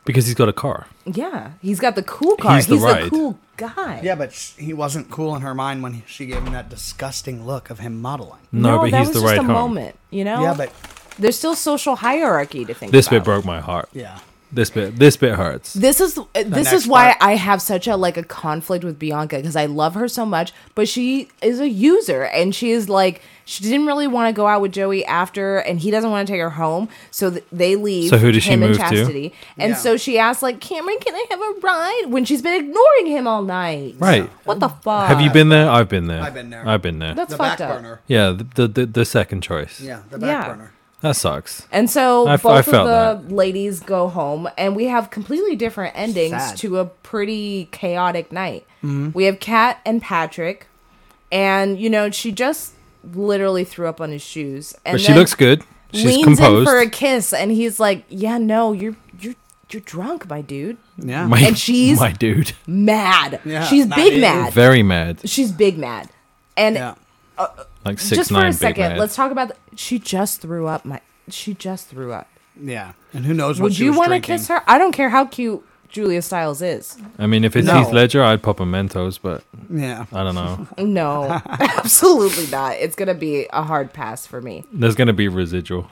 Speaker 2: because he's got a car.
Speaker 3: Yeah, he's got the cool car.
Speaker 2: He's
Speaker 3: He's
Speaker 2: the
Speaker 3: the,
Speaker 2: ride.
Speaker 3: cool guy.
Speaker 1: Yeah, but sh- he wasn't cool in her mind when he- she gave him that disgusting look of him modeling.
Speaker 2: No, but
Speaker 3: that
Speaker 2: he's
Speaker 3: was
Speaker 2: the
Speaker 3: just
Speaker 2: ride
Speaker 3: a
Speaker 2: home.
Speaker 3: moment, you know.
Speaker 1: Yeah, but
Speaker 3: there's still social hierarchy to think.
Speaker 2: This bit
Speaker 3: about.
Speaker 2: broke my heart.
Speaker 1: yeah,
Speaker 2: This bit, this bit hurts.
Speaker 3: this is this
Speaker 1: next
Speaker 3: is why
Speaker 1: part.
Speaker 3: I have such a like a conflict with Bianca because I love her so much, but she is a user and she is like she didn't really want to go out with Joey after, and he doesn't want to take her home, so th- they leave.
Speaker 2: So who does she
Speaker 3: him in
Speaker 2: move to?
Speaker 3: chastity, And
Speaker 1: Yeah.
Speaker 3: so she asks like Cameron, can I have a ride? When she's been ignoring him all night,
Speaker 2: right?
Speaker 3: What the fuck?
Speaker 2: Have you been there? I've been there.
Speaker 1: I've been there.
Speaker 2: I've been there.
Speaker 3: That's
Speaker 1: the back
Speaker 3: fucked up.
Speaker 1: burner.
Speaker 2: yeah, the, the the the second choice.
Speaker 1: Yeah, the back
Speaker 3: Yeah.
Speaker 1: burner.
Speaker 2: That sucks.
Speaker 3: And so
Speaker 2: I f- I
Speaker 3: both
Speaker 2: felt
Speaker 3: of the ladies go home, and we have completely different endings
Speaker 1: Sad.
Speaker 3: to a pretty chaotic night. We have Kat and Patrick, and you know she just literally threw up on his shoes, and
Speaker 2: But she
Speaker 3: then
Speaker 2: looks good. She's
Speaker 3: leans in
Speaker 2: composed.
Speaker 3: for a kiss, and he's like, "Yeah, no, you're you're you're drunk, my dude."
Speaker 1: Yeah,
Speaker 2: My,
Speaker 3: and she's-
Speaker 2: my dude.
Speaker 3: Mad.
Speaker 1: Yeah,
Speaker 3: She's
Speaker 1: not
Speaker 3: big
Speaker 1: even-
Speaker 3: mad.
Speaker 2: Very mad.
Speaker 3: She's big mad, and
Speaker 1: yeah.
Speaker 2: Like six
Speaker 3: just for
Speaker 2: nine.
Speaker 3: a
Speaker 2: big
Speaker 3: second,
Speaker 2: mad.
Speaker 3: let's talk about. The, she just threw up. My she just threw up.
Speaker 1: Yeah, and who knows what
Speaker 3: Would
Speaker 1: she
Speaker 3: you
Speaker 1: was
Speaker 3: want to
Speaker 1: drinking.
Speaker 3: kiss her? I don't care how cute Julia Stiles is.
Speaker 2: I mean, if it's
Speaker 1: No.
Speaker 2: Heath Ledger, I'd pop a Mentos, but
Speaker 1: Yeah,
Speaker 2: I don't know.
Speaker 3: No, absolutely not. It's gonna be a hard pass for me.
Speaker 2: There's gonna be residual.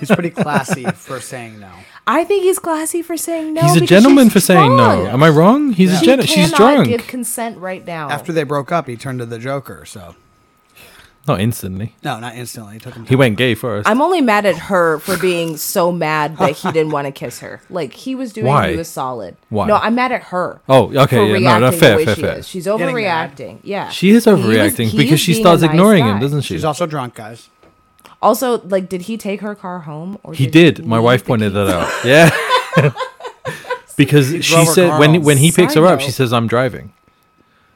Speaker 1: he's pretty classy for saying no.
Speaker 3: I think he's classy for saying no.
Speaker 2: He's a
Speaker 3: because
Speaker 2: gentleman
Speaker 3: she's
Speaker 2: for saying no.
Speaker 3: drunk.
Speaker 2: Am I wrong? He's a
Speaker 3: She
Speaker 2: gentleman. She's
Speaker 3: cannot
Speaker 2: drunk.
Speaker 3: Give consent right now.
Speaker 1: After they broke up, he turned to the Joker. So
Speaker 2: Not instantly.
Speaker 1: no, not instantly. It took him.
Speaker 2: He went gay first.
Speaker 3: I'm only mad at her for being so mad that he didn't want to kiss her. Like he was doing,
Speaker 2: Why?
Speaker 3: he was solid.
Speaker 2: Why?
Speaker 3: No, I'm mad at her.
Speaker 2: Oh, okay,
Speaker 3: for
Speaker 2: yeah, no, no,
Speaker 3: reacting the
Speaker 2: fair,
Speaker 3: way
Speaker 2: fair,
Speaker 3: she
Speaker 2: fair.
Speaker 3: is. She's
Speaker 1: Getting mad.
Speaker 3: overreacting. Yeah,
Speaker 2: she is
Speaker 3: He was-
Speaker 2: overreacting
Speaker 3: he
Speaker 2: because
Speaker 3: is
Speaker 2: she
Speaker 3: being a
Speaker 2: starts
Speaker 3: nice
Speaker 2: ignoring
Speaker 3: guy.
Speaker 2: him, doesn't she?
Speaker 1: She's also drunk, guys.
Speaker 3: Also, like, did he take her car home? Or
Speaker 2: He did. My
Speaker 3: leave
Speaker 2: wife
Speaker 3: the
Speaker 2: pointed
Speaker 3: keys?
Speaker 2: that out. Yeah. because she
Speaker 1: drove her
Speaker 2: said
Speaker 1: car
Speaker 2: when
Speaker 1: home.
Speaker 2: when he picks her up, she
Speaker 3: Psycho.
Speaker 2: says, "I'm driving."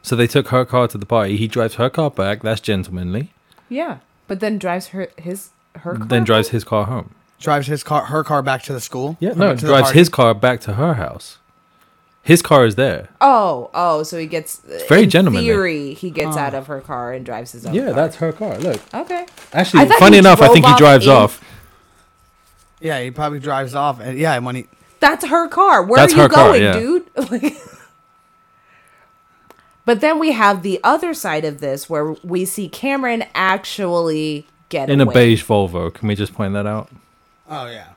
Speaker 2: So they took her car to the party. He drives her car back. That's gentlemanly.
Speaker 3: Yeah, but then drives her his her car
Speaker 2: Then drives
Speaker 3: home?
Speaker 2: his car home.
Speaker 1: Drives his car, her car back to the school.
Speaker 2: Yeah,
Speaker 1: Or
Speaker 2: no,
Speaker 1: back to the
Speaker 2: drives
Speaker 1: party.
Speaker 2: his car back to her house. His car is there.
Speaker 3: Oh, oh, so he gets
Speaker 2: very
Speaker 3: in
Speaker 2: gentlemanly. Ah.
Speaker 3: Theory, he gets out of her car and drives his own.
Speaker 2: Yeah,
Speaker 3: car.
Speaker 2: that's her car. Look,
Speaker 3: okay. I
Speaker 2: actually,
Speaker 3: thought
Speaker 2: funny
Speaker 3: he
Speaker 2: enough, I
Speaker 3: drove
Speaker 2: think he
Speaker 3: off
Speaker 2: drives
Speaker 3: in-
Speaker 2: off.
Speaker 1: Yeah, he probably drives off. And yeah, and when he
Speaker 3: That's her car. Where
Speaker 2: That's
Speaker 3: are you
Speaker 2: her car,
Speaker 3: going,
Speaker 2: yeah.
Speaker 3: dude? Like- but then we have the other side of this where we see Cameron actually get
Speaker 2: in a
Speaker 3: away.
Speaker 2: beige Volvo. Can we just point that out?
Speaker 1: oh yeah,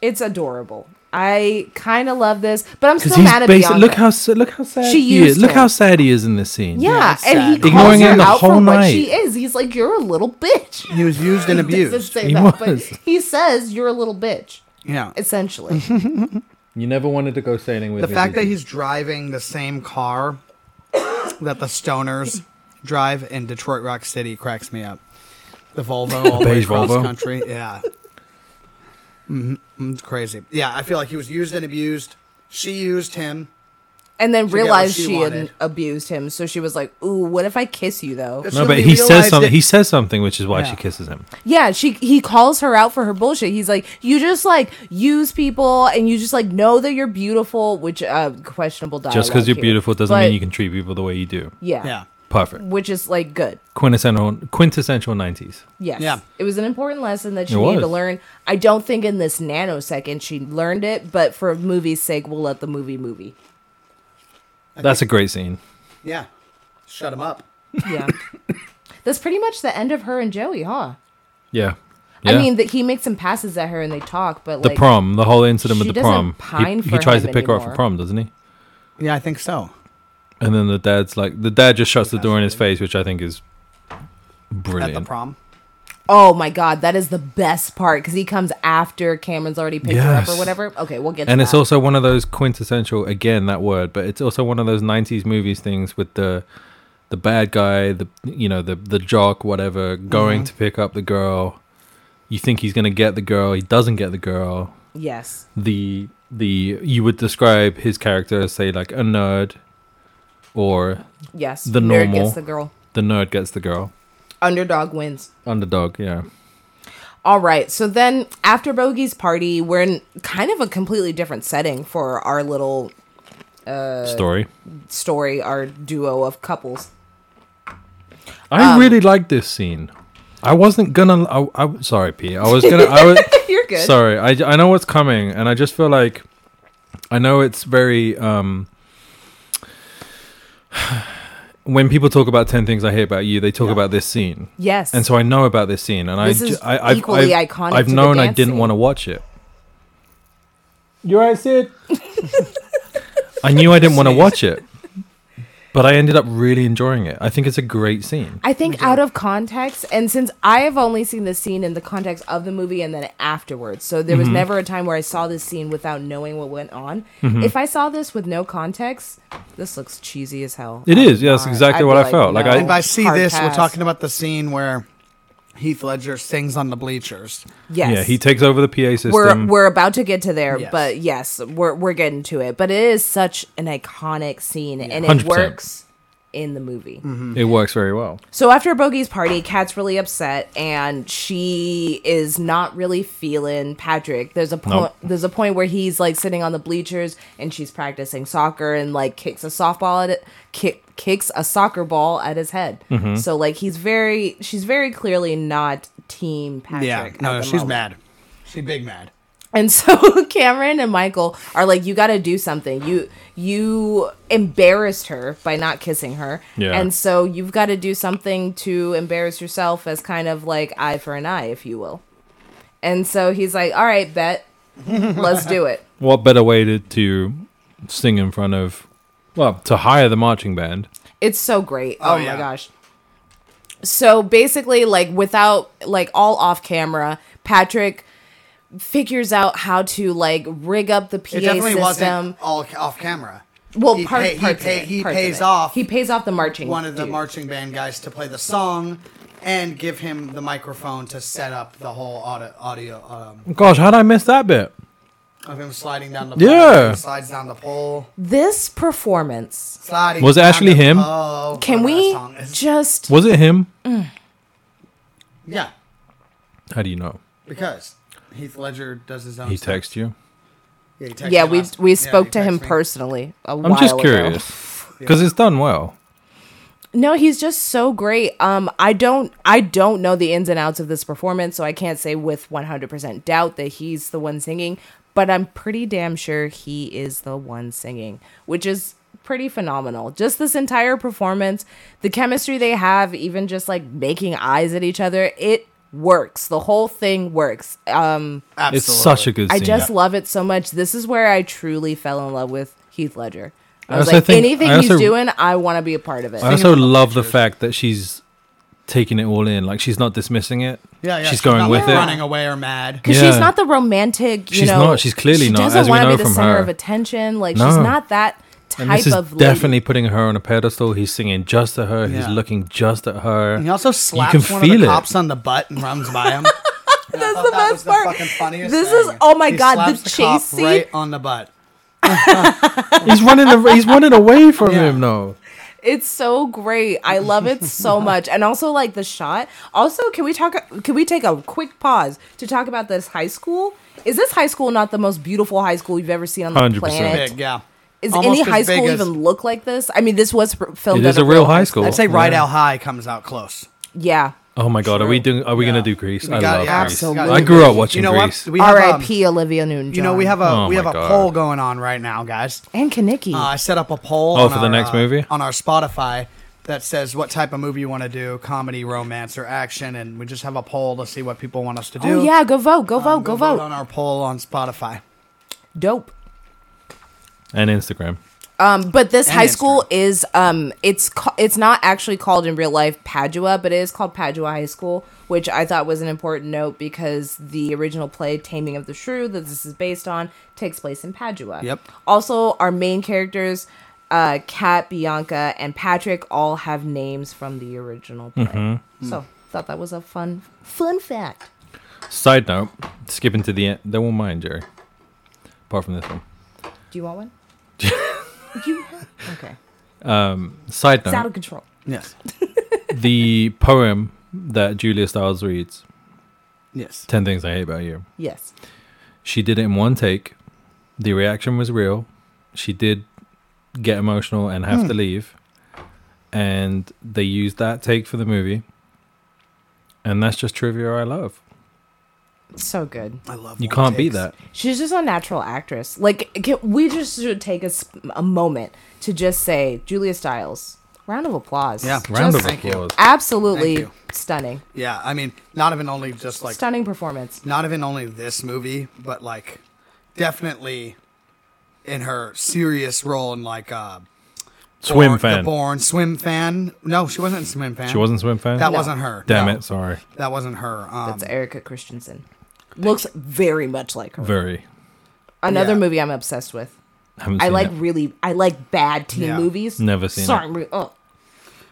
Speaker 3: It's adorable. I kind of love this, but I'm
Speaker 2: Because
Speaker 3: still
Speaker 2: he's
Speaker 3: mad at
Speaker 2: basic-
Speaker 3: Bianca.
Speaker 2: look how s- look how sad
Speaker 3: She
Speaker 2: he is.
Speaker 3: used
Speaker 2: Look
Speaker 3: him.
Speaker 2: how sad he is in this scene.
Speaker 3: yeah,
Speaker 1: Yeah, it's
Speaker 3: and he
Speaker 1: sad.
Speaker 3: calls
Speaker 2: Ignoring
Speaker 3: her
Speaker 2: him the
Speaker 3: out
Speaker 2: whole
Speaker 3: for
Speaker 2: night.
Speaker 3: what she is. He's like, "You're a little bitch."
Speaker 1: he was used and
Speaker 3: Doesn't
Speaker 1: abused.
Speaker 3: say
Speaker 2: He
Speaker 3: that,
Speaker 2: was.
Speaker 3: but he says, "You're a little bitch,"
Speaker 1: Yeah,
Speaker 3: essentially.
Speaker 2: You never wanted to go sailing with
Speaker 1: the
Speaker 2: him,
Speaker 1: fact
Speaker 2: did
Speaker 1: that
Speaker 2: you?
Speaker 1: he's driving the same car that the Stoners drive in Detroit Rock City cracks me up. The Volvo all the way
Speaker 2: beige
Speaker 1: across
Speaker 2: Volvo.
Speaker 1: country. Yeah. hmm It's crazy. Yeah, I feel like he was used and abused. She used him.
Speaker 3: and then
Speaker 1: what
Speaker 3: realized
Speaker 1: she
Speaker 3: she, had
Speaker 1: wanted.
Speaker 3: abused him. So she was like, "Ooh, what if I kiss you though?"
Speaker 1: That's
Speaker 2: No,
Speaker 1: when
Speaker 2: but
Speaker 1: we
Speaker 2: he says
Speaker 1: realized
Speaker 2: something.
Speaker 1: it-
Speaker 2: He says something, which is why
Speaker 1: Yeah.
Speaker 2: she kisses him.
Speaker 3: Yeah, she he calls her out for her bullshit. He's like, "You just like use people, and you just like know that you're beautiful," which uh, questionable dialogue.
Speaker 2: Just because you're
Speaker 3: here.
Speaker 2: beautiful doesn't
Speaker 3: But-
Speaker 2: mean you can treat people the way you do.
Speaker 3: Yeah,
Speaker 1: Yeah.
Speaker 2: Perfect.
Speaker 3: which is like good.
Speaker 2: Quintessential quintessential nineties.
Speaker 3: Yes.
Speaker 1: Yeah.
Speaker 3: It was an important lesson that she
Speaker 2: It
Speaker 3: needed to
Speaker 2: was.
Speaker 3: learn. I don't think in this nanosecond she learned it, but for movie's sake, we'll let the movie movie.
Speaker 2: That's a great scene.
Speaker 1: Yeah. Shut him up.
Speaker 3: Yeah. That's pretty much the end of her and Joey, huh?
Speaker 2: Yeah.
Speaker 3: I
Speaker 2: Yeah.
Speaker 3: mean, that he makes some passes at her and they talk, but
Speaker 2: the
Speaker 3: like,
Speaker 2: prom, the whole incident
Speaker 3: she
Speaker 2: with the
Speaker 3: doesn't
Speaker 2: prom.
Speaker 3: pine
Speaker 2: he,
Speaker 3: for
Speaker 2: he tries
Speaker 3: him
Speaker 2: to pick her up for
Speaker 3: anymore.
Speaker 2: prom, doesn't he?
Speaker 1: Yeah, I think so.
Speaker 2: And then the dad's like, the dad just shuts the door in his face, which I think is
Speaker 1: At
Speaker 2: brilliant.
Speaker 1: the prom.
Speaker 3: oh my god, that is the best part because he comes after Cameron's already picked her up
Speaker 2: Yes.
Speaker 3: or whatever. Okay, we'll get. to
Speaker 2: And it's
Speaker 3: that.
Speaker 2: also one of those quintessential, again, that word, but it's also one of those 90s movies things with the the bad guy, the you know, the the jock, whatever, going to pick up the girl. You think he's going to get the girl, he doesn't get the girl.
Speaker 3: yes,
Speaker 2: the the you would describe his character as say like a nerd or
Speaker 3: yes.
Speaker 2: The
Speaker 3: Nerd
Speaker 2: normal.
Speaker 3: gets the girl.
Speaker 2: the nerd gets the girl
Speaker 3: Underdog wins.
Speaker 2: underdog yeah
Speaker 3: All right. So then after Bogey's party, we're in kind of a completely different setting for our little
Speaker 2: story
Speaker 3: story, our duo of couples.
Speaker 2: i really like this scene i wasn't gonna i, I sorry p i was gonna i was
Speaker 3: You're good.
Speaker 2: sorry I, I know what's coming and i just feel like i know it's very um when people talk about 10 things i hate about you they talk about this scene
Speaker 3: yes.
Speaker 2: and so I know about this scene, and
Speaker 3: This
Speaker 2: I,
Speaker 3: is
Speaker 2: ju- I I've,
Speaker 3: equally
Speaker 2: I've,
Speaker 3: iconic
Speaker 2: I've
Speaker 3: to the
Speaker 2: known I
Speaker 3: dance
Speaker 2: didn't
Speaker 3: scene.
Speaker 2: want to watch it. You alright, Sid? I knew I didn't want to watch it, but I ended up really enjoying it. I think it's a great scene.
Speaker 3: I think out of context, and since I have only seen this scene in the context of the movie and then afterwards, so there was
Speaker 2: Mm-hmm.
Speaker 3: never a time where I saw this scene without knowing what went on.
Speaker 2: Mm-hmm.
Speaker 3: If I saw this with no context, this looks cheesy as hell.
Speaker 2: It
Speaker 3: It is.
Speaker 2: is, yeah, that's exactly what I felt. Like, I-
Speaker 1: And by see
Speaker 3: hard
Speaker 1: this, we're
Speaker 3: pass.
Speaker 1: talking about the scene where Heath Ledger sings on the bleachers.
Speaker 3: Yes.
Speaker 2: Yeah, he takes over the PA system.
Speaker 3: we're we're about to get to there,
Speaker 1: Yes.
Speaker 3: but yes, we're we're getting to it. But it is such an iconic scene, and it
Speaker 2: 100%.
Speaker 3: works in the movie.
Speaker 2: it works very well.
Speaker 3: So after Bogey's party, Kat's really upset, and she is not really feeling Patrick. There's a point.
Speaker 2: Nope.
Speaker 3: There's a point where he's like sitting on the bleachers, and she's practicing soccer, and like kicks a softball at it, kick, kicks a soccer ball at his head. So like he's very, she's very clearly not team Patrick.
Speaker 1: Yeah,
Speaker 3: at
Speaker 1: no,
Speaker 3: the
Speaker 1: she's
Speaker 3: moment.
Speaker 1: mad. She big mad.
Speaker 3: And so Cameron and Michael are like, "You got to do something. You you embarrassed her by not kissing her,
Speaker 2: Yeah.
Speaker 3: and so you've got to do something to embarrass yourself as kind of like eye for an eye, if you will." And so he's like, "All right, bet, let's do it."
Speaker 2: What better way to, to sing in front of, well, to hire the marching band?
Speaker 3: It's so great.
Speaker 1: Oh,
Speaker 3: Oh,
Speaker 1: yeah.
Speaker 3: my gosh. So basically, like without like all off camera, Patrick figures out how to like rig up the PA
Speaker 1: It definitely
Speaker 3: system.
Speaker 1: wasn't all ca- off camera.
Speaker 3: Well,
Speaker 1: he,
Speaker 3: part,
Speaker 1: pay- he
Speaker 3: parts of
Speaker 1: pay-
Speaker 3: it,
Speaker 1: he
Speaker 3: parts of
Speaker 1: pays
Speaker 3: it.
Speaker 1: off
Speaker 3: He pays off the marching.
Speaker 1: one of the
Speaker 3: dude.
Speaker 1: marching band guys to play the song and give him the microphone to set up the whole audio, audio um,
Speaker 2: Gosh, how'd I miss that bit?
Speaker 1: of him sliding down the
Speaker 2: Yeah.
Speaker 1: pole, slides down the pole,
Speaker 3: This performance.
Speaker 1: sliding.
Speaker 2: Was it
Speaker 1: down
Speaker 2: actually
Speaker 1: the
Speaker 2: him?
Speaker 1: pole.
Speaker 3: Can
Speaker 1: Whatever that
Speaker 3: we
Speaker 1: song is.
Speaker 3: just?
Speaker 2: Was it him?
Speaker 1: yeah,
Speaker 2: How do you know?
Speaker 1: because Heath Ledger does his own.
Speaker 2: He
Speaker 1: stuff.
Speaker 2: texted you?
Speaker 1: Yeah, he texted
Speaker 3: Yeah, we
Speaker 1: us.
Speaker 3: we
Speaker 1: Yeah,
Speaker 3: spoke
Speaker 1: he
Speaker 3: to him
Speaker 1: texted me.
Speaker 3: personally. A
Speaker 2: I'm
Speaker 3: while
Speaker 2: just
Speaker 3: ago.
Speaker 2: curious. Because it's done well.
Speaker 3: No, he's just so great. Um, I don't I don't know the ins and outs of this performance, so I can't say with 100% doubt that he's the one singing. But I'm pretty damn sure he is the one singing, which is pretty phenomenal. Just this entire performance, the chemistry they have, even just like making eyes at each other, it works. The whole thing works. Um,
Speaker 1: Absolutely.
Speaker 2: It's such a good
Speaker 3: I
Speaker 2: scene.
Speaker 3: just love it so much. This is where I truly fell in love with Heath Ledger. I
Speaker 2: I
Speaker 3: was
Speaker 2: also
Speaker 3: like,
Speaker 2: think-
Speaker 3: anything
Speaker 2: I
Speaker 3: he's
Speaker 2: also-
Speaker 3: doing, I want to be a part of it.
Speaker 2: I also love the fact that she's taking it all in. Like she's not dismissing it.
Speaker 1: Yeah, yeah.
Speaker 2: she's
Speaker 1: she's
Speaker 2: going
Speaker 1: not,
Speaker 2: with
Speaker 1: like,
Speaker 2: it.
Speaker 1: running away or mad.
Speaker 3: Because
Speaker 2: Yeah.
Speaker 3: she's not the romantic, you
Speaker 2: She's
Speaker 3: know.
Speaker 2: not. She's clearly
Speaker 3: she
Speaker 2: not,
Speaker 3: doesn't
Speaker 2: as we
Speaker 3: wanna
Speaker 2: know
Speaker 3: be the
Speaker 2: from
Speaker 3: center
Speaker 2: her.
Speaker 3: of attention. Like she's
Speaker 2: No.
Speaker 3: not that
Speaker 2: And
Speaker 3: type
Speaker 2: this is
Speaker 3: of lady.
Speaker 2: definitely putting her on a pedestal. He's singing just at her. He's
Speaker 1: Yeah.
Speaker 2: looking just at her.
Speaker 1: He also slaps
Speaker 2: can
Speaker 1: one of
Speaker 2: feel
Speaker 1: the
Speaker 2: it.
Speaker 1: cops on the butt and runs by him. That's
Speaker 3: the best part. This is- oh my God, the chase scene.
Speaker 1: right on the butt.
Speaker 2: He's running. a- he's running away from
Speaker 1: Yeah.
Speaker 2: him though.
Speaker 3: It's so great. I love it so much, and also like the shot. Also, can we talk? Can we take a quick pause to talk about this high school? Is this high school not the most beautiful high school you've ever seen on the
Speaker 2: 100%.
Speaker 3: planet?
Speaker 1: Big, yeah.
Speaker 3: Is
Speaker 1: Almost
Speaker 3: any high
Speaker 1: as big
Speaker 3: school
Speaker 1: as-
Speaker 3: even look like this? I mean, this was pr- filmed.
Speaker 2: It
Speaker 3: at
Speaker 2: is a real high school.
Speaker 1: I'd say Rydell High comes out close.
Speaker 3: Yeah.
Speaker 1: Uh,
Speaker 2: Oh my god, are we doing? Are we
Speaker 1: Yeah.
Speaker 2: gonna do Grease?
Speaker 1: We
Speaker 2: I
Speaker 1: got-
Speaker 2: love
Speaker 1: yeah,
Speaker 2: Grease.
Speaker 1: we got-
Speaker 2: I grew up watching
Speaker 1: You know
Speaker 2: Grease.
Speaker 1: what? We have, um,
Speaker 3: R.I.P. Olivia Newton-John.
Speaker 1: you know we have a
Speaker 2: Oh
Speaker 1: we have
Speaker 2: my
Speaker 1: a
Speaker 2: God.
Speaker 1: poll going on right now, guys.
Speaker 3: and Kanicki.
Speaker 1: Uh, I set up a poll.
Speaker 2: Oh,
Speaker 1: on
Speaker 2: for the
Speaker 1: our,
Speaker 2: next
Speaker 1: uh,
Speaker 2: movie?
Speaker 1: on our Spotify that says what type of movie you want to do comedy, romance, or action. And we just have a poll to see what people want us to do.
Speaker 3: Oh yeah, go vote, go vote,
Speaker 1: Um,
Speaker 3: go,
Speaker 1: go
Speaker 3: vote.
Speaker 1: on our poll on Spotify.
Speaker 3: Dope.
Speaker 2: and Instagram.
Speaker 3: Um, but this
Speaker 1: And
Speaker 3: high
Speaker 1: Instagram.
Speaker 3: school is um, it's ca- it's not actually called in real life Padua, but it is called Padua High School, which I thought was an important note because the original play Taming of the Shrew that this is based on takes place in Padua.
Speaker 1: Yep.
Speaker 3: Also, our main characters, uh, Kat, Bianca, and Patrick, all have names from the original play.
Speaker 1: Mm-hmm.
Speaker 3: So thought that was a fun fun fact.
Speaker 2: Side note, skipping to the end. They won't mind, Jerry. Apart from this one.
Speaker 3: Do you want one? you okay?
Speaker 2: Side
Speaker 1: Uh-huh.
Speaker 3: It's out
Speaker 2: note,
Speaker 3: of control.
Speaker 1: Yes.
Speaker 2: the poem that Julia Stiles reads,
Speaker 1: Yes.
Speaker 2: 10 Things I Hate About You,
Speaker 3: Yes.
Speaker 2: she did it in one take. The reaction was real. She did get emotional and have
Speaker 1: Hmm.
Speaker 2: to leave. And they used that take for the movie. And that's just trivia I love.
Speaker 3: So good.
Speaker 1: I love
Speaker 2: You
Speaker 1: one
Speaker 2: can't beat
Speaker 1: takes.
Speaker 2: that.
Speaker 3: She's just a natural actress. Like can, we just should take a, s- a moment to just say Julia Stiles. Round of applause.
Speaker 1: Yeah.
Speaker 2: Round
Speaker 1: Just-
Speaker 2: of
Speaker 1: Thank you.
Speaker 2: applause.
Speaker 3: Absolutely
Speaker 1: Thank
Speaker 3: stunning.
Speaker 1: Yeah. I mean, not even only just like
Speaker 3: stunning performance.
Speaker 1: not even only this movie, but like definitely in her serious role in like uh
Speaker 2: Swim
Speaker 1: Born-
Speaker 2: fan.
Speaker 1: The Born Swim fan. No, she wasn't a swim fan.
Speaker 2: She wasn't a swim fan?
Speaker 1: That
Speaker 3: No.
Speaker 1: wasn't her.
Speaker 2: Damn
Speaker 1: No,
Speaker 2: it. Sorry.
Speaker 1: That wasn't her. Um,
Speaker 3: That's Erica Christensen. Looks very much like her.
Speaker 2: Very.
Speaker 3: Another
Speaker 1: yeah.
Speaker 3: movie I'm obsessed with.
Speaker 2: Haven't
Speaker 3: I
Speaker 2: seen
Speaker 3: like
Speaker 2: it.
Speaker 3: really I like bad teen
Speaker 1: Yeah.
Speaker 3: movies.
Speaker 2: Never seen
Speaker 3: Sorry,
Speaker 2: it.
Speaker 3: I'm re- oh.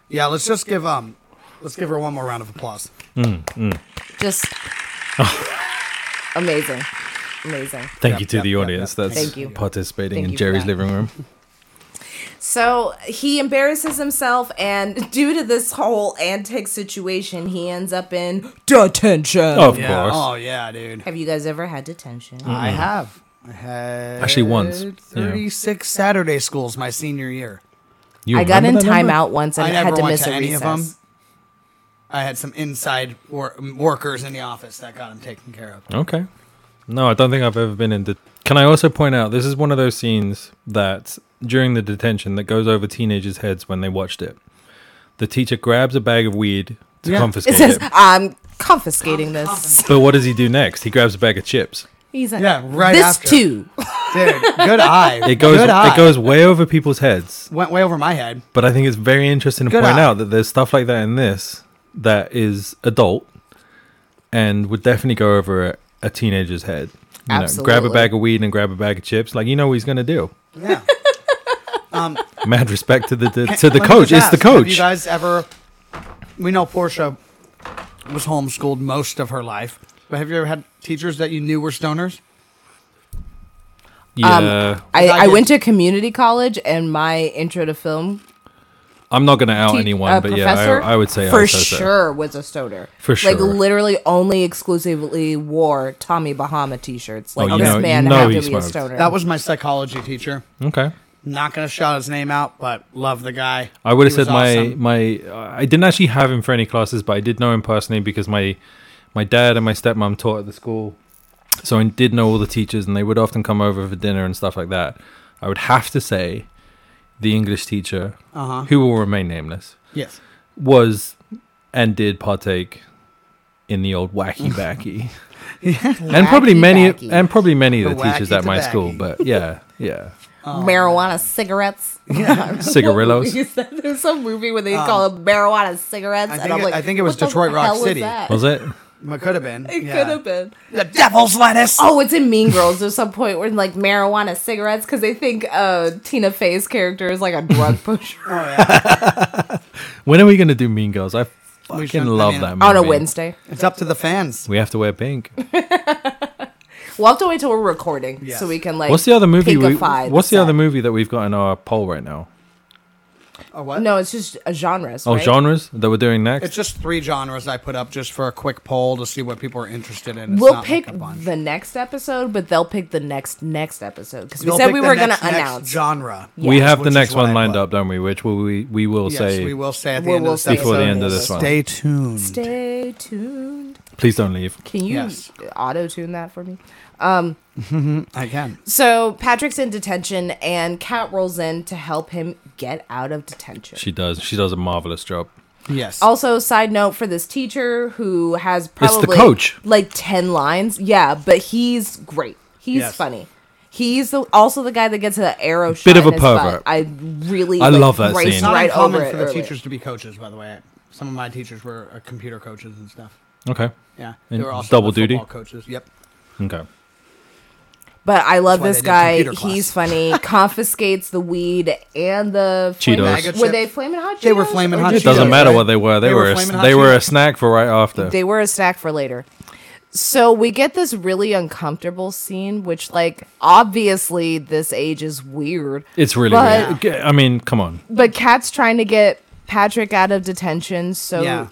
Speaker 1: yeah, let's just give um let's give her one more round of applause.
Speaker 3: Just amazing. Amazing.
Speaker 2: Thank
Speaker 1: Yep,
Speaker 2: you
Speaker 1: yep,
Speaker 2: to the
Speaker 1: yep, yep.
Speaker 2: audience that's
Speaker 3: Thank you.
Speaker 2: participating
Speaker 3: Thank
Speaker 2: in
Speaker 3: you for
Speaker 2: Jerry's
Speaker 3: that.
Speaker 2: living room.
Speaker 3: So he embarrasses himself, and due to this whole antic situation, he ends up in detention.
Speaker 2: Of
Speaker 1: Yeah.
Speaker 2: course.
Speaker 1: Oh yeah, dude.
Speaker 3: Have you guys ever had detention?
Speaker 2: Mm.
Speaker 1: I have. I had
Speaker 2: Actually, once, yeah.
Speaker 1: Thirty six Saturday schools my senior year.
Speaker 2: You
Speaker 3: I got in
Speaker 2: remember that number?
Speaker 3: timeout once and
Speaker 1: I
Speaker 3: had
Speaker 1: never
Speaker 3: to
Speaker 1: went
Speaker 3: miss
Speaker 1: to
Speaker 3: a
Speaker 1: any
Speaker 3: recess.
Speaker 1: of them. I had some inside wor- workers in the office that got them taken care of.
Speaker 2: Okay. No, I don't think I've ever been in. Det- Can I also point out this is one of those scenes that during the detention that goes over teenagers' heads when they watched it. The teacher grabs a bag of weed to
Speaker 1: Yeah.
Speaker 3: It
Speaker 2: confiscate
Speaker 3: says,
Speaker 2: it.
Speaker 3: "I'm confiscating this."
Speaker 2: But what does he do next? He grabs a bag of chips.
Speaker 3: He's like,
Speaker 1: Yeah, right
Speaker 3: This
Speaker 1: after.
Speaker 3: too.
Speaker 1: Dude, good eye.
Speaker 2: It goes.
Speaker 1: Good eye.
Speaker 2: It goes way over people's heads.
Speaker 1: Went way over my head.
Speaker 2: But I think it's very interesting to
Speaker 1: Good
Speaker 2: point
Speaker 1: eye.
Speaker 2: out that there's stuff like that in this that is adult and would definitely go over a, a teenager's head. You know, grab a
Speaker 3: Absolutely.
Speaker 2: bag of weed and grab a bag of chips. Like you know what he's gonna do.
Speaker 1: Yeah. um,
Speaker 2: Mad respect to the to, to the
Speaker 1: let me
Speaker 2: coach.
Speaker 1: just
Speaker 2: It's the
Speaker 1: ask, Have
Speaker 2: coach.
Speaker 1: you guys ever? We know Portia was homeschooled most of her life, but have you ever had teachers that you knew were stoners?
Speaker 2: yeah,
Speaker 3: I,
Speaker 1: I
Speaker 3: I
Speaker 1: did-
Speaker 3: went to community college, and my intro to film
Speaker 2: I'm not gonna out
Speaker 3: te-
Speaker 2: anyone,
Speaker 3: uh,
Speaker 2: but yeah,
Speaker 3: professor
Speaker 2: I, I would say I
Speaker 3: for
Speaker 2: would say so.
Speaker 3: sure was a stoner.
Speaker 2: For
Speaker 3: like
Speaker 2: sure.
Speaker 3: literally only exclusively wore Tommy Bahama t-shirts. Like
Speaker 2: Oh, you
Speaker 3: this
Speaker 2: know-
Speaker 3: man
Speaker 2: you know
Speaker 3: had to
Speaker 2: he
Speaker 3: be a
Speaker 2: smoked.
Speaker 3: stoner.
Speaker 1: That was my psychology teacher.
Speaker 2: Okay,
Speaker 1: Not gonna shout his name out, but love the guy.
Speaker 2: I would have
Speaker 1: He was
Speaker 2: said my
Speaker 1: awesome.
Speaker 2: my I didn't actually have him for any classes, but I did know him personally because my my dad and my stepmom taught at the school, so I did know all the teachers, and they would often come over for dinner and stuff like that. I would have to say, the English teacher,
Speaker 1: Uh-huh.
Speaker 2: who will remain nameless,
Speaker 1: yes.
Speaker 2: was and did partake in the old wacky backy. and
Speaker 3: Wacky
Speaker 2: probably many
Speaker 3: backy.
Speaker 2: and probably many of
Speaker 1: The
Speaker 2: the teachers
Speaker 1: wacky
Speaker 2: at my school
Speaker 1: tobacky.
Speaker 2: but yeah yeah
Speaker 1: Um,
Speaker 3: marijuana cigarettes.
Speaker 1: Oh,
Speaker 2: cigarillos
Speaker 3: Is that- There's some movie where they call it marijuana cigarettes,
Speaker 1: Um, I
Speaker 3: and
Speaker 1: think
Speaker 3: I'm
Speaker 1: it-
Speaker 3: like,
Speaker 1: I think it was
Speaker 3: what the
Speaker 1: Detroit Rock
Speaker 3: hell was
Speaker 1: City.
Speaker 3: that?
Speaker 2: was it
Speaker 1: It could have been.
Speaker 3: It
Speaker 1: yeah.
Speaker 3: could have been.
Speaker 1: The devil's lettuce.
Speaker 3: Oh, it's in Mean Girls. There's some point where like marijuana cigarettes because they think uh, Tina Fey's character is like a drug
Speaker 1: Oh,
Speaker 3: pusher
Speaker 2: when are we gonna do mean girls i
Speaker 1: We
Speaker 2: fucking
Speaker 1: should- I
Speaker 2: love
Speaker 1: mean,
Speaker 2: that movie.
Speaker 3: on a Wednesday.
Speaker 1: It's up to the fans.
Speaker 2: we have to wear pink
Speaker 3: We'll have to wait till we're recording
Speaker 1: Yes.
Speaker 3: so we can like.
Speaker 2: what's the other movie we,
Speaker 3: pinkify
Speaker 2: what's the
Speaker 3: set.
Speaker 2: other movie that we've got in our poll right now
Speaker 1: Or what?
Speaker 3: No, it's just uh, genres.
Speaker 2: oh
Speaker 3: right?
Speaker 2: genres that we're doing next
Speaker 1: It's just three genres I put up just for a quick poll to see what people are interested in. It's
Speaker 3: We'll
Speaker 1: not
Speaker 3: pick
Speaker 1: like a bunch.
Speaker 3: the next episode, but they'll pick the next next episode because we
Speaker 1: We'll
Speaker 3: said
Speaker 1: pick
Speaker 3: we
Speaker 1: the
Speaker 3: were
Speaker 1: next-
Speaker 3: going
Speaker 1: next
Speaker 3: to announce.
Speaker 1: genre.
Speaker 2: we have
Speaker 1: Which
Speaker 2: the
Speaker 1: is
Speaker 2: next
Speaker 1: what
Speaker 2: one
Speaker 1: I
Speaker 2: lined
Speaker 1: put.
Speaker 2: up don't we which will we we will
Speaker 1: Yes,
Speaker 2: say
Speaker 1: we will say at the
Speaker 3: We
Speaker 1: end
Speaker 3: will
Speaker 1: of this
Speaker 3: say
Speaker 2: Before the end of
Speaker 1: episode.
Speaker 2: this one.
Speaker 1: Stay tuned.
Speaker 3: Stay tuned.
Speaker 2: please don't leave
Speaker 3: Can you
Speaker 1: Yes.
Speaker 3: auto tune that for me?
Speaker 1: I can.
Speaker 3: So Patrick's in detention, and Kat rolls in to help him get out of detention.
Speaker 2: She does. She does a marvelous job.
Speaker 1: Yes.
Speaker 3: Also, side note for this teacher who has
Speaker 2: It's
Speaker 3: probably
Speaker 2: the coach.
Speaker 3: like ten lines. Yeah, but he's great. He's
Speaker 1: Yes.
Speaker 3: funny. He's the, also the guy that gets the arrow shot.
Speaker 2: Bit of
Speaker 3: in
Speaker 2: a
Speaker 3: his butt.
Speaker 2: pervert.
Speaker 3: I really.
Speaker 2: I
Speaker 3: like,
Speaker 2: love that
Speaker 3: raced
Speaker 2: scene.
Speaker 1: It's not
Speaker 3: Right
Speaker 1: uncommon
Speaker 3: over
Speaker 1: for
Speaker 3: it
Speaker 1: the
Speaker 3: earlier.
Speaker 1: teachers to be coaches, by the way. Some of my teachers were uh, computer coaches and stuff.
Speaker 2: Okay.
Speaker 1: Yeah,
Speaker 2: And
Speaker 1: they were also
Speaker 2: double
Speaker 1: the
Speaker 2: duty?
Speaker 1: football coaches. Yep.
Speaker 2: Okay.
Speaker 3: But I love
Speaker 1: That's why they
Speaker 3: this
Speaker 1: did
Speaker 3: guy.
Speaker 1: computer class.
Speaker 3: He's funny. Confiscates the weed and the
Speaker 2: Cheetos.
Speaker 3: flamin-
Speaker 1: Maggot
Speaker 3: Were
Speaker 1: chip.
Speaker 3: they flaming hot? Cheetos?
Speaker 1: They were Flamin'
Speaker 3: or
Speaker 1: Hot
Speaker 2: It
Speaker 3: just-
Speaker 1: Cheetos.
Speaker 2: doesn't matter
Speaker 1: right?
Speaker 2: what they were. They,
Speaker 1: They
Speaker 2: were
Speaker 1: were
Speaker 2: a,
Speaker 1: Flamin' Hot
Speaker 2: they were a
Speaker 1: Cheetos.
Speaker 2: snack for right after.
Speaker 3: They were a snack for later. So we get this really uncomfortable scene, which, like, obviously this age is weird.
Speaker 2: it's really
Speaker 3: But-
Speaker 2: weird. G- I mean, come on.
Speaker 3: But Kat's trying to get Patrick out of detention, so
Speaker 1: Yeah.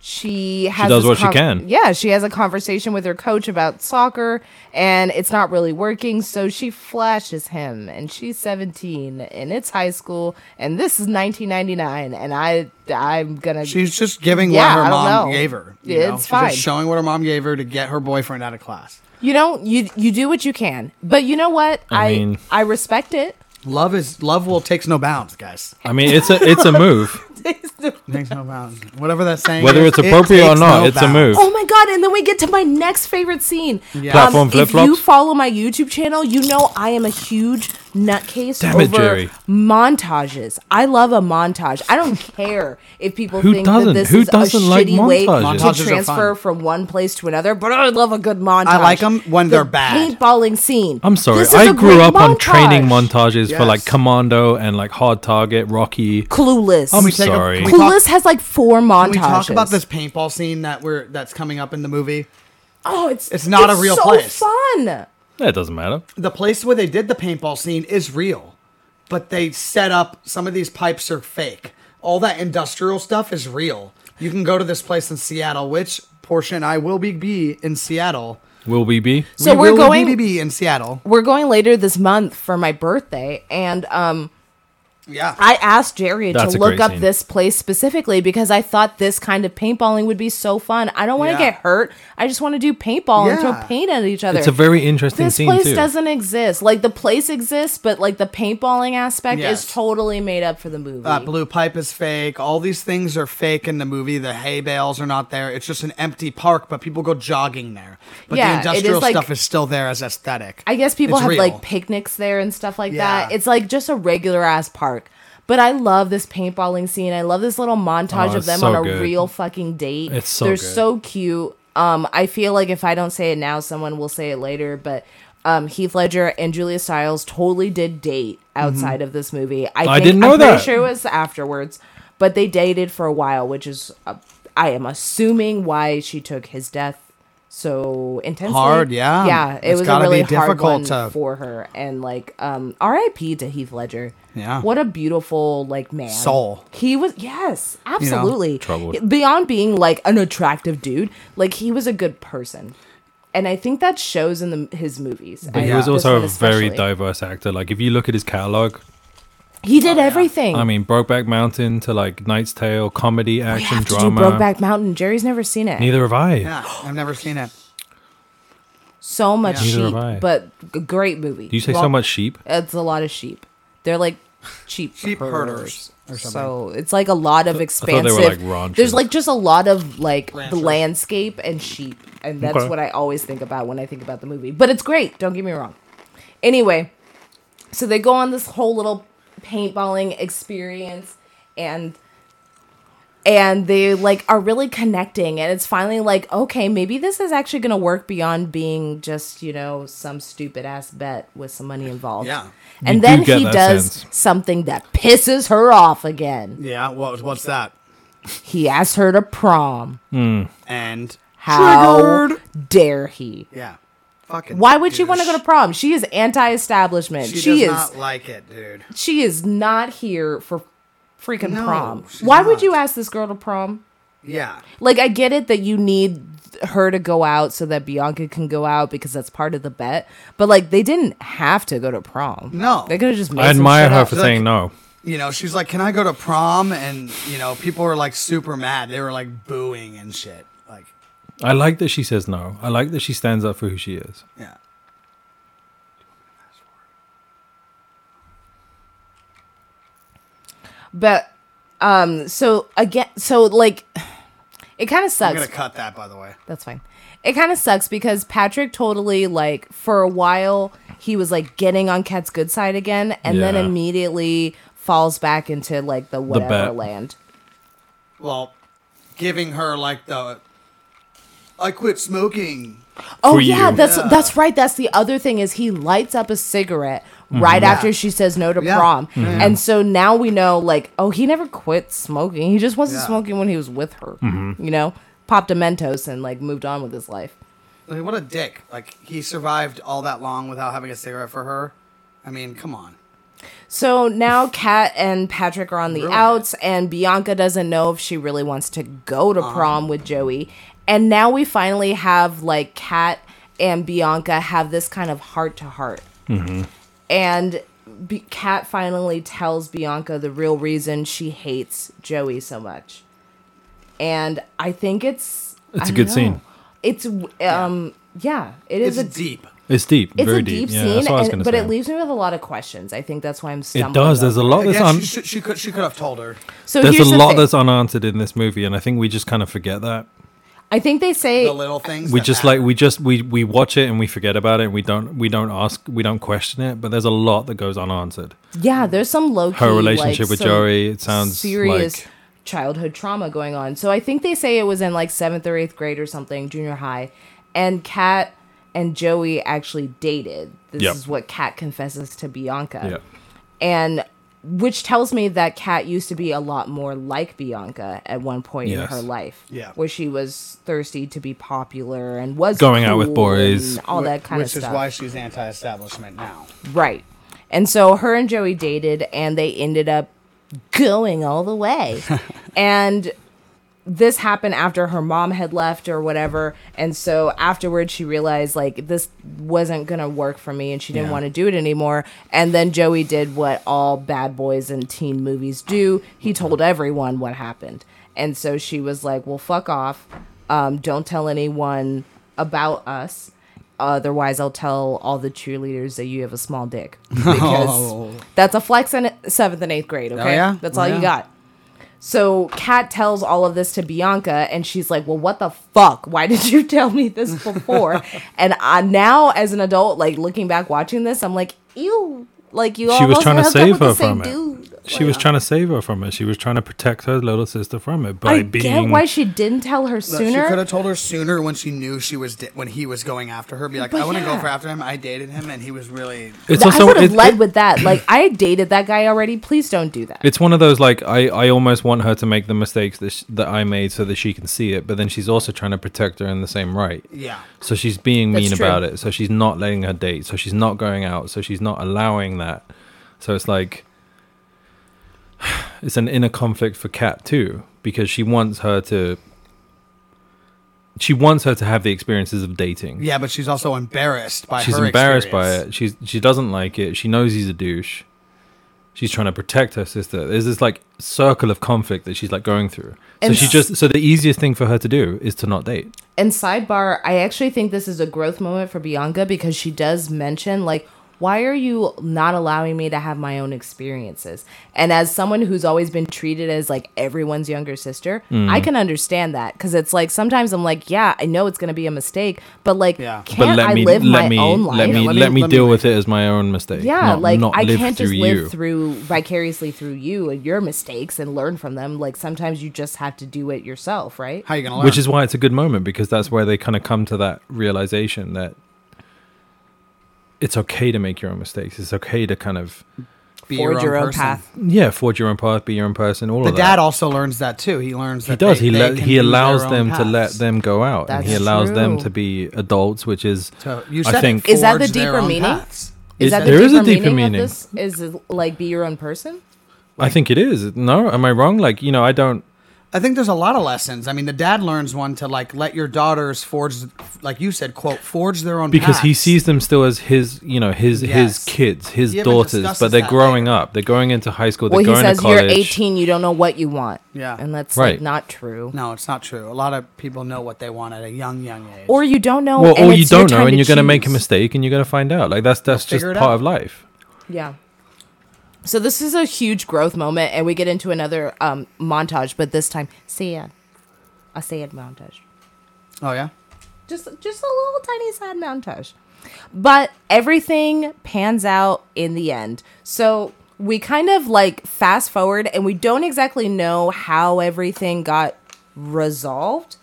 Speaker 3: she has
Speaker 2: does
Speaker 3: this
Speaker 2: what she can.
Speaker 3: Yeah, she has a conversation with her coach about soccer, and it's not really working. So she flashes him, and she's seventeen, and it's high school, and this is nineteen ninety nine, and I I'm gonna
Speaker 1: She's just giving
Speaker 3: Yeah, I
Speaker 1: what her
Speaker 3: don't
Speaker 1: mom
Speaker 3: know.
Speaker 1: gave her. You
Speaker 3: It's
Speaker 1: know? She's
Speaker 3: fine.
Speaker 1: Just showing what her mom gave her to get her boyfriend out of class.
Speaker 3: you know you you do what you can, but you know what
Speaker 2: I mean-
Speaker 3: I, I respect it.
Speaker 1: Love is love will takes no bounds, guys.
Speaker 2: I mean, it's a it's a move.
Speaker 1: Takes no bounds. Whatever that saying.
Speaker 2: Whether
Speaker 1: is,
Speaker 2: it's
Speaker 1: it
Speaker 2: appropriate or
Speaker 1: takes
Speaker 2: not,
Speaker 1: no
Speaker 2: it's a
Speaker 1: bounds.
Speaker 2: move.
Speaker 3: Oh my god! And then we get to my next favorite scene. Um,
Speaker 2: Platform
Speaker 3: if
Speaker 2: flip-flops?
Speaker 3: you follow my YouTube channel, you know I am a huge nutcase
Speaker 2: Damn it,
Speaker 3: over
Speaker 2: Jerry.
Speaker 3: montages. I love a montage. I don't care if people
Speaker 2: Who
Speaker 3: think
Speaker 2: doesn't?
Speaker 3: that this
Speaker 2: Who
Speaker 3: is
Speaker 2: doesn't
Speaker 3: a
Speaker 2: like
Speaker 3: shitty way
Speaker 2: montages?
Speaker 1: Montages
Speaker 3: to
Speaker 1: are
Speaker 3: transfer
Speaker 1: fun.
Speaker 3: from one place to another. But I love a good montage.
Speaker 1: I like 'em when
Speaker 3: The
Speaker 1: they're bad.
Speaker 3: Paintballing scene.
Speaker 2: I'm sorry.
Speaker 3: This is
Speaker 2: I
Speaker 3: a
Speaker 2: grew
Speaker 3: great
Speaker 2: up on training
Speaker 3: montage.
Speaker 2: montages for like
Speaker 1: Yes.
Speaker 2: Commando and like Hard Target, Rocky.
Speaker 3: Clueless.
Speaker 2: I'm
Speaker 1: take a-
Speaker 2: sorry.
Speaker 1: can we talk-
Speaker 3: Clueless has like four montages.
Speaker 1: Can we talk about this paintball scene that we're that's coming up in the movie?
Speaker 3: Oh, it's
Speaker 1: It's not a real
Speaker 3: so
Speaker 1: place.
Speaker 3: Fun.
Speaker 2: That doesn't matter.
Speaker 1: The place where they did the paintball scene is real, but they set up some of these pipes are fake. All that industrial stuff is real. You can go to this place in Seattle, which portion I will be be in Seattle.
Speaker 2: Will we be?
Speaker 3: So
Speaker 1: We
Speaker 3: we're
Speaker 1: will
Speaker 3: going.
Speaker 1: be, be in Seattle.
Speaker 3: we're going later this month for my birthday and um
Speaker 1: Yeah.
Speaker 3: I asked Jerry
Speaker 2: That's
Speaker 3: to
Speaker 2: a
Speaker 3: look
Speaker 2: great
Speaker 3: up
Speaker 2: scene.
Speaker 3: this place specifically because I thought this kind of paintballing would be so fun. I don't want to
Speaker 1: Yeah.
Speaker 3: get hurt. I just want to do paintball and
Speaker 1: Yeah.
Speaker 3: throw paint at each other.
Speaker 2: It's a very interesting
Speaker 3: this
Speaker 2: scene
Speaker 3: place
Speaker 2: too.
Speaker 3: doesn't exist. Like the place exists, but like the paintballing aspect
Speaker 1: Yes.
Speaker 3: is totally made up for the movie.
Speaker 1: That Uh, blue pipe is fake. All these things are fake in the movie. The hay bales are not there. It's just an empty park, but people go jogging there. But
Speaker 3: Yeah, it
Speaker 1: the
Speaker 3: is
Speaker 1: industrial
Speaker 3: like-
Speaker 1: stuff is still there as aesthetic.
Speaker 3: I guess people
Speaker 1: It's
Speaker 3: have
Speaker 1: real.
Speaker 3: like picnics there and stuff like that.
Speaker 1: Yeah.
Speaker 3: It's like just a regular ass park. But I love this paintballing scene. I love this little montage
Speaker 2: Oh,
Speaker 3: of
Speaker 2: it's
Speaker 3: them
Speaker 2: so
Speaker 3: on a
Speaker 2: good.
Speaker 3: real fucking date.
Speaker 2: It's so
Speaker 3: They're
Speaker 2: good.
Speaker 3: so cute. Um, I feel like if I don't say it now, someone will say it later. But um, Heath Ledger and Julia Stiles totally did date outside of this movie. I, think,
Speaker 2: didn't know
Speaker 3: I'm
Speaker 2: that.
Speaker 3: Pretty sure it was afterwards, but they dated for a while, which is uh, I am assuming why she took his death so intensely.
Speaker 1: Hard, yeah.
Speaker 3: yeah. It
Speaker 1: It's
Speaker 3: was a
Speaker 1: gotta be
Speaker 3: really hard
Speaker 1: difficult
Speaker 3: one
Speaker 1: to-
Speaker 3: for her, and like, um, R.I.P. to Heath Ledger.
Speaker 1: Yeah.
Speaker 3: what a beautiful like man
Speaker 1: Soul.
Speaker 3: He was yes, absolutely
Speaker 2: Troubled.
Speaker 3: beyond being like an attractive dude. Like he was a good person, and I think that shows in the, his movies.
Speaker 2: But
Speaker 3: and
Speaker 2: he was
Speaker 3: this
Speaker 2: also
Speaker 3: one
Speaker 2: a very
Speaker 3: especially.
Speaker 2: diverse actor. Like if you look at his catalog,
Speaker 3: He did everything.
Speaker 2: I mean, Brokeback Mountain to like Knight's Tale, comedy,
Speaker 3: we
Speaker 2: action,
Speaker 3: Oh, have to do
Speaker 2: drama.
Speaker 3: Brokeback Mountain. Jerry's never seen it.
Speaker 2: Neither have I.
Speaker 1: yeah, I've never seen it.
Speaker 3: so much
Speaker 2: Neither have
Speaker 3: sheep,
Speaker 2: I.
Speaker 3: but g- great movie.
Speaker 2: Do you say so
Speaker 1: Well-
Speaker 2: much sheep?
Speaker 3: it's a lot of sheep. They're like sheep,
Speaker 1: Sheep
Speaker 3: herders.
Speaker 1: herders or something.
Speaker 3: So it's like a lot of
Speaker 2: they were,
Speaker 3: expansive.
Speaker 2: like, ranchers.
Speaker 3: there's like just a lot of like the
Speaker 1: Ranchers.
Speaker 3: landscape and sheep, and that's
Speaker 2: Okay.
Speaker 3: what I always think about when I think about the movie. But it's great. Don't get me wrong. Anyway, so they go on this whole little paintballing experience, and and they like are really connecting and it's finally like okay maybe this is actually going to work beyond being just you know some stupid ass bet with some money involved
Speaker 1: Yeah.
Speaker 3: and
Speaker 2: You do
Speaker 3: then
Speaker 2: get
Speaker 3: he
Speaker 2: that
Speaker 3: does
Speaker 2: sense.
Speaker 3: something that pisses her off again
Speaker 1: Yeah, what, what's that?
Speaker 3: he asks her to prom
Speaker 1: And
Speaker 3: how dare he
Speaker 1: Yeah. Fucking
Speaker 3: why would she
Speaker 1: douche.
Speaker 3: want to go to prom she is anti-establishment she,
Speaker 1: She, does
Speaker 3: is
Speaker 1: not like it, dude.
Speaker 3: she is not here for freaking
Speaker 1: No,
Speaker 3: prom
Speaker 1: she's
Speaker 3: why would
Speaker 1: not.
Speaker 3: you ask this girl to prom
Speaker 1: Yeah.
Speaker 3: Like I get it that you need her to go out so that Bianca can go out because that's part of the bet. But like they didn't have to go to prom.
Speaker 1: No.
Speaker 3: They could have just made
Speaker 2: I
Speaker 3: some
Speaker 2: admire
Speaker 3: shit
Speaker 2: her
Speaker 3: up.
Speaker 2: for
Speaker 1: Like-
Speaker 2: saying no.
Speaker 1: You know, she's like, "Can I go to prom?" And you know, people were like super mad. They were like booing and shit. Like,
Speaker 2: I like that she says no. I like that she stands up for who she is.
Speaker 1: yeah.
Speaker 3: But um so again so like it kind
Speaker 1: I'm
Speaker 3: of sucks.
Speaker 1: gonna cut that, by the way.
Speaker 3: That's fine. It kind of sucks because Patrick totally like for a while he was like getting on Cat's good side again, and
Speaker 2: Yeah.
Speaker 3: then immediately falls back into like the whatever
Speaker 2: bet.
Speaker 3: land.
Speaker 1: Well, giving her like the I quit smoking.
Speaker 3: Oh
Speaker 2: For
Speaker 3: yeah,
Speaker 2: you.
Speaker 3: that's that's right. That's the other thing is he lights up a cigarette
Speaker 2: Mm-hmm.
Speaker 3: right after she says no to
Speaker 1: Yeah.
Speaker 3: prom,
Speaker 1: Yeah.
Speaker 3: and so now we know like oh he never quit smoking. He just wasn't
Speaker 1: Yeah.
Speaker 3: smoking when he was with her.
Speaker 2: Mm-hmm.
Speaker 3: You know, popped a Mentos and like moved on with his life.
Speaker 1: Like, what a dick! Like he survived all that long without having a cigarette for her. I mean, come on.
Speaker 3: So now Kat and Patrick are on the
Speaker 1: Ruined it.
Speaker 3: outs, and Bianca doesn't know if she really wants to go
Speaker 2: Ah.
Speaker 3: to prom with Joey. And now we finally have like Kat and Bianca have this kind of heart to heart.
Speaker 2: Mm-hmm.
Speaker 3: And B- Kat finally tells Bianca the real reason she hates Joey so much. And I think it's
Speaker 2: It's
Speaker 3: a
Speaker 2: a good scene.
Speaker 3: It's um yeah, it
Speaker 1: It's
Speaker 3: is a
Speaker 1: deep.
Speaker 2: It's deep,
Speaker 3: it's
Speaker 2: very
Speaker 3: a deep,
Speaker 2: Yeah,
Speaker 3: scene,
Speaker 2: that's what I was
Speaker 3: and,
Speaker 2: gonna
Speaker 3: but
Speaker 2: say.
Speaker 3: it leaves me with a lot of questions. I think that's why I'm
Speaker 2: it
Speaker 3: stumbling.
Speaker 2: does. There's
Speaker 3: over
Speaker 2: a lot that's
Speaker 1: Again,
Speaker 2: un-
Speaker 1: she, should- she could she could have told her.
Speaker 3: So
Speaker 2: there's a
Speaker 3: here's the
Speaker 2: lot
Speaker 3: thing.
Speaker 2: that's unanswered in this movie, and I think we just kind of forget that.
Speaker 3: I think they say
Speaker 1: The little things.
Speaker 2: We
Speaker 1: that
Speaker 2: just
Speaker 1: matter.
Speaker 2: like we just we we watch it and we forget about it. And we don't we don't ask we don't question it. But there's a lot that goes unanswered.
Speaker 3: yeah, there's some low key
Speaker 2: Her relationship with Joey, it sounds
Speaker 3: serious
Speaker 2: like-
Speaker 3: childhood trauma going on. So I think they say it was in like seventh or eighth grade or something, junior high, and Kat and Joey actually dated. This
Speaker 2: Yep.
Speaker 3: is what Kat confesses to Bianca.
Speaker 2: Yeah,
Speaker 3: and which tells me that Kat used to be a lot more like Bianca at one point
Speaker 2: Yes.
Speaker 3: in her life,
Speaker 1: Yeah.
Speaker 3: where she was thirsty to be popular and was
Speaker 2: Going out with
Speaker 3: cool
Speaker 2: boys.
Speaker 3: and all
Speaker 1: Wh-
Speaker 3: that kind
Speaker 1: which
Speaker 3: of stuff,
Speaker 1: is why she's anti-establishment now.
Speaker 3: right? And so her and Joey dated, and they ended up going all the way, and this happened after her mom had left or whatever and so afterwards she realized like this wasn't gonna work for me and she didn't
Speaker 2: Yeah.
Speaker 3: want to do it anymore and then joey did what all bad boys and teen movies do he told everyone what happened and so she was like well fuck off um, don't tell anyone about us otherwise i'll tell all the cheerleaders that you have a small dick because that's a flex in seventh and eighth grade okay
Speaker 1: yeah?
Speaker 3: that's
Speaker 1: Oh,
Speaker 3: all
Speaker 1: yeah.
Speaker 3: you got so Kat tells all of this to Bianca, and she's like, "Well, what the fuck? Why did you tell me this before?" and I, now, as an adult, like looking back, watching this, I'm like, "Ew!" Like you.
Speaker 2: she was
Speaker 3: almost
Speaker 2: trying to
Speaker 3: hooked up
Speaker 2: save
Speaker 3: with the
Speaker 2: her
Speaker 3: same
Speaker 2: from
Speaker 3: dude.
Speaker 2: it. She was
Speaker 3: Like,
Speaker 2: trying to save her from it. She was trying to protect her little sister from it by
Speaker 3: I get
Speaker 2: being
Speaker 3: why she didn't tell her
Speaker 1: Look, She could
Speaker 3: sooner.
Speaker 1: have told her sooner when she knew she was di- when he was going after her. Be like,
Speaker 3: But
Speaker 1: I want to
Speaker 3: yeah.
Speaker 1: go for after him. I dated him, and he was really.
Speaker 2: It's
Speaker 3: I would have
Speaker 2: it-
Speaker 3: led
Speaker 2: it-
Speaker 3: with that. Like I dated that guy already. Please don't do that.
Speaker 2: It's one of those like I, I almost want her to make the mistakes that sh- that I made so that she can see it, but then she's also trying to protect her in the same right.
Speaker 1: Yeah.
Speaker 2: So she's being
Speaker 3: That's
Speaker 2: mean
Speaker 3: true.
Speaker 2: about it. So she's not letting her date. So she's not going out. So she's not allowing that. So it's like it's an inner conflict for Kat too because she wants her to she wants her to have the experiences of dating.
Speaker 1: Yeah, but she's also embarrassed by
Speaker 2: She's
Speaker 1: her
Speaker 2: embarrassed by
Speaker 1: experience.
Speaker 2: it. She's she doesn't like it. She knows he's a douche. She's trying to protect her sister. There's this like circle of conflict that she's like going through.
Speaker 3: And
Speaker 2: so she
Speaker 3: s-
Speaker 2: just so the easiest thing for her to do is to not date.
Speaker 3: And sidebar, I actually think this is a growth moment for Bianca because she does mention, like, why are you not allowing me to have my own experiences? And as someone who's always been treated as like everyone's younger sister,
Speaker 2: Mm.
Speaker 3: I can understand that because it's like sometimes I'm like, yeah, I know it's going to be a mistake, but like,
Speaker 1: Yeah. But
Speaker 3: can't
Speaker 2: but let
Speaker 3: I
Speaker 2: me
Speaker 3: live
Speaker 2: let
Speaker 3: my
Speaker 2: me,
Speaker 3: own life?
Speaker 2: let
Speaker 1: Let
Speaker 2: me let
Speaker 1: me-
Speaker 2: me
Speaker 1: let me
Speaker 2: deal
Speaker 1: live-
Speaker 2: with it as my own mistake.
Speaker 3: yeah,
Speaker 2: not,
Speaker 3: like
Speaker 2: not
Speaker 3: I
Speaker 2: live
Speaker 3: can't
Speaker 2: through
Speaker 3: just
Speaker 2: you.
Speaker 3: live through vicariously through you and your mistakes and learn from them. Like sometimes you just have to do it yourself, right?
Speaker 1: How you gonna learn?
Speaker 2: Which is why it's a good moment because that's where they kind of come to that realization that it's okay to make your own mistakes. It's okay to kind of
Speaker 1: Be
Speaker 3: Forge your own
Speaker 1: person.
Speaker 3: path.
Speaker 2: yeah, forge your own path, be your own person, all
Speaker 1: The
Speaker 2: of that.
Speaker 1: dad also learns that too. He learns that
Speaker 2: he does.
Speaker 1: They,
Speaker 2: he
Speaker 1: they
Speaker 2: let,
Speaker 1: can
Speaker 2: he
Speaker 1: do their
Speaker 2: allows
Speaker 1: own
Speaker 2: them to
Speaker 1: paths.
Speaker 2: let them go out, and he
Speaker 3: That's
Speaker 2: allows them
Speaker 3: true.
Speaker 2: to be adults, which is
Speaker 1: So you said
Speaker 2: I think
Speaker 1: it,
Speaker 3: Is that the
Speaker 1: forge their
Speaker 3: deeper
Speaker 1: own
Speaker 3: meaning?
Speaker 1: paths.
Speaker 2: It-
Speaker 3: Is that
Speaker 2: there
Speaker 3: the
Speaker 2: is a
Speaker 3: deeper
Speaker 2: deeper
Speaker 3: meaning,
Speaker 2: meaning.
Speaker 3: of this? Is it like be your own person?
Speaker 2: I think it is. No, am I wrong? Like you know, I don't.
Speaker 1: I think there's a lot of lessons. I mean, the dad learns one to like let your daughters forge, like you said, quote, forge their own
Speaker 2: because he
Speaker 1: paths.
Speaker 2: sees them still as his you know his
Speaker 1: Yes.
Speaker 2: his kids his
Speaker 1: He even
Speaker 2: daughters
Speaker 1: discusses
Speaker 2: but they're
Speaker 1: that
Speaker 2: growing
Speaker 1: later.
Speaker 2: up they're going into high school they're
Speaker 3: Well, he
Speaker 2: going
Speaker 3: says
Speaker 2: to college
Speaker 3: you're 18, you don't know what you want.
Speaker 1: Yeah.
Speaker 3: And that's like
Speaker 2: Right.
Speaker 3: not true.
Speaker 1: No, it's not true. A lot of people know what they want at a young, young age.
Speaker 3: Or you don't know.
Speaker 2: well
Speaker 3: and
Speaker 2: or you
Speaker 3: it's your
Speaker 2: don't know
Speaker 3: time
Speaker 2: and
Speaker 3: to
Speaker 2: you're going to make a
Speaker 3: choose.
Speaker 2: mistake and you're going to find out like that's that's just
Speaker 1: figure it
Speaker 2: part
Speaker 1: out.
Speaker 2: of life
Speaker 3: Yeah. So this is a huge growth moment, and we get into another um, montage, but this time sad, a sad montage,
Speaker 1: Oh yeah.
Speaker 3: just just a little tiny sad montage. But everything pans out in the end. So we kind of like fast forward, and we don't exactly know how everything got resolved.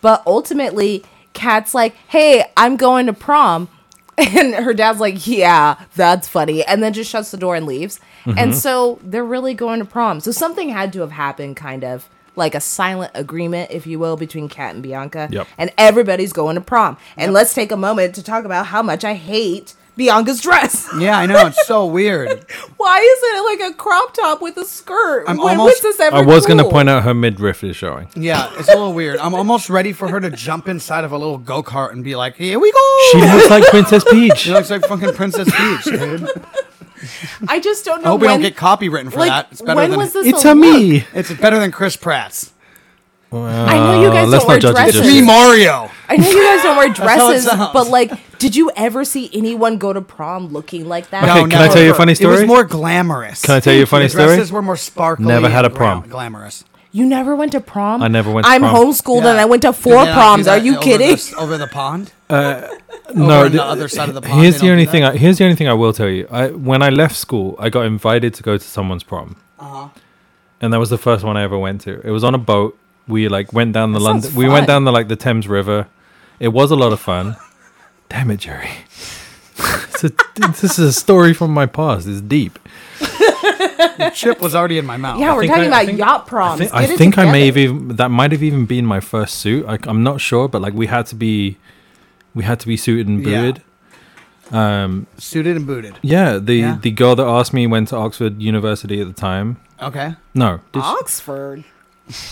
Speaker 3: But ultimately, Kat's like, hey, I'm going to prom. And her dad's like, yeah, that's funny. And then just shuts the door and leaves.
Speaker 1: Mm-hmm.
Speaker 3: And so they're really going to prom. So something had to have happened, kind of like a silent agreement, if you will, between Kat and Bianca.
Speaker 2: Yep.
Speaker 3: And everybody's going to prom. And let's take a moment to talk about how much I hate Bianca's dress.
Speaker 1: Yeah, I know. It's so weird.
Speaker 3: Why isn't it like a crop top with a skirt?
Speaker 1: I'm
Speaker 3: when
Speaker 1: almost-
Speaker 3: was this ever
Speaker 2: I was going to
Speaker 3: cool?
Speaker 2: point out her midriff is showing.
Speaker 1: Yeah, it's a little weird. I'm almost ready for her to jump inside of a little go kart and be like, "Here we go."
Speaker 2: She looks like Princess Peach.
Speaker 1: She looks like fucking Princess Peach, dude.
Speaker 3: I just don't know.
Speaker 1: I hope we
Speaker 3: when,
Speaker 1: don't get copywritten for
Speaker 3: like,
Speaker 1: that. It's better
Speaker 3: when
Speaker 1: than
Speaker 3: was this
Speaker 2: it's
Speaker 3: a
Speaker 2: a
Speaker 3: look?
Speaker 2: me.
Speaker 1: it's better than Chris Pratt's.
Speaker 3: I know you
Speaker 2: Uh,
Speaker 3: guys
Speaker 2: let's not
Speaker 3: don't wear
Speaker 2: judge it
Speaker 3: dresses.
Speaker 2: just
Speaker 1: It's me, Mario.
Speaker 3: I know you guys don't wear
Speaker 1: how it
Speaker 3: dresses,
Speaker 1: sounds.
Speaker 3: but like, did you ever see anyone go to prom looking like that?
Speaker 2: Okay,
Speaker 1: No,
Speaker 2: can I
Speaker 1: never.
Speaker 2: tell you a funny
Speaker 1: It
Speaker 2: story?
Speaker 1: was more glamorous.
Speaker 2: Can I tell you a funny
Speaker 1: the
Speaker 2: story?
Speaker 1: Dresses were more sparkly.
Speaker 2: Never had
Speaker 1: and
Speaker 2: a prom.
Speaker 1: glam- Glamorous.
Speaker 3: You never went to prom.
Speaker 2: I never went to
Speaker 3: I'm
Speaker 2: prom.
Speaker 3: homeschooled and
Speaker 1: Yeah.
Speaker 3: I went to
Speaker 1: Did they
Speaker 3: four
Speaker 1: not do
Speaker 3: proms. Are
Speaker 1: that
Speaker 3: you
Speaker 1: over
Speaker 3: kidding?
Speaker 1: the- over the pond?
Speaker 2: no,
Speaker 1: on the
Speaker 2: th-
Speaker 1: other side of the pond,
Speaker 2: Here's
Speaker 1: they
Speaker 2: the
Speaker 1: don't
Speaker 2: only
Speaker 1: do
Speaker 2: thing.
Speaker 1: that.
Speaker 2: I, here's the only thing I will tell you. I when I left school, I got invited to go to someone's prom,
Speaker 3: Uh-huh.
Speaker 2: and that was the first one I ever went to. It was on a boat. We like went down the
Speaker 3: sounds
Speaker 2: London. We went
Speaker 3: fun.
Speaker 2: down the like the Thames River. It was a lot of fun. Damn it, Jerry. it's a, this is a story from my past. It's deep.
Speaker 1: Chip was already in my mouth.
Speaker 3: yeah, we're
Speaker 2: think
Speaker 3: talking
Speaker 2: I- I
Speaker 3: about
Speaker 2: think-
Speaker 3: yacht
Speaker 2: I
Speaker 3: proms.
Speaker 2: think, I,
Speaker 3: Get it
Speaker 2: think I may have
Speaker 3: together.
Speaker 2: even that might have even been my first suit. I, am not sure, but like we had to be, we had to be suited and
Speaker 1: Yeah.
Speaker 2: booted.
Speaker 1: Suited and booted.
Speaker 2: Yeah, the
Speaker 1: Yeah.
Speaker 2: the girl that asked me went to Oxford University at the time.
Speaker 1: Okay.
Speaker 2: No, did she-
Speaker 3: Oxford.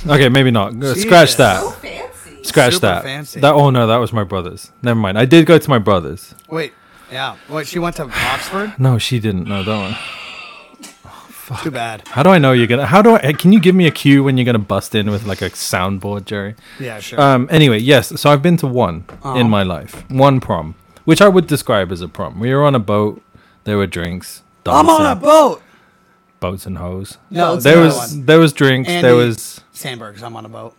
Speaker 2: okay, maybe not. Uh,
Speaker 1: Jesus.
Speaker 2: Scratch that.
Speaker 3: fancy.
Speaker 2: Scratch
Speaker 1: Super
Speaker 2: that.
Speaker 1: fancy.
Speaker 2: That. Oh no, that was my brother's. Never mind. I did go to my brother's.
Speaker 1: Wait. Yeah. Wait, she went to Oxford?
Speaker 2: No, she didn't. No, that one.
Speaker 1: Too bad.
Speaker 2: How do I know you're gonna? How do I? Can you give me a cue when you're gonna bust in with like a soundboard, Jerry?
Speaker 1: Yeah, sure. Uh-huh.
Speaker 2: Um. Anyway, yes. So I've been to one in my life. One prom, which I would describe as a prom. We were on a boat. There were drinks.
Speaker 1: I'm on a
Speaker 2: dancing,
Speaker 1: boat.
Speaker 2: boats and hoes.
Speaker 1: No, it's
Speaker 2: There
Speaker 1: another
Speaker 2: was
Speaker 1: one.
Speaker 2: there was drinks.
Speaker 1: Andy.
Speaker 2: There was
Speaker 1: Sandberg's. I'm on a boat.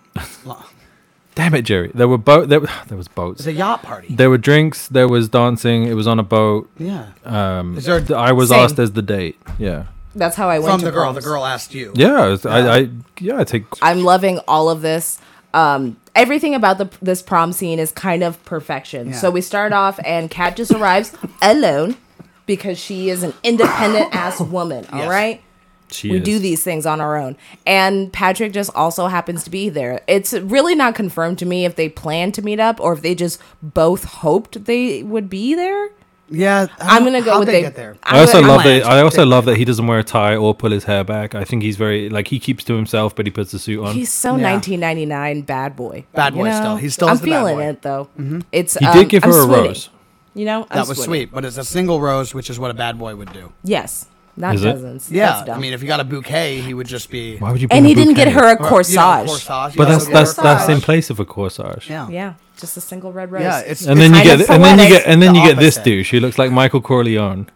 Speaker 2: damn it, Jerry. There were boat. There, there was boats.
Speaker 1: It's a yacht party.
Speaker 2: There were drinks. There was dancing. It was on a boat.
Speaker 1: Yeah.
Speaker 2: Um,
Speaker 1: Is there
Speaker 2: th- I was
Speaker 3: Same.
Speaker 2: asked as the date. Yeah,
Speaker 3: That's how I went
Speaker 1: from
Speaker 3: to
Speaker 1: the girl.
Speaker 3: proms.
Speaker 1: The girl asked you.
Speaker 2: yeah. I, was- I, I yeah. I take.
Speaker 3: I'm loving all of this. Um, everything about the this prom scene is kind of perfection.
Speaker 1: Yeah.
Speaker 3: So we start off, and Kat just arrives alone because she is an independent ass woman. All right,
Speaker 1: Yes.
Speaker 2: She
Speaker 3: we
Speaker 2: is.
Speaker 3: do these things on our own, and Patrick just also happens to be there. It's really not confirmed to me if they planned to meet up or if they just both hoped they would be there.
Speaker 1: Yeah. I
Speaker 3: I'm
Speaker 1: don't-
Speaker 3: gonna go
Speaker 1: how'd
Speaker 3: with
Speaker 1: they
Speaker 3: they-
Speaker 1: get there.
Speaker 2: I also
Speaker 3: I'm
Speaker 2: love
Speaker 1: glad
Speaker 2: that. I
Speaker 1: she
Speaker 2: also love that he doesn't wear a tie or pull his hair back. I think he's very like he keeps to himself, but he puts the suit on.
Speaker 3: He's so
Speaker 1: Yeah.
Speaker 3: 1999 bad boy.
Speaker 1: Bad boy still. He still
Speaker 3: I'm
Speaker 1: is the bad
Speaker 3: feeling
Speaker 1: boy. Mm-hmm.
Speaker 3: it though. It's
Speaker 2: he
Speaker 3: um,
Speaker 2: did give
Speaker 3: I'm
Speaker 2: her a
Speaker 3: swooning.
Speaker 2: rose.
Speaker 3: You know I'm
Speaker 1: That was
Speaker 3: swooning.
Speaker 1: sweet, but it's a single rose, which is what a bad boy would do.
Speaker 3: Yes, not
Speaker 2: Is it?
Speaker 3: dozens.
Speaker 1: Yeah,
Speaker 3: that's dumb.
Speaker 1: I mean, if you got a bouquet, he would just be.
Speaker 2: Why would you?
Speaker 3: and
Speaker 2: bring
Speaker 3: he didn't get
Speaker 2: bouquet?
Speaker 3: her a
Speaker 1: Or,
Speaker 3: corsage.
Speaker 1: you know, corsage. You
Speaker 2: But
Speaker 1: also
Speaker 2: that's
Speaker 1: get
Speaker 2: that's
Speaker 1: her
Speaker 2: that's
Speaker 1: corsage.
Speaker 2: in place of a corsage.
Speaker 1: Yeah,
Speaker 3: Yeah, just a single red rose.
Speaker 1: yeah. It's,
Speaker 2: And then you
Speaker 3: kind of
Speaker 2: get and then you
Speaker 3: poetic.
Speaker 2: get and then
Speaker 1: The
Speaker 2: you get this
Speaker 1: opposite.
Speaker 2: douche. She looks like Michael Corleone.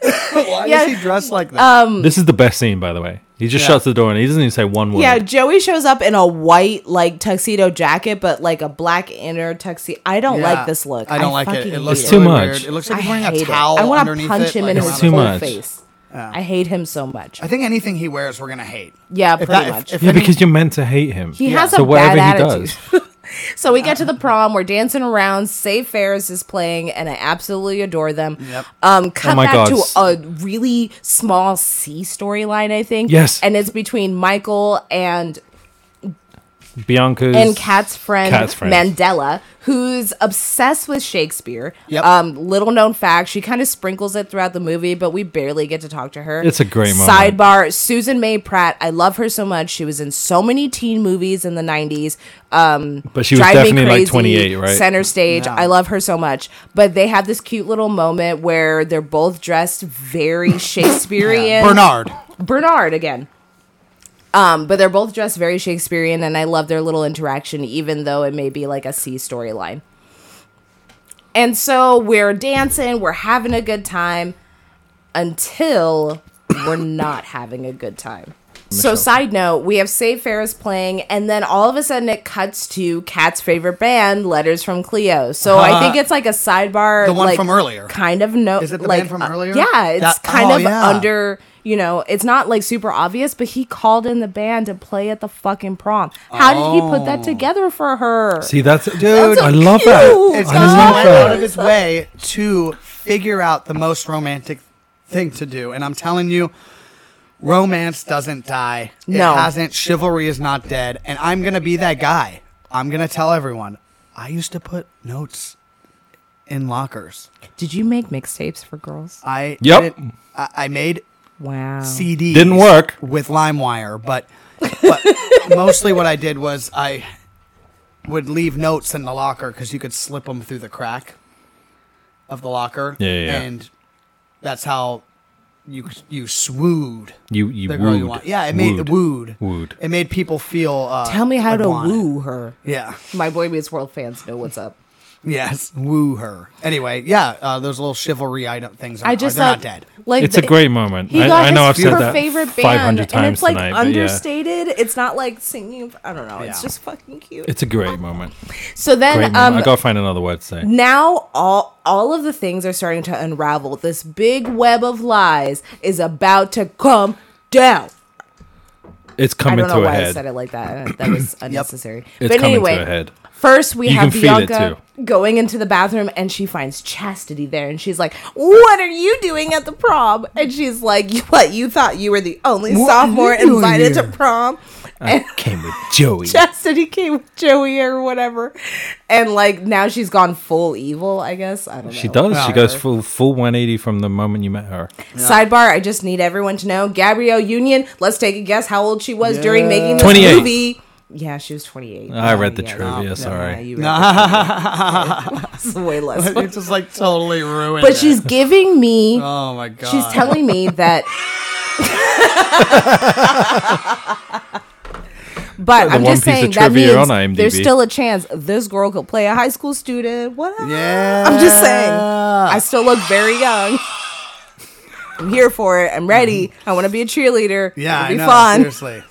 Speaker 1: why
Speaker 3: Yeah. Um,
Speaker 1: is he dressed like that?
Speaker 2: this is the best scene, by the way. He just
Speaker 1: Yeah.
Speaker 2: shuts the door and he doesn't even say one word.
Speaker 3: yeah. Joey shows up in a white like tuxedo jacket, but like a black inner tuxedo. I don't
Speaker 1: Yeah.
Speaker 3: like this look.
Speaker 1: I don't like it.
Speaker 3: fucking
Speaker 1: It looks
Speaker 3: hate
Speaker 2: It's too
Speaker 1: really
Speaker 2: much.
Speaker 1: Weird. It looks like
Speaker 3: I
Speaker 1: he's wearing
Speaker 3: hate
Speaker 1: a
Speaker 3: it.
Speaker 1: towel.
Speaker 3: I want to
Speaker 1: underneath
Speaker 3: punch
Speaker 1: it,
Speaker 3: him
Speaker 1: like,
Speaker 3: in his
Speaker 1: around
Speaker 2: Too
Speaker 3: whole
Speaker 1: the-
Speaker 2: much.
Speaker 3: face. I hate him so much.
Speaker 1: I think anything he wears, we're gonna hate.
Speaker 3: Yeah,
Speaker 1: If
Speaker 3: pretty
Speaker 1: that- if-
Speaker 3: much.
Speaker 1: if
Speaker 2: Yeah,
Speaker 1: any-
Speaker 2: because you're meant to hate him.
Speaker 3: He
Speaker 2: yeah.
Speaker 3: has a
Speaker 2: so whatever
Speaker 3: bad
Speaker 2: he
Speaker 3: attitude.
Speaker 2: does.
Speaker 3: So we get to the prom. We're dancing around. Save Ferris is playing, and I absolutely adore them.
Speaker 1: Yep.
Speaker 3: Um, cut
Speaker 2: Oh my
Speaker 3: back
Speaker 2: God.
Speaker 3: to a really small C storyline, I think.
Speaker 2: Yes.
Speaker 3: And it's between Michael and
Speaker 2: Bianca's
Speaker 3: and Kat's friend,
Speaker 2: Kat's friend.
Speaker 3: Mandela, who's obsessed with Shakespeare.
Speaker 1: Yep.
Speaker 3: Um, little known fact, she kind of sprinkles it throughout the movie, but we barely get to talk to her.
Speaker 2: It's a great moment.
Speaker 3: Sidebar: Susan May Pratt. I love her so much. She was in so many teen movies in the '90s. Um,
Speaker 2: But she was
Speaker 3: Drive Me
Speaker 2: definitely, like,
Speaker 3: Crazy,
Speaker 2: 28, right?
Speaker 3: Center stage. I love her so much. But they have this cute little moment where they're both dressed very Shakespearean.
Speaker 1: Bernard.
Speaker 3: Bernard again. Um, but they're both dressed very Shakespearean, and I love their little interaction, even though it may be like a C storyline. And so we're dancing, we're having a good time, until we're not having a good time. So, side note, we have Save Ferris playing, and then all of a sudden it cuts to Cat's favorite band, Letters from Cleo. So I think it's like a sidebar,
Speaker 1: Uh-huh. The one
Speaker 3: like,
Speaker 1: from earlier.
Speaker 3: kind of no.
Speaker 1: Is it the
Speaker 3: like,
Speaker 1: band from
Speaker 3: uh,
Speaker 1: earlier?
Speaker 3: yeah, it's
Speaker 1: That-
Speaker 3: kind
Speaker 1: oh,
Speaker 3: of
Speaker 1: yeah.
Speaker 3: under. You know, it's not like super obvious, but he called in the band to play at the fucking prom. How did he put
Speaker 1: Oh.
Speaker 3: that together for her?
Speaker 2: See, that's dude.
Speaker 3: so
Speaker 2: I love that.
Speaker 3: cute.
Speaker 1: It's
Speaker 2: I
Speaker 1: because he
Speaker 2: love
Speaker 1: went out of
Speaker 2: that.
Speaker 1: his way to figure out the most romantic thing to do. And I'm telling you, romance doesn't die.
Speaker 3: No.
Speaker 1: It hasn't. Chivalry is not dead. And I'm going to be that guy. I'm going to tell everyone. I used to put notes in lockers.
Speaker 3: Did you make mixtapes for girls?
Speaker 1: I
Speaker 2: Yep.
Speaker 1: didn't- I, I made
Speaker 3: Wow.
Speaker 1: CDs.
Speaker 2: Didn't work.
Speaker 1: with LimeWire, but, but mostly what I did was I would leave notes in the locker because you could slip them through the crack of the locker.
Speaker 2: Yeah, yeah, yeah.
Speaker 1: And that's how you you swooed
Speaker 2: You you
Speaker 1: the girl you
Speaker 2: wooed.
Speaker 1: want. Yeah, it made wooed.
Speaker 2: Wooed.
Speaker 1: It made people feel. Uh,
Speaker 3: Tell me how
Speaker 1: like
Speaker 3: to
Speaker 1: wanted.
Speaker 3: woo her.
Speaker 1: Yeah.
Speaker 3: My Boy Meets World fans know what's up.
Speaker 1: Yes. Woo her. Anyway, yeah. Uh, those little chivalry item things. Are,
Speaker 3: I just
Speaker 1: they're
Speaker 3: thought,
Speaker 1: not dead.
Speaker 3: like
Speaker 2: It's a
Speaker 3: the-
Speaker 2: great moment.
Speaker 3: He
Speaker 2: I,
Speaker 3: got
Speaker 2: I know I've
Speaker 3: his
Speaker 2: said
Speaker 3: her
Speaker 2: that
Speaker 3: favorite band,
Speaker 2: 500 times
Speaker 3: and it's like
Speaker 2: tonight. but yeah.
Speaker 3: understated. It's not like singing. I don't know. It's
Speaker 1: Yeah.
Speaker 3: just fucking cute.
Speaker 2: It's a great moment.
Speaker 3: so
Speaker 2: Great
Speaker 3: then,
Speaker 2: moment. I
Speaker 3: um,
Speaker 2: gotta find another word to say.
Speaker 3: now all all of the things are starting to unravel. This big web of lies is about to come down.
Speaker 2: It's
Speaker 3: I
Speaker 2: coming
Speaker 3: don't
Speaker 2: to
Speaker 3: know
Speaker 2: a
Speaker 3: why I said
Speaker 2: head.
Speaker 3: it like that. That was unnecessary.
Speaker 2: It's
Speaker 3: but
Speaker 2: coming
Speaker 3: anyway,
Speaker 2: to a head.
Speaker 3: First, we
Speaker 2: You
Speaker 3: have
Speaker 2: can feel it,
Speaker 3: Bianca going into the bathroom and she finds Chastity there and she's like, What are you doing at the prom? And she's like, "You- What? You thought you were the only
Speaker 1: What are
Speaker 3: sophomore
Speaker 1: you doing
Speaker 3: invited to
Speaker 1: here?"
Speaker 3: prom?
Speaker 2: I came with Joey.
Speaker 3: Chastity came with Joey or whatever. And like now she's gone full evil, I guess. I don't know.
Speaker 2: She does. She goes
Speaker 3: Whatever.
Speaker 2: full full 180 from the moment you met her.
Speaker 3: Sidebar, I just need everyone to know Gabrielle Union, let's take a guess how old she was during making this
Speaker 2: 28.
Speaker 3: movie. Yeah, she was 28.
Speaker 2: I read the
Speaker 3: Yeah,
Speaker 2: trivia. sorry.
Speaker 3: Yeah, you read the trivia. It's way less.
Speaker 1: It just like totally ruined.
Speaker 3: But
Speaker 1: it.
Speaker 3: she's giving me.
Speaker 1: Oh my god.
Speaker 3: She's telling me that. but
Speaker 2: the
Speaker 3: I'm
Speaker 2: one
Speaker 3: just
Speaker 2: piece of
Speaker 3: saying that
Speaker 2: trivia
Speaker 3: means
Speaker 2: on IMDb.
Speaker 3: there's still a chance this girl could play a high school student. Whatever.
Speaker 1: Yeah.
Speaker 3: I'm just saying.
Speaker 1: Uh.
Speaker 3: I still look very young. I'm here for it. I'm ready. I want to be a cheerleader.
Speaker 1: Mm-hmm. Yeah,
Speaker 3: It'll be
Speaker 1: I know.
Speaker 3: fun.
Speaker 1: Seriously.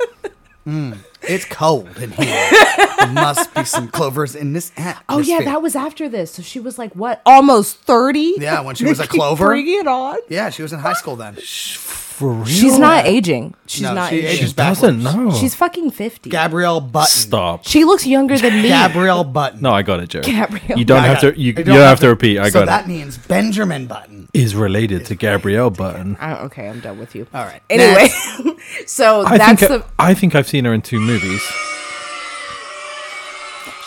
Speaker 1: Mm, It's cold in here. There must be some clovers in this atmosphere.
Speaker 3: Oh yeah, that was after this. So she was like, what, almost thirty?
Speaker 1: Yeah, when she was a
Speaker 3: They keep
Speaker 1: clover.
Speaker 3: Bringing it on.
Speaker 1: Yeah, she was in high school then. She's
Speaker 2: For real?
Speaker 3: She's not aging. She's
Speaker 1: no,
Speaker 3: not
Speaker 1: she
Speaker 3: aging.
Speaker 1: ages
Speaker 2: doesn't
Speaker 1: backwards.
Speaker 2: know.
Speaker 3: She's fucking 50.
Speaker 1: Gabrielle Button.
Speaker 2: Stop.
Speaker 3: she looks younger than me.
Speaker 1: Gabrielle Button.
Speaker 2: No, I got it, Joey.
Speaker 3: Gabrielle.
Speaker 2: You don't
Speaker 1: I
Speaker 2: have
Speaker 1: got
Speaker 2: to.
Speaker 1: it.
Speaker 2: You,
Speaker 1: I
Speaker 2: you don't have to repeat. I
Speaker 1: so
Speaker 2: got
Speaker 1: that
Speaker 2: it.
Speaker 1: means Benjamin Button.
Speaker 2: Is related to Gabrielle Button.
Speaker 3: I don't- okay, I'm done with you.
Speaker 1: All right.
Speaker 3: Anyway, so
Speaker 2: I
Speaker 3: that's
Speaker 2: think
Speaker 3: the.
Speaker 2: I think I've seen her in two movies.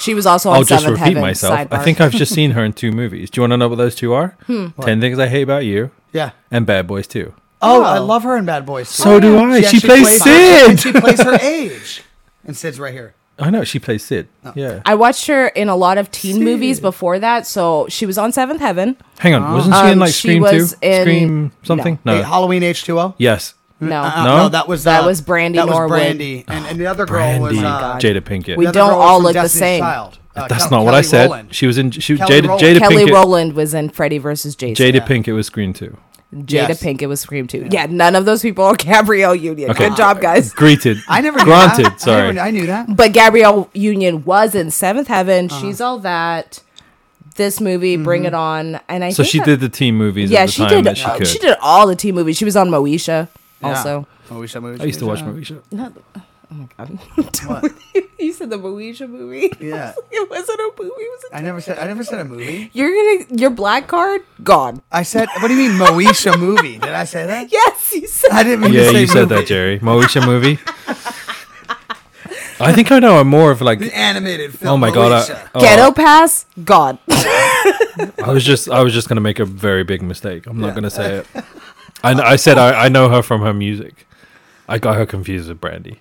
Speaker 3: She was also on
Speaker 2: I'll just
Speaker 3: Seventh
Speaker 2: repeat
Speaker 3: Heaven.
Speaker 2: myself. I
Speaker 3: sidebar. Hmm.
Speaker 2: think I've just seen her in two movies. Do you want to know what those two are? Ten Things I Hate About You
Speaker 1: Yeah.
Speaker 2: and Bad Boys Two.
Speaker 1: Oh,
Speaker 3: Oh.
Speaker 1: I love her in Bad Boys. too.
Speaker 2: So do I. She,
Speaker 1: actually
Speaker 2: plays
Speaker 1: her- and
Speaker 2: Sid.
Speaker 1: she plays her age. And Sid's right here.
Speaker 2: I know she plays Sid.
Speaker 1: Oh.
Speaker 2: Yeah.
Speaker 3: I watched her in a lot of teen
Speaker 2: See.
Speaker 3: movies before that. So she was on Seventh Heaven.
Speaker 2: Hang on. Wasn't she
Speaker 3: Um,
Speaker 2: in like
Speaker 3: she
Speaker 2: Scream Two?
Speaker 3: was in-
Speaker 2: Scream something? No.
Speaker 1: Wait, Halloween H2O?
Speaker 2: yes.
Speaker 3: No,
Speaker 1: Uh,
Speaker 2: No?
Speaker 1: that was
Speaker 3: That
Speaker 1: uh,
Speaker 3: was Brandy
Speaker 1: That
Speaker 3: Norwood.
Speaker 1: was Brandy. And, and the other girl
Speaker 2: Brandy.
Speaker 1: was uh,
Speaker 2: Jada Pinkett.
Speaker 3: Oh We
Speaker 1: The other
Speaker 3: don't
Speaker 1: girl was
Speaker 3: all
Speaker 1: from
Speaker 3: look the
Speaker 1: Destiny's
Speaker 3: same.
Speaker 1: Child. Uh,
Speaker 2: That's
Speaker 1: Kel-
Speaker 2: not what I
Speaker 1: Kelly
Speaker 2: said.
Speaker 1: Rowland.
Speaker 2: She was in. She was
Speaker 1: Kelly
Speaker 2: Jada.
Speaker 1: Rowland.
Speaker 2: Jada
Speaker 3: Kelly
Speaker 2: Pinkett.
Speaker 3: Rowland was in Freddy versus Jason.
Speaker 2: Jada Pinkett was Scream Two.
Speaker 3: Jada
Speaker 1: Yes.
Speaker 3: Pinkett was Scream too. Yeah. none of those people are Gabrielle Union.
Speaker 2: Okay.
Speaker 3: Good
Speaker 1: Uh,
Speaker 3: job, guys.
Speaker 2: Greeted.
Speaker 1: I never knew
Speaker 2: Granted.
Speaker 1: that.
Speaker 2: Sorry.
Speaker 1: I, never- I knew that.
Speaker 3: But Gabrielle Union was in Seventh Heaven.
Speaker 1: Uh-huh.
Speaker 3: She's all that. This movie,
Speaker 1: Mm-hmm.
Speaker 3: Bring It On, and I
Speaker 2: so
Speaker 3: think
Speaker 2: she
Speaker 3: that-
Speaker 2: did the teen movies.
Speaker 3: Yeah,
Speaker 2: at the
Speaker 3: she
Speaker 2: time
Speaker 3: did.
Speaker 2: That she
Speaker 3: uh,
Speaker 2: could.
Speaker 3: she did all the teen movies. She was on Moesha also.
Speaker 1: Yeah. Moesha, Moesha,
Speaker 2: I used to watch
Speaker 1: Moesha.
Speaker 2: movies.
Speaker 3: Not, oh my god! you said the Moesha movie.
Speaker 1: Yeah.
Speaker 3: it wasn't a movie. It was a
Speaker 1: I never said I never said a movie.
Speaker 3: you're gonna your black card gone.
Speaker 1: I said what do you mean Moesha movie? Did I say that?
Speaker 3: Yes, you said.
Speaker 1: I didn't mean to
Speaker 2: Yeah,
Speaker 1: say
Speaker 2: you said that,
Speaker 1: movie.
Speaker 2: Jerry. Moesha movie. I think I know. I'm more of like.
Speaker 1: The animated film.
Speaker 2: Oh my god! I,
Speaker 1: Moesha.
Speaker 2: oh,
Speaker 3: Ghetto pass gone.
Speaker 2: I was just. I was just gonna make a very big mistake. I'm not gonna say it. I, kn- I said I, I know her from her music. I got her confused with Brandy.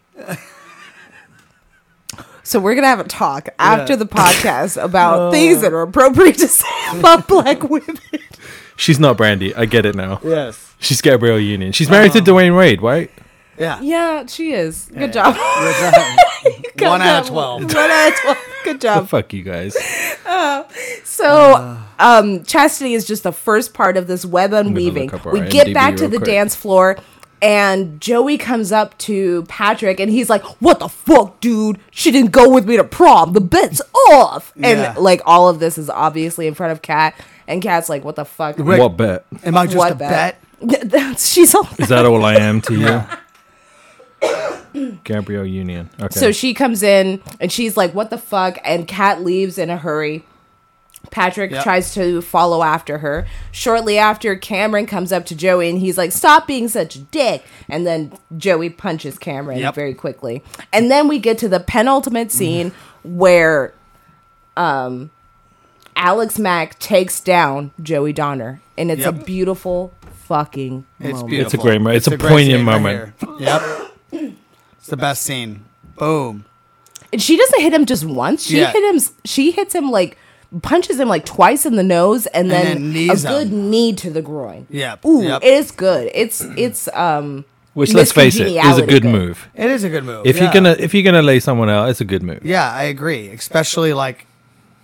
Speaker 3: so we're gonna have a talk after the podcast about things that are appropriate to say about black women.
Speaker 2: She's not Brandy. I get it now.
Speaker 1: Yes.
Speaker 2: She's Gabrielle Union. She's married
Speaker 1: Oh.
Speaker 2: to Dwayne Wade, right?
Speaker 1: Yeah.
Speaker 3: Yeah, she is. Good job.
Speaker 1: One
Speaker 3: Got
Speaker 1: out of
Speaker 3: that
Speaker 1: twelve.
Speaker 2: Uh.
Speaker 3: One out of twelve. Good job.
Speaker 2: Fuck you guys.
Speaker 3: So um, chastity is just the first part of this web unweaving.
Speaker 2: look up our
Speaker 3: We get
Speaker 2: IMDb
Speaker 3: back to
Speaker 2: real
Speaker 3: the
Speaker 2: quick.
Speaker 3: dance floor, and Joey comes up to Patrick, and he's like, "What the fuck, dude? She didn't go with me to prom. The bet's off."
Speaker 1: Yeah.
Speaker 3: And like all of this is obviously in front of Kat, and Kat's like, "What the fuck?
Speaker 1: Rick-
Speaker 2: What bet?
Speaker 1: Am I just
Speaker 3: what
Speaker 1: a bet?
Speaker 3: That's- She's all
Speaker 2: Is that all I am to
Speaker 1: Yeah.
Speaker 2: you? Gabrielle Union. Okay.
Speaker 3: So she comes in and she's like, "What the fuck?" And Kat leaves in a hurry. Patrick
Speaker 1: Yep.
Speaker 3: tries to follow after her. Shortly after, Cameron comes up to Joey and he's like, "Stop being such a dick!" And then Joey punches Cameron
Speaker 1: Yep.
Speaker 3: very quickly. And then we get to the penultimate scene where, um, Alex Mack takes down Joey Donner, and it's a
Speaker 1: Yep.
Speaker 3: beautiful fucking
Speaker 1: It's
Speaker 3: moment.
Speaker 1: beautiful.
Speaker 2: It's a great mo- it's a
Speaker 1: great
Speaker 2: poignant
Speaker 1: scene right
Speaker 2: moment.
Speaker 1: here. yep. It's the best scene. Boom.
Speaker 3: And she doesn't hit him just once. She
Speaker 1: Yeah.
Speaker 3: hit him. She hits him like punches him like twice in the nose, and then,
Speaker 1: then knees
Speaker 3: a good
Speaker 1: him.
Speaker 3: knee to the groin.
Speaker 1: Yep,
Speaker 3: Ooh,
Speaker 1: yep.
Speaker 3: it's good. It's it's um.
Speaker 2: Which let's face it, is a
Speaker 3: miscongeniality
Speaker 2: good move.
Speaker 1: It is a good move.
Speaker 2: If
Speaker 1: yeah.
Speaker 2: you're gonna if you're gonna lay someone out, it's a good move.
Speaker 1: Yeah, I agree. Especially like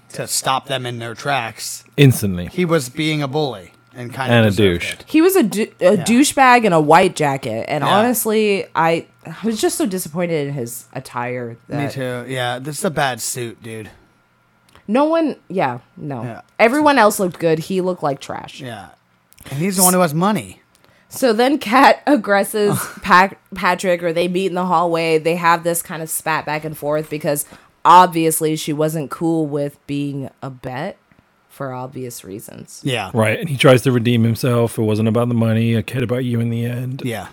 Speaker 1: to stop them in their tracks.
Speaker 2: Instantly.
Speaker 1: He was being a bully and kind
Speaker 2: And a
Speaker 1: of deserved
Speaker 2: douche.
Speaker 1: it.
Speaker 3: He was a, du- a douchebag in a white jacket, and
Speaker 1: Yeah.
Speaker 3: honestly, I I was just so disappointed in his attire. That
Speaker 1: Me too. Yeah, this is a bad suit, dude.
Speaker 3: No one, yeah, no.
Speaker 1: Yeah.
Speaker 3: Everyone else looked good. He looked like trash.
Speaker 1: Yeah, and he's the one who has money.
Speaker 3: So then Kat aggresses Pat- Patrick, or they meet in the hallway. They have this kind of spat back and forth because obviously she wasn't cool with being a bet for obvious reasons.
Speaker 1: Yeah.
Speaker 2: Right. And he tries to redeem himself. It wasn't about the money. I cared about you in the end.
Speaker 1: Yeah.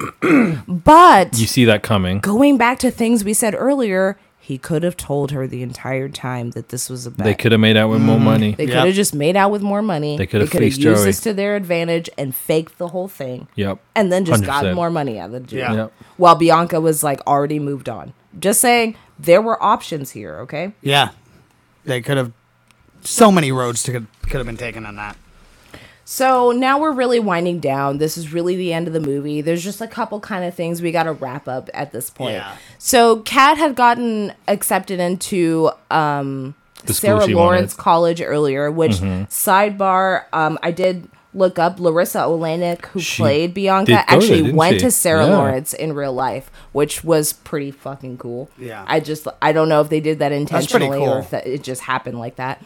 Speaker 3: But
Speaker 2: You see that coming.
Speaker 3: going back to things we said earlier, he could have told her the entire time that this was a bet.
Speaker 2: They could have made out with more money.
Speaker 3: They could
Speaker 1: Yeah.
Speaker 3: have just made out with more money.
Speaker 2: They could have
Speaker 3: could have
Speaker 2: fleeced
Speaker 3: used
Speaker 2: Joey.
Speaker 3: this to their advantage and faked the whole thing.
Speaker 2: Yep.
Speaker 3: And then just got
Speaker 2: 100%.
Speaker 3: more money out of the deal.
Speaker 1: Yeah.
Speaker 2: Yep.
Speaker 3: While Bianca was like already moved on. Just saying, there were options here, okay?
Speaker 1: Yeah. They could have. So many roads could could have been taken on that.
Speaker 3: So now we're really winding down. This is really the end of the movie. There's just a couple kind of things we got to wrap up at this point.
Speaker 1: Yeah.
Speaker 3: So Kat had gotten accepted into um,
Speaker 2: The school
Speaker 3: Sarah
Speaker 2: she
Speaker 3: Lawrence
Speaker 2: wanted. Mm-hmm.
Speaker 3: College earlier, which sidebar, um, I did look up Larissa Olenek, who
Speaker 2: She
Speaker 3: played
Speaker 2: did go
Speaker 3: Bianca,
Speaker 2: there,
Speaker 3: actually
Speaker 2: didn't
Speaker 3: went
Speaker 2: she?
Speaker 3: to Sarah
Speaker 2: Yeah.
Speaker 3: Lawrence in real life, which was pretty fucking cool.
Speaker 1: Yeah.
Speaker 3: I just I don't know if they did that
Speaker 1: pretty
Speaker 3: intentionally or
Speaker 1: cool.
Speaker 3: if that, it just happened like that.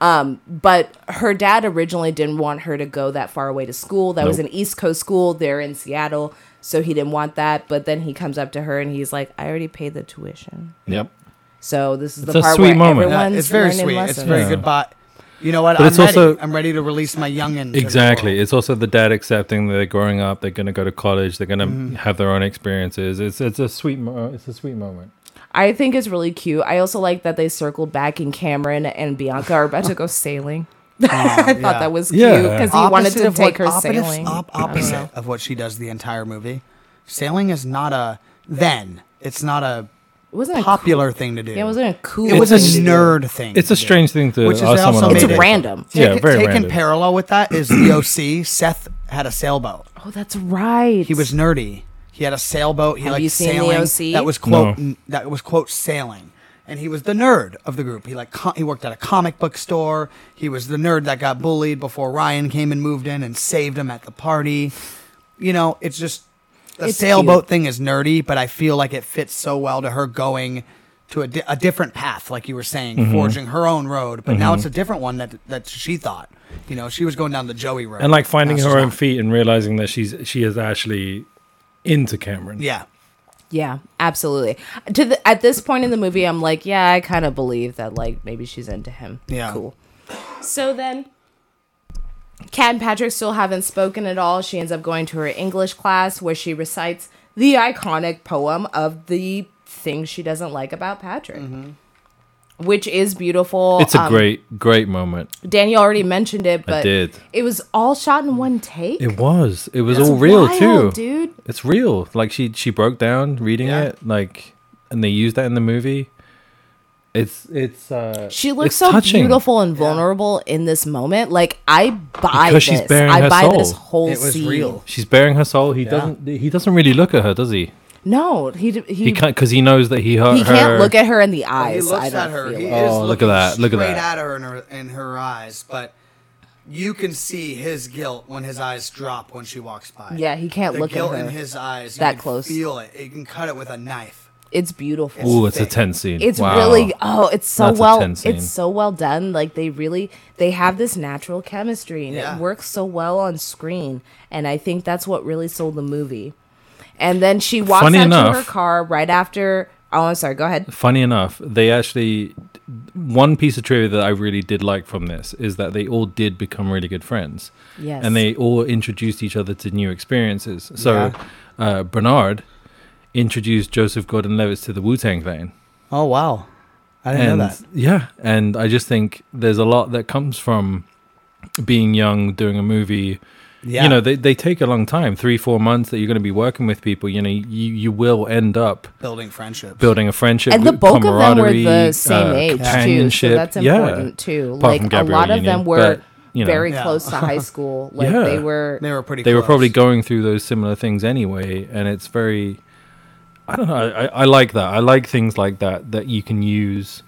Speaker 3: Um, but her dad originally didn't want her to go that far away to school. That was
Speaker 2: Nope.
Speaker 3: an East Coast school. They're in Seattle, so he didn't want that. But then he comes up to her and he's like, "I already paid the tuition."
Speaker 2: Yep.
Speaker 3: So this is
Speaker 2: It's
Speaker 3: the
Speaker 2: a
Speaker 3: part
Speaker 2: sweet
Speaker 3: where
Speaker 2: moment. Yeah,
Speaker 1: Yeah,
Speaker 3: everyone's
Speaker 1: it's very
Speaker 3: learning
Speaker 1: sweet.
Speaker 3: lessons.
Speaker 1: It's very
Speaker 2: Yeah.
Speaker 1: good. But you know what?
Speaker 2: But
Speaker 1: I'm
Speaker 2: it's
Speaker 1: ready.
Speaker 2: also-
Speaker 1: I'm ready to release my youngin. to the
Speaker 2: Exactly.
Speaker 1: world.
Speaker 2: It's also the dad accepting that they're growing up, they're going to go to college, they're going to have their own experiences. It's it's a sweet mo- it's a sweet moment.
Speaker 3: I think it's really cute. I also like that they circled back and Cameron and Bianca are about to go sailing. I thought
Speaker 1: yeah.
Speaker 3: that was cute
Speaker 2: Yeah.
Speaker 3: because he
Speaker 1: Opposite
Speaker 3: wanted to
Speaker 1: of what-
Speaker 3: take her
Speaker 1: opposite-
Speaker 3: sailing.
Speaker 1: op-
Speaker 3: I don't know.
Speaker 1: opposite of what she does the entire movie. Sailing is not a then. It's not a
Speaker 3: It wasn't a
Speaker 1: popular thing to do.
Speaker 3: Yeah, it wasn't a cool.
Speaker 1: It was
Speaker 3: thing to
Speaker 1: a
Speaker 3: do.
Speaker 1: nerd thing.
Speaker 2: It's a
Speaker 1: to do.
Speaker 2: strange thing to
Speaker 1: Which is
Speaker 2: ask someone
Speaker 1: also
Speaker 2: on
Speaker 1: made
Speaker 2: a
Speaker 1: it-
Speaker 2: date.
Speaker 3: random.
Speaker 2: Yeah,
Speaker 1: Taken-
Speaker 2: very
Speaker 1: taken
Speaker 2: random.
Speaker 1: parallel with that is the OC. Seth had a sailboat.
Speaker 3: Oh, that's right.
Speaker 1: He was nerdy. He had a sailboat. He
Speaker 3: Have
Speaker 1: liked
Speaker 3: you seen the
Speaker 1: sailing.
Speaker 3: OC?
Speaker 1: That was quote.
Speaker 2: No.
Speaker 1: n- That was quote sailing. And he was the nerd of the group. He like co- he worked at a comic book store. He was the nerd that got bullied before Ryan came and moved in and saved him at the party. You know, it's just the
Speaker 3: It's
Speaker 1: sailboat
Speaker 3: cute.
Speaker 1: thing is nerdy, but I feel like it fits so well to her going to a, di- a different path, like you were saying,
Speaker 2: Mm-hmm.
Speaker 1: forging her own road. But now it's a different one that that she thought. You know, she was going down the Joey road
Speaker 2: And like finding
Speaker 1: Now she's
Speaker 2: her own
Speaker 1: not.
Speaker 2: feet and realizing that she's she is actually into Cameron.
Speaker 1: Yeah,
Speaker 3: Yeah, absolutely. To the, at this point in the movie, I'm like, yeah, I kind of believe that like maybe she's into him.
Speaker 1: Yeah.
Speaker 3: cool. So then, Kat and Patrick still haven't spoken at all. She ends up going to her English class where she recites the iconic poem of the thing she doesn't like about Patrick. Which is beautiful.
Speaker 2: It's a
Speaker 3: Um,
Speaker 2: great great moment.
Speaker 3: Daniel already mentioned it, but
Speaker 2: did.
Speaker 3: it was all shot in one take.
Speaker 2: It was. It was
Speaker 3: It's
Speaker 2: all real too.
Speaker 3: wild, dude.
Speaker 2: It's real. Like she she broke down reading
Speaker 1: Yeah.
Speaker 2: it like and they used that in the movie. It's it's uh
Speaker 3: She looks
Speaker 2: it's
Speaker 3: so
Speaker 2: touching.
Speaker 3: beautiful and vulnerable in this moment. Like I buy
Speaker 2: Because
Speaker 3: this.
Speaker 2: she's bearing
Speaker 3: I
Speaker 2: her
Speaker 3: buy this
Speaker 2: soul.
Speaker 3: whole
Speaker 1: it was
Speaker 3: scene.
Speaker 1: real.
Speaker 2: She's bearing her soul. He doesn't he doesn't really look at her, does he?
Speaker 3: No, he d- he
Speaker 2: He
Speaker 3: he,
Speaker 2: can't because he knows that he hurt her.
Speaker 3: can't look at her in the eyes.
Speaker 1: Oh, He
Speaker 3: I
Speaker 1: looks
Speaker 3: don't
Speaker 1: at her.
Speaker 3: feel
Speaker 1: He
Speaker 3: it.
Speaker 1: is
Speaker 2: Oh, look
Speaker 1: looking
Speaker 2: at that, look at
Speaker 1: straight at
Speaker 2: that.
Speaker 1: her in her in her eyes, but you can see his guilt when his eyes drop when she walks by.
Speaker 3: Yeah, he can't
Speaker 1: the
Speaker 3: look at
Speaker 1: guilt in
Speaker 3: her
Speaker 1: his eyes. You
Speaker 3: that
Speaker 1: can
Speaker 3: close.
Speaker 1: Feel it. You can cut it with a knife.
Speaker 3: It's beautiful.
Speaker 2: Ooh, it's a
Speaker 1: thick.
Speaker 2: tense scene.
Speaker 3: It's
Speaker 2: Wow.
Speaker 3: really oh, it's so
Speaker 2: That's a
Speaker 3: well
Speaker 2: tense scene.
Speaker 3: it's so well done. Like they really they have this natural chemistry and
Speaker 1: Yeah.
Speaker 3: it works so well on screen. And I think that's what really sold the movie. And then she walks
Speaker 2: Funny
Speaker 3: out
Speaker 2: enough-
Speaker 3: to her car right after Oh, I'm sorry, go ahead.
Speaker 2: Funny enough, they actually one piece of trivia that I really did like from this is that they all did become really good friends.
Speaker 3: Yes.
Speaker 2: And they all introduced each other to new experiences. So
Speaker 1: Yeah.
Speaker 2: uh, Bernard introduced Joseph Gordon Levitt to the Wu Tang clan.
Speaker 1: Oh wow, I didn't
Speaker 2: and
Speaker 1: know that.
Speaker 2: yeah and i just think there's a lot that comes from being young doing a movie
Speaker 1: Yeah,
Speaker 2: you know they, they take a long time three four months that you're going to be working with people you know you, you will end up
Speaker 1: building friendships.
Speaker 2: building a friendship
Speaker 3: And the
Speaker 2: group,
Speaker 3: bulk of them were
Speaker 2: camaraderie,
Speaker 3: the same
Speaker 2: uh,
Speaker 3: age too, so
Speaker 2: companionship.
Speaker 3: that's
Speaker 2: Yeah.
Speaker 3: important too.
Speaker 2: Apart
Speaker 3: like
Speaker 2: from Gabrielle
Speaker 3: a lot of
Speaker 2: Union,
Speaker 3: them were
Speaker 2: but, you know,
Speaker 3: very
Speaker 1: Yeah.
Speaker 3: close to high school. Like
Speaker 2: Yeah.
Speaker 3: they were
Speaker 1: they were pretty.
Speaker 2: they were
Speaker 1: close.
Speaker 2: probably going through those similar things anyway and it's very i don't know I, I, I like that i like things like that that you can use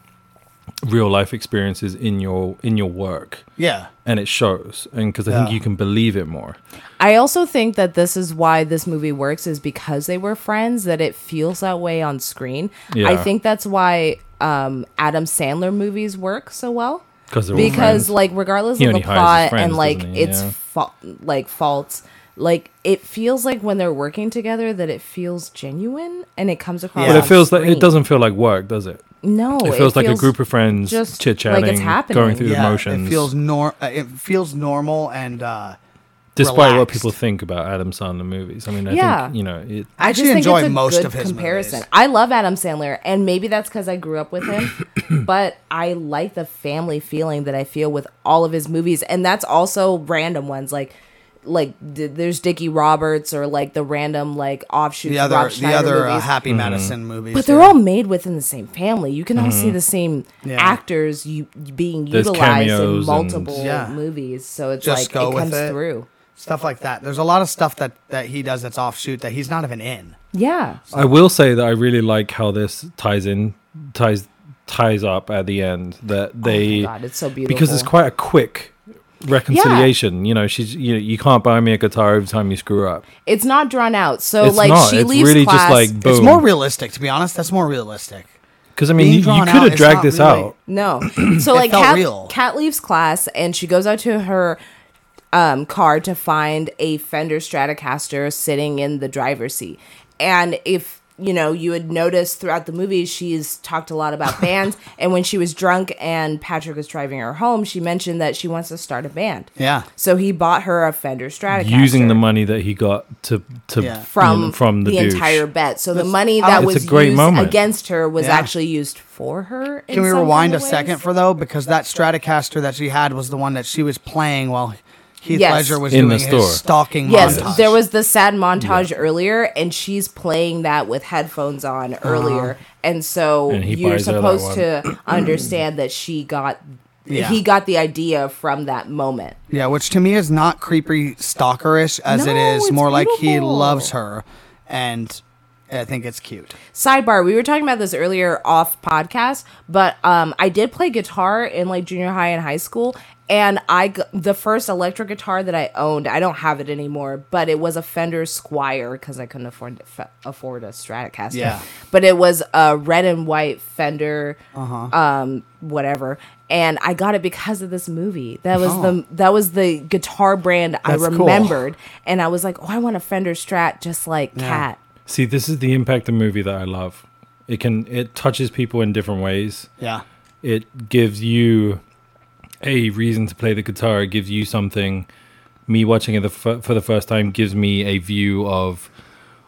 Speaker 2: real life experiences in your in your work
Speaker 1: Yeah,
Speaker 2: and it shows and because i
Speaker 1: Yeah.
Speaker 2: think you can believe it more
Speaker 3: I also think that this is why this movie works is because they were friends that it feels that way on screen.
Speaker 2: Yeah.
Speaker 3: I think that's why um, Adam Sandler movies work so well
Speaker 2: because they're all
Speaker 3: because
Speaker 2: friends.
Speaker 3: like regardless
Speaker 2: He
Speaker 3: of the
Speaker 2: only hires his
Speaker 3: plot
Speaker 2: friends,
Speaker 3: and like
Speaker 2: doesn't he?
Speaker 3: its
Speaker 2: Yeah.
Speaker 3: fa- like faults like it feels like when they're working together that it feels genuine and it comes across
Speaker 1: Yeah.
Speaker 2: but
Speaker 1: Well,
Speaker 2: it
Speaker 3: on
Speaker 2: feels like it
Speaker 3: screen.
Speaker 2: doesn't feel like work does it
Speaker 3: no
Speaker 2: it feels like a group of friends
Speaker 3: Oh, just
Speaker 2: just chit-chatting
Speaker 3: like it's happening.
Speaker 2: going through
Speaker 1: yeah.
Speaker 2: the motions
Speaker 1: It feels nor. uh, It feels normal and. uh
Speaker 2: despite what people
Speaker 1: relaxed.
Speaker 2: think about adam sandler movies i mean i
Speaker 3: Yeah.
Speaker 2: think you know
Speaker 1: I
Speaker 2: it
Speaker 3: just
Speaker 1: actually
Speaker 3: think
Speaker 1: enjoy
Speaker 3: it's a
Speaker 1: most
Speaker 3: good
Speaker 1: of his
Speaker 3: comparison.
Speaker 1: movies.
Speaker 3: I love Adam Sandler, and maybe that's because I grew up with him, but I like the family feeling that I feel with all of his movies, and that's also random ones like. Like th- there's Dickie Roberts or like the random like offshoot
Speaker 1: The other,
Speaker 3: Rob
Speaker 1: the
Speaker 3: Schneider
Speaker 1: other uh,
Speaker 3: movies.
Speaker 1: Happy
Speaker 2: Mm-hmm.
Speaker 1: Madison movies,
Speaker 3: but they're
Speaker 1: yeah.
Speaker 3: all made within the same family. You can all see the same
Speaker 1: Yeah.
Speaker 3: actors you being
Speaker 2: Mm-hmm. There's
Speaker 3: utilized in
Speaker 2: cameos and-
Speaker 3: multiple
Speaker 1: Yeah.
Speaker 3: movies, so it's
Speaker 1: Just
Speaker 3: like
Speaker 1: go
Speaker 3: it
Speaker 1: with
Speaker 3: comes
Speaker 1: it.
Speaker 3: through.
Speaker 1: stuff like that. There's a lot of stuff that that he does that's offshoot that he's not even in.
Speaker 3: Yeah,
Speaker 2: I will say that I really like how this ties in ties ties up at the end that they
Speaker 3: Oh God, it's so
Speaker 2: because it's
Speaker 3: beautiful.
Speaker 2: quite a quick reconciliation. You know, she's you know, you can't buy me a guitar every time you screw up.
Speaker 3: it's not drawn out. So
Speaker 2: it's
Speaker 3: like
Speaker 2: not.
Speaker 3: she
Speaker 2: it's
Speaker 3: leaves
Speaker 2: really just
Speaker 3: class.
Speaker 2: like boom.
Speaker 1: It's more realistic, to be honest. That's more realistic.
Speaker 2: because I mean,
Speaker 1: being
Speaker 2: you, you
Speaker 1: drawn
Speaker 2: could
Speaker 1: out,
Speaker 2: have
Speaker 1: it's
Speaker 2: dragged
Speaker 1: not
Speaker 2: this
Speaker 1: really-
Speaker 2: out.
Speaker 3: No. So like
Speaker 1: felt
Speaker 3: Kat,
Speaker 1: real.
Speaker 3: Kat leaves class and she goes out to her um, car to find a Fender Stratocaster sitting in the driver's seat. And if you know, you had noticed throughout the movie she's talked a lot about bands and when she was drunk and Patrick was driving her home, she mentioned that she wants to start a band.
Speaker 1: Yeah.
Speaker 3: So he bought her a Fender Stratocaster.
Speaker 2: Using the money that he got to to
Speaker 1: Yeah.
Speaker 3: from
Speaker 2: you know, from the, douche.
Speaker 3: entire bet. So the
Speaker 1: That's-
Speaker 3: money
Speaker 1: I-
Speaker 3: that
Speaker 1: It's
Speaker 3: was
Speaker 2: a great
Speaker 3: used
Speaker 2: moment.
Speaker 3: against her was
Speaker 1: Yeah.
Speaker 3: actually used for her. in
Speaker 1: Can we
Speaker 3: some
Speaker 1: rewind
Speaker 3: kinda
Speaker 1: a second
Speaker 3: ways.
Speaker 1: for though? Because that Stratocaster that she had was the one that she was playing while Heath
Speaker 3: Yes.
Speaker 1: Ledger was
Speaker 2: In the
Speaker 1: doing
Speaker 2: store.
Speaker 1: his stalking
Speaker 3: Yes,
Speaker 1: montage.
Speaker 3: there was the sad montage earlier, and she's playing that with headphones on
Speaker 1: Uh-huh.
Speaker 3: earlier, and so
Speaker 2: And he
Speaker 3: you're
Speaker 2: buys her that
Speaker 3: supposed
Speaker 2: one.
Speaker 3: to understand that she got,
Speaker 1: Yeah.
Speaker 3: he got the idea from that moment.
Speaker 1: Yeah, which to me is not creepy stalkerish as it
Speaker 3: No,
Speaker 1: is
Speaker 3: it's
Speaker 1: more like he
Speaker 3: beautiful.
Speaker 1: loves her, and I think it's cute.
Speaker 3: Sidebar: We were talking about this earlier off podcast, but um, I did play guitar in like junior high and high school, and I g- the first electric guitar that I owned. I don't have it anymore, but it was a Fender Squire because I couldn't afford f- afford a Stratocaster.
Speaker 1: Yeah.
Speaker 3: but it was a red and white Fender,
Speaker 1: Uh-huh.
Speaker 3: um, whatever. And I got it because of this movie. That was the that was the guitar brand I
Speaker 1: Oh. That's cool.
Speaker 3: remembered, and I was like, oh, I want a Fender Strat just like Cat.
Speaker 2: See, this is the impact of movie that I love. It can it touches people in different ways.
Speaker 1: Yeah,
Speaker 2: it gives you a reason to play the guitar it gives you something me watching it the f- for the first time gives me a view of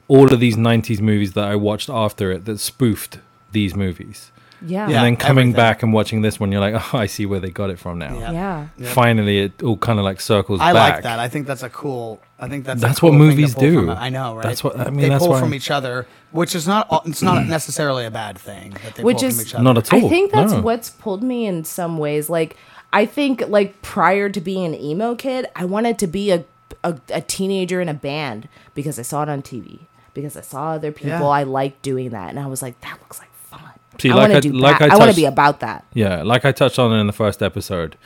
Speaker 2: all of these 90s movies that i watched after it that spoofed these movies
Speaker 3: Yeah.
Speaker 1: Yeah.
Speaker 2: and then coming
Speaker 1: everything.
Speaker 2: back and watching this one you're like oh i see where they got it from now
Speaker 1: Yeah.
Speaker 3: Yeah.
Speaker 2: finally it all kind of like circles
Speaker 1: I
Speaker 2: back
Speaker 1: like that. I think that's a cool. I think that's a
Speaker 2: That's what
Speaker 1: cool thing to
Speaker 2: movies
Speaker 1: pull from
Speaker 2: do.
Speaker 1: it. I know, right?
Speaker 2: That's what- I mean,
Speaker 1: They
Speaker 2: that's
Speaker 1: pull
Speaker 2: why-
Speaker 1: from each other, which is not. It's not necessarily a bad thing. That they
Speaker 3: Which
Speaker 1: pull
Speaker 3: is
Speaker 1: from each other.
Speaker 2: not at all
Speaker 3: I think that's
Speaker 2: no.
Speaker 3: what's pulled me in some ways. Like I think like prior to being an emo kid, I wanted to be a a, a teenager in a band because I saw it on TV. Because I saw other people,
Speaker 1: Yeah.
Speaker 3: I liked doing that, and I was like, "That looks like fun."
Speaker 2: See,
Speaker 3: I
Speaker 2: like
Speaker 3: want
Speaker 2: I-
Speaker 3: to do
Speaker 2: like
Speaker 3: that.
Speaker 2: I
Speaker 3: I, want
Speaker 2: touched-
Speaker 3: to be about that.
Speaker 2: Yeah, like I touched on in the first episode,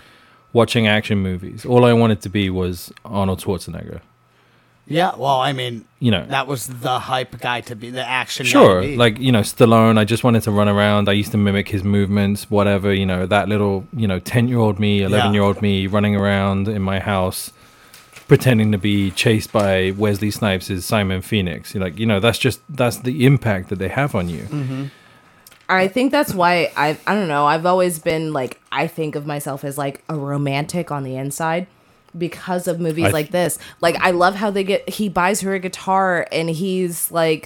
Speaker 2: watching action movies. All I wanted to be was Arnold Schwarzenegger.
Speaker 1: Yeah, well, I mean,
Speaker 2: You know,
Speaker 1: that was the hype guy to be the action. guy to
Speaker 2: sure
Speaker 1: be.
Speaker 2: like you know stallone i just wanted to run around i used to mimic his movements whatever you know that little you know 10 year old me 11 year old me running around in my house pretending to be chased by wesley snipes' simon phoenix You're like you know that's just that's the impact that they have on
Speaker 1: Mm-hmm.
Speaker 2: you
Speaker 3: I think that's why I I don't know. I've always been like I think of myself as like a romantic on the inside because of movies
Speaker 2: I-
Speaker 3: like this. Like I love how they get he buys her a guitar and he's like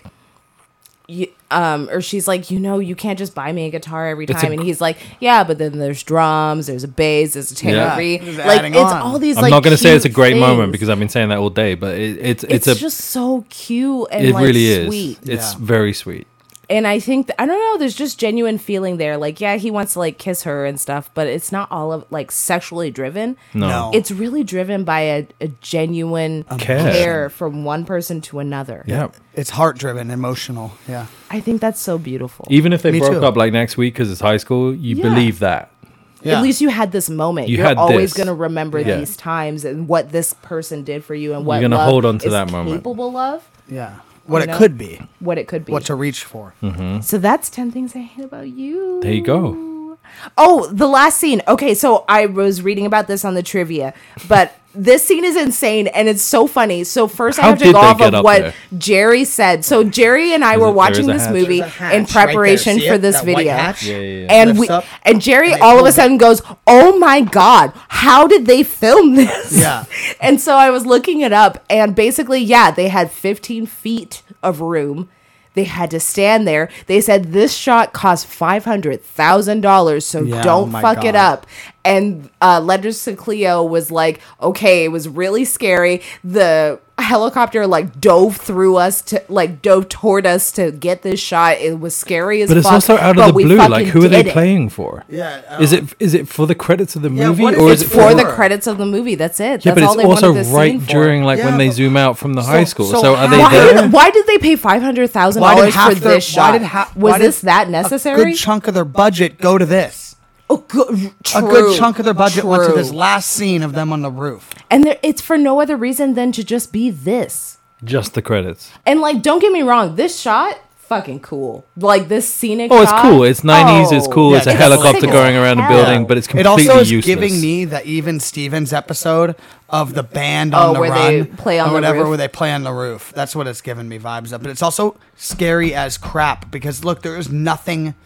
Speaker 3: you, um or she's like, "You know, you can't just buy me a guitar every
Speaker 2: It's a
Speaker 3: time." and
Speaker 2: gr-
Speaker 3: he's like, "Yeah, but then there's drums, there's a bass, there's a
Speaker 2: Yeah.
Speaker 3: tambourine."
Speaker 1: Just
Speaker 3: Like
Speaker 1: adding
Speaker 3: it's
Speaker 1: on.
Speaker 3: all these
Speaker 2: i'm
Speaker 3: like
Speaker 2: not going to say it's a
Speaker 3: cute
Speaker 2: great moment
Speaker 3: things.
Speaker 2: because i've been saying that all day but it, it's
Speaker 3: it's,
Speaker 2: it's, a
Speaker 3: just so cute and
Speaker 2: it
Speaker 3: like
Speaker 2: really
Speaker 3: sweet.
Speaker 2: is it's
Speaker 1: Yeah.
Speaker 2: very sweet
Speaker 3: and I think th- I don't know. There's just genuine feeling there. Like, yeah, he wants to like kiss her and stuff, but it's not all of like sexually driven.
Speaker 2: no,
Speaker 1: No.
Speaker 3: It's really driven by a, a genuine
Speaker 2: Care.
Speaker 3: care. from one person to another.
Speaker 2: yeah
Speaker 1: it's heart driven, emotional. Yeah.
Speaker 3: I think that's so beautiful.
Speaker 2: even if they
Speaker 1: Me
Speaker 2: broke
Speaker 1: too.
Speaker 2: up like next week because it's high school you
Speaker 3: Yeah.
Speaker 2: believe that
Speaker 1: yeah.
Speaker 3: At least you had this moment.
Speaker 2: You
Speaker 3: You are
Speaker 2: had
Speaker 3: always
Speaker 2: this.
Speaker 3: going to remember
Speaker 2: Yeah.
Speaker 3: these times and what this person did for you and what
Speaker 2: gonna
Speaker 3: love
Speaker 2: hold on to
Speaker 3: is
Speaker 2: that moment.
Speaker 3: Capable of
Speaker 1: yeah. What
Speaker 3: You
Speaker 1: it
Speaker 3: know?
Speaker 1: could be,
Speaker 3: what it could be.
Speaker 1: what to reach for.
Speaker 2: Hmm.
Speaker 3: So that's 10 things I hate about you.
Speaker 2: There you go.
Speaker 3: Oh, the last scene. Okay, so I was reading about this on the trivia, but this scene is insane and it's so funny. So first I
Speaker 2: How
Speaker 3: have to
Speaker 2: did
Speaker 3: go
Speaker 2: they
Speaker 3: off
Speaker 2: get
Speaker 3: of
Speaker 2: up
Speaker 3: what
Speaker 2: there?
Speaker 3: Jerry said. So Jerry and I
Speaker 2: There's a-
Speaker 3: were
Speaker 2: there is
Speaker 3: watching
Speaker 2: a
Speaker 3: this
Speaker 2: hatch.
Speaker 3: movie
Speaker 1: There's a hatch
Speaker 3: in
Speaker 1: right there.
Speaker 3: preparation
Speaker 1: See
Speaker 3: for
Speaker 1: it?
Speaker 3: this
Speaker 1: That white
Speaker 3: video.
Speaker 1: hatch?
Speaker 2: Yeah, yeah, yeah.
Speaker 3: And
Speaker 1: Lifts
Speaker 3: we
Speaker 1: up,
Speaker 3: and Jerry
Speaker 1: and they
Speaker 3: all of
Speaker 1: pull
Speaker 3: a
Speaker 1: it.
Speaker 3: sudden goes, "Oh my god, how did they film this?"
Speaker 1: Yeah.
Speaker 3: and so I was looking it up, and basically, yeah, they had 15 feet of room. They had to stand there. They said this shot cost five hundred thousand dollars, so
Speaker 1: Yeah, oh
Speaker 3: don't
Speaker 1: my
Speaker 3: fuck it
Speaker 1: God.
Speaker 3: up. And uh, Letters to Cleo was like, okay, it was really scary. The helicopter like dove through us to like dove toward us to get this shot. It was scary as
Speaker 2: But it's
Speaker 3: fuck,
Speaker 2: also out
Speaker 3: but
Speaker 2: of the
Speaker 3: we
Speaker 2: blue. Like,
Speaker 3: fucking
Speaker 2: who are they
Speaker 3: did it.
Speaker 2: playing for?
Speaker 1: Yeah, I
Speaker 2: Is
Speaker 1: don't-
Speaker 2: it is it for the credits of the
Speaker 1: Yeah,
Speaker 2: movie,
Speaker 1: what is
Speaker 2: or
Speaker 1: it
Speaker 2: is it
Speaker 3: for
Speaker 1: for?
Speaker 3: the credits of the movie. That's it.
Speaker 2: Yeah,
Speaker 3: That's
Speaker 2: but
Speaker 3: all
Speaker 2: it's
Speaker 3: they also
Speaker 2: also
Speaker 3: wanted this
Speaker 2: right
Speaker 3: right
Speaker 2: during like when
Speaker 1: Yeah,
Speaker 2: they
Speaker 1: but-
Speaker 2: zoom out from the high school. So,
Speaker 1: so
Speaker 2: are
Speaker 1: how-
Speaker 2: they
Speaker 3: Why
Speaker 2: there?
Speaker 3: did, why did they pay five hundred thousand
Speaker 1: Why did
Speaker 3: dollars
Speaker 1: half
Speaker 3: for
Speaker 1: their-
Speaker 3: this
Speaker 1: why
Speaker 3: shot?
Speaker 1: did ha- why
Speaker 3: was
Speaker 1: did
Speaker 3: this that
Speaker 1: A
Speaker 3: necessary?
Speaker 1: good chunk of their budget go to this.
Speaker 3: Oh, good-
Speaker 1: A
Speaker 3: true,
Speaker 1: good chunk of their budget went to
Speaker 3: true.
Speaker 1: this last scene of them on the roof.
Speaker 3: and there, it's for no other reason than to just be this.
Speaker 2: Just the credits.
Speaker 3: And like, don't get me wrong, this shot fucking cool. Like this scenic.
Speaker 2: Oh, it's
Speaker 3: shot-
Speaker 2: cool. It's nineties. It's
Speaker 3: Oh,
Speaker 2: cool.
Speaker 1: Yeah,
Speaker 2: it's a
Speaker 1: it's
Speaker 2: helicopter
Speaker 3: sick as
Speaker 2: going around a
Speaker 3: hell.
Speaker 2: building, but it's
Speaker 1: It
Speaker 2: completely
Speaker 1: also is
Speaker 2: useless.
Speaker 1: giving me the even Stevens episode of the band on
Speaker 3: Oh,
Speaker 1: the
Speaker 3: where
Speaker 1: run
Speaker 3: they play on
Speaker 1: or
Speaker 3: the
Speaker 1: whatever,
Speaker 3: roof.
Speaker 1: where they play on the roof. That's what it's giving me vibes of. But it's also scary as crap because look, there is nothing.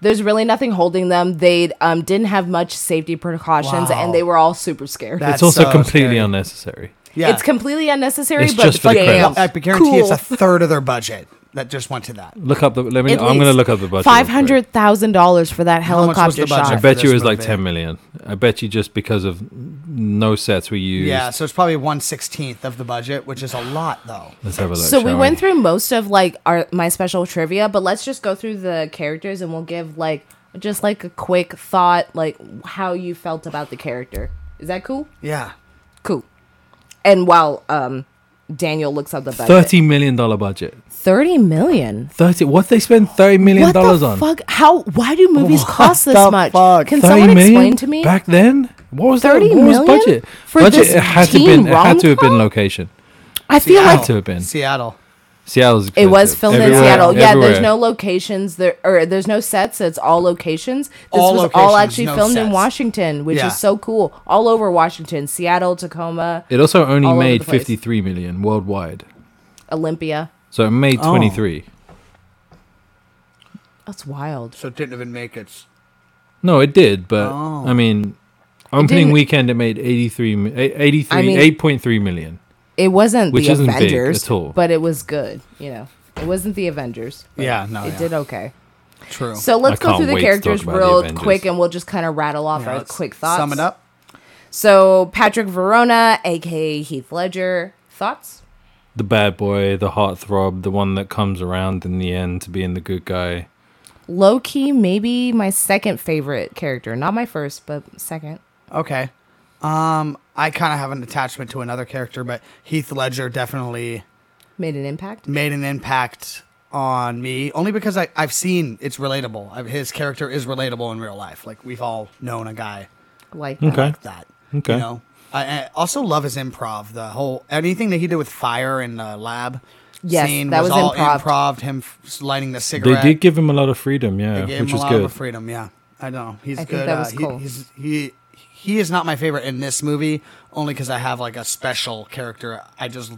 Speaker 3: There's really nothing holding them. They um, didn't have much safety precautions,
Speaker 1: Wow.
Speaker 3: and they were all super scared.
Speaker 1: That's
Speaker 2: it's also
Speaker 1: so
Speaker 2: completely
Speaker 1: scary.
Speaker 2: unnecessary.
Speaker 1: Yeah,
Speaker 3: It's completely unnecessary,
Speaker 2: It's
Speaker 3: but
Speaker 2: just for the
Speaker 3: damn,
Speaker 2: credits.
Speaker 1: I guarantee it's a
Speaker 3: cool.
Speaker 1: third of their budget that just went to that.
Speaker 2: Look up the. Let me. I'm going to look up the budget. real quick.
Speaker 3: Five hundred thousand dollars for that
Speaker 1: How much was
Speaker 3: helicopter
Speaker 1: the budget?
Speaker 2: I
Speaker 3: shot.
Speaker 1: for
Speaker 2: bet you
Speaker 1: this
Speaker 2: it was like
Speaker 1: movie.
Speaker 2: ten million. I bet you just because of no sets were used.
Speaker 1: Yeah, so it's probably one sixteenth of the budget, which is a lot though.
Speaker 2: Let's have a look.
Speaker 3: So we
Speaker 2: shall
Speaker 3: went through most of like our my special trivia, but let's just go through the characters and we'll give like just like a quick thought, like how you felt about the character. Is that cool?
Speaker 1: Yeah,
Speaker 3: Cool. And while um Daniel looks up the budget,
Speaker 2: thirty million dollar budget.
Speaker 3: 30 million.
Speaker 2: Thirty. What they spend thirty million
Speaker 3: What
Speaker 2: dollars
Speaker 3: the
Speaker 2: on?
Speaker 3: fuck? How? Why do movies
Speaker 1: What
Speaker 3: cost this
Speaker 1: the
Speaker 3: much?
Speaker 1: fuck?
Speaker 3: Can
Speaker 2: 30
Speaker 3: someone
Speaker 2: million
Speaker 3: explain to me?
Speaker 2: back then what was
Speaker 3: 30
Speaker 2: that? What was
Speaker 3: million
Speaker 2: budget?
Speaker 3: for
Speaker 2: budget
Speaker 3: this
Speaker 2: it had to
Speaker 3: teen
Speaker 2: been it had to have been
Speaker 3: rom-com?
Speaker 2: location.
Speaker 3: I feel
Speaker 2: Had
Speaker 3: like
Speaker 2: to have been
Speaker 1: Seattle.
Speaker 2: Seattle's.
Speaker 3: It
Speaker 2: expensive.
Speaker 3: was filmed in
Speaker 2: Everywhere-
Speaker 3: Seattle. Yeah, there's
Speaker 2: everywhere.
Speaker 3: no locations there or there's no sets. It's all locations. This
Speaker 1: All
Speaker 3: was all
Speaker 1: locations,
Speaker 3: actually
Speaker 1: no
Speaker 3: filmed in
Speaker 1: sets.
Speaker 3: Washington, which
Speaker 1: Yeah.
Speaker 3: is so cool. All over Washington, Seattle, Tacoma,
Speaker 2: It also only
Speaker 3: all over
Speaker 2: made
Speaker 3: the place.
Speaker 2: fifty three million worldwide,
Speaker 3: Olympia.
Speaker 2: so it made
Speaker 1: Oh.
Speaker 2: twenty three.
Speaker 3: That's wild.
Speaker 1: So it didn't even make its
Speaker 2: No, it did, but
Speaker 1: Oh.
Speaker 2: I mean, opening
Speaker 3: didn't-
Speaker 2: weekend it made 83, mi- eh, 83
Speaker 3: I mean-
Speaker 2: 8.3 million.
Speaker 3: It wasn't
Speaker 2: Which
Speaker 3: the
Speaker 2: isn't big
Speaker 3: Avengers
Speaker 2: at all.
Speaker 3: but it was good. You know, it wasn't the Avengers. but
Speaker 1: Yeah, no,
Speaker 3: it
Speaker 1: yeah.
Speaker 3: did okay.
Speaker 1: true.
Speaker 3: So let's go
Speaker 2: can't
Speaker 3: through the
Speaker 2: wait to talk
Speaker 3: characters
Speaker 2: about the
Speaker 3: real
Speaker 2: Avengers.
Speaker 3: quick, and we'll just kind of rattle off
Speaker 1: Yeah,
Speaker 3: our
Speaker 1: let's
Speaker 3: quick thoughts.
Speaker 1: Sum it up.
Speaker 3: So Patrick Verona, aka Heath Ledger, thoughts?
Speaker 2: The bad boy, the heartthrob, the one that comes around in the end to being the good guy.
Speaker 3: low key maybe my second favorite character not my first but second
Speaker 1: Okay. Um, I kind of have an attachment to another character, but Heath Ledger definitely
Speaker 3: made an impact
Speaker 1: made an impact on me only because I, I've seen it's relatable. I, his character is relatable in real life. Like we've all known a guy
Speaker 3: like
Speaker 2: Okay.
Speaker 1: like that.
Speaker 2: Okay.
Speaker 1: You know, I, I also love his improv. The whole anything that he did with fire in the lab.
Speaker 3: Yes,
Speaker 1: scene
Speaker 3: that
Speaker 1: was,
Speaker 3: was
Speaker 1: all
Speaker 3: improv.
Speaker 1: improv. Him f- lighting the
Speaker 2: They
Speaker 1: cigarette.
Speaker 2: did give him a lot of freedom, yeah,
Speaker 1: They gave
Speaker 2: which
Speaker 1: him
Speaker 2: is
Speaker 1: a lot
Speaker 2: good.
Speaker 1: of freedom. Yeah, I know he's
Speaker 3: I think
Speaker 1: good.
Speaker 3: that
Speaker 1: uh,
Speaker 3: was
Speaker 1: he-
Speaker 3: cool.
Speaker 1: he's- he he is not my favorite in this movie only because I have like a special character. I just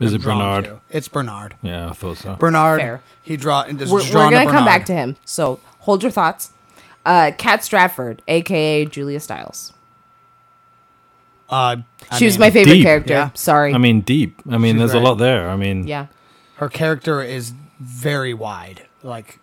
Speaker 2: Is
Speaker 1: am
Speaker 2: it
Speaker 1: drawn
Speaker 2: Bernard?
Speaker 1: to. It's Bernard.
Speaker 2: Yeah, I thought so.
Speaker 1: Bernard.
Speaker 3: Fair.
Speaker 1: He draw. and just
Speaker 3: We're,
Speaker 1: drawn
Speaker 3: we're going to come
Speaker 1: Bernard.
Speaker 3: back to him. So hold your thoughts. Uh, Kat Stratford, a.k.a. Julia Stiles.
Speaker 1: Uh, I
Speaker 3: She was
Speaker 1: mean,
Speaker 3: my favorite
Speaker 2: Deep.
Speaker 3: character.
Speaker 1: Yeah.
Speaker 3: Sorry.
Speaker 2: I mean, deep. I mean,
Speaker 1: She's
Speaker 2: there's
Speaker 1: right.
Speaker 2: a lot there. I mean,
Speaker 3: yeah.
Speaker 1: Her character is very wide. Like,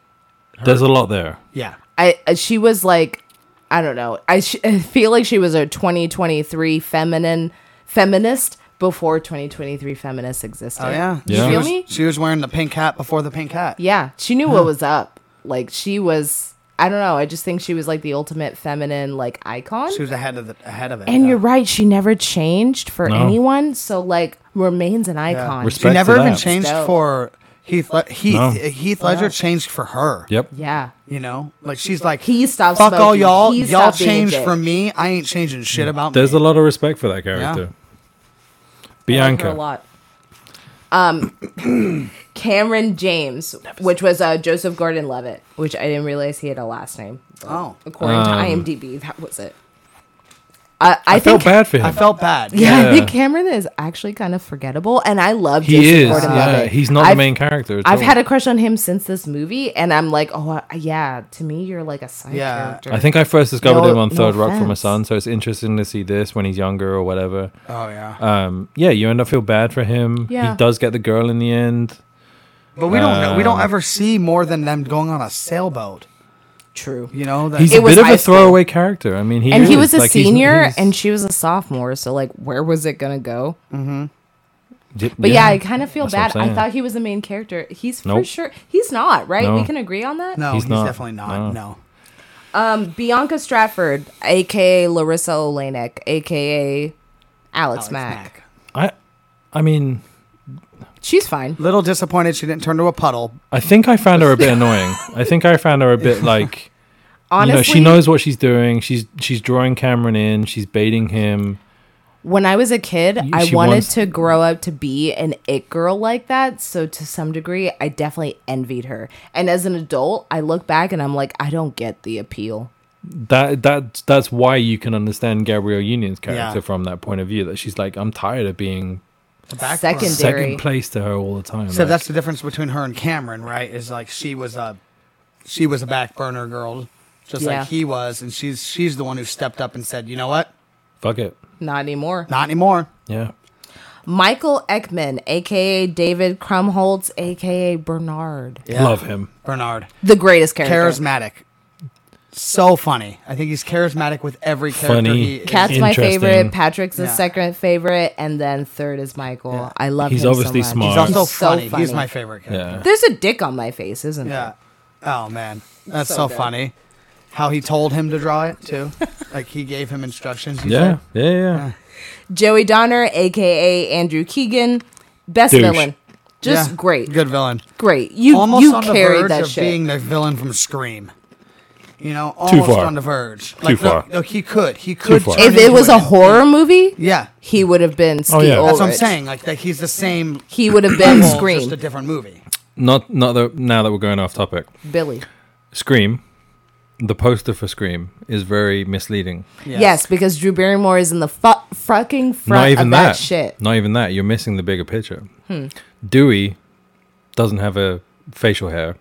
Speaker 2: there's a lot there.
Speaker 1: yeah.
Speaker 3: I uh, she was like I don't know. I, sh- I feel like she was a 2023 feminine feminist before 2023 feminists existed.
Speaker 1: Oh yeah.
Speaker 2: Yeah.
Speaker 1: She
Speaker 3: You feel
Speaker 1: was,
Speaker 3: me?
Speaker 1: She was wearing the pink hat before the pink hat.
Speaker 3: Yeah, she knew what was up. Like she was I don't know. I just think she was like the ultimate feminine like icon.
Speaker 1: She was ahead of the ahead of it.
Speaker 3: and
Speaker 1: yeah.
Speaker 3: you're right, she never changed for
Speaker 2: No.
Speaker 3: anyone, so like remains an icon.
Speaker 2: Respect.
Speaker 1: She never
Speaker 2: to
Speaker 1: even
Speaker 2: that.
Speaker 1: changed
Speaker 3: Dope.
Speaker 1: for Heath. Le- Heath
Speaker 2: No.
Speaker 1: Heath Ledger changed for her.
Speaker 2: Yep.
Speaker 3: Yeah.
Speaker 1: You know, like she's like
Speaker 3: He stopped
Speaker 1: Fuck all
Speaker 3: smoking.
Speaker 1: y'all.
Speaker 3: He
Speaker 1: y'all
Speaker 3: stopped being a
Speaker 1: changed
Speaker 3: dick."
Speaker 1: from me. I ain't changing shit about
Speaker 2: There's
Speaker 1: me.
Speaker 2: a lot of respect for that character.
Speaker 3: I like her
Speaker 2: Bianca.
Speaker 3: a lot. Um, Cameron James, which was uh, Joseph Gordon-Levitt, which I didn't realize he had a last name.
Speaker 1: Oh,
Speaker 3: According to
Speaker 2: Um,
Speaker 3: IMDb, that was it. I, I,
Speaker 2: I
Speaker 3: think,
Speaker 2: felt bad for him.
Speaker 1: I felt bad.
Speaker 3: Yeah, I
Speaker 2: Yeah.
Speaker 3: think Cameron is actually kind of forgettable, and I love
Speaker 2: he
Speaker 3: Joseph
Speaker 2: is.
Speaker 3: Gordon-Levitt.
Speaker 2: Yeah, he's not
Speaker 3: I've,
Speaker 2: the main character. At
Speaker 3: I've
Speaker 2: all.
Speaker 3: had a crush on him since this movie, and I'm like, oh uh, yeah. To me, you're like a side
Speaker 1: Yeah.
Speaker 3: character.
Speaker 2: I think I first discovered
Speaker 3: No-
Speaker 2: him on
Speaker 3: no
Speaker 2: Third Rock from a
Speaker 3: offense.
Speaker 2: Son, so it's interesting to see this when he's younger or whatever.
Speaker 1: Oh yeah.
Speaker 2: Um, yeah, you end up feel bad for him.
Speaker 3: Yeah.
Speaker 2: He does get the girl in the end.
Speaker 1: but we don't. know. we don't
Speaker 2: um,
Speaker 1: ever see more than them going on a sailboat.
Speaker 3: true.
Speaker 1: You know. That,
Speaker 2: He's
Speaker 3: It
Speaker 2: a
Speaker 3: was
Speaker 2: bit of
Speaker 3: high
Speaker 2: a
Speaker 3: school.
Speaker 2: throwaway character. I mean, he
Speaker 3: and he
Speaker 2: is.
Speaker 3: was a
Speaker 2: Like, he's-
Speaker 3: senior,
Speaker 2: he's-
Speaker 3: and she was a sophomore, so like, where was it gonna go?
Speaker 2: Yep,
Speaker 3: But yeah, I kind of feel
Speaker 2: That's what I'm
Speaker 3: bad. I
Speaker 2: saying.
Speaker 3: thought he was the main character. He's for
Speaker 2: Nope.
Speaker 3: sure. He's not, right? We
Speaker 2: No.
Speaker 3: can agree on that.
Speaker 1: no, he's,
Speaker 2: he's not.
Speaker 1: definitely not. No.
Speaker 3: Bianca Stratford, aka Larissa Olenek, aka Alex,
Speaker 1: Alex
Speaker 3: Mack.
Speaker 1: Mack.
Speaker 2: I, I mean,
Speaker 3: She's fine.
Speaker 1: Little disappointed she didn't turn to a puddle.
Speaker 2: I think I found her a bit annoying. I think I found her a bit like
Speaker 3: Honestly,
Speaker 2: you know she knows what she's doing. She's she's drawing Cameron in. She's baiting him.
Speaker 3: when I was a kid, I
Speaker 2: she
Speaker 3: wanted
Speaker 2: wants-
Speaker 3: to grow up to be an it girl like that. So to some degree, I definitely envied her. And as an adult, I look back and I'm like, I don't get the appeal.
Speaker 2: That that that's why you can understand Gabrielle Union's character
Speaker 1: Yeah.
Speaker 2: from that point of view. That she's like, I'm tired of being
Speaker 1: The back
Speaker 3: Second
Speaker 1: part.
Speaker 3: Dairy.
Speaker 2: second place to her all the time.
Speaker 1: So
Speaker 2: Like,
Speaker 1: that's the difference between her and Cameron, right? Is like she was a she was a back burner girl, just
Speaker 3: Yeah.
Speaker 1: like he was, and she's she's the one who stepped up and said, you know what,
Speaker 2: fuck it.
Speaker 3: Not anymore.
Speaker 1: not anymore.
Speaker 2: Yeah,
Speaker 3: Michael Ekman, aka David Krumholtz, aka Bernard.
Speaker 1: Yeah.
Speaker 2: love him.
Speaker 1: Bernard,
Speaker 3: The greatest character.
Speaker 1: charismatic, so funny. I think he's charismatic with every character.
Speaker 2: Funny.
Speaker 1: He is.
Speaker 3: Cat's my
Speaker 2: Interesting.
Speaker 3: favorite. Patrick's the
Speaker 1: Yeah.
Speaker 3: second favorite, and then third is Michael.
Speaker 1: Yeah.
Speaker 3: I love.
Speaker 2: He's
Speaker 3: him so
Speaker 2: obviously
Speaker 3: much.
Speaker 2: smart.
Speaker 1: He's also funny.
Speaker 3: so
Speaker 1: He's my favorite character.
Speaker 2: Yeah,
Speaker 3: There's a dick on my face, isn't
Speaker 1: Yeah.
Speaker 3: there?
Speaker 1: Oh man, that's
Speaker 3: So
Speaker 1: so,
Speaker 3: good.
Speaker 1: funny. How he told him to draw it too, like he gave him instructions. he
Speaker 2: yeah,
Speaker 1: said.
Speaker 2: yeah, yeah.
Speaker 3: Joey Donner, aka Andrew Keegan, best
Speaker 2: Douche.
Speaker 3: villain. Just
Speaker 1: Yeah.
Speaker 3: great,
Speaker 1: Good villain.
Speaker 3: great. You
Speaker 1: almost
Speaker 3: you
Speaker 1: on the
Speaker 3: carried
Speaker 1: verge
Speaker 3: that
Speaker 1: of
Speaker 3: shit.
Speaker 1: being the villain from Scream. You know, almost
Speaker 2: far.
Speaker 1: on the verge. Like,
Speaker 2: Too far.
Speaker 1: No, no, he could. He could.
Speaker 2: far.
Speaker 1: turn
Speaker 3: if it
Speaker 1: into
Speaker 3: was a
Speaker 1: an-
Speaker 3: horror movie,
Speaker 1: yeah,
Speaker 3: he would have been. Ski
Speaker 2: Oh, yeah.
Speaker 1: that's
Speaker 2: That's
Speaker 1: what I'm
Speaker 3: Ulrich.
Speaker 1: saying. Like that, he's the same.
Speaker 3: He would have
Speaker 1: role,
Speaker 3: been
Speaker 1: just a
Speaker 3: Scream.
Speaker 1: different movie.
Speaker 2: Not not that now that we're going off topic.
Speaker 3: Billy.
Speaker 2: Scream, the poster for Scream is very misleading.
Speaker 1: Yeah.
Speaker 3: Yes, because Drew Barrymore is in the fu- fucking front
Speaker 2: not even
Speaker 3: of
Speaker 2: that,
Speaker 3: that, shit. Hmm.
Speaker 2: Not even that. You're missing the bigger picture. Dewey doesn't have a facial hair,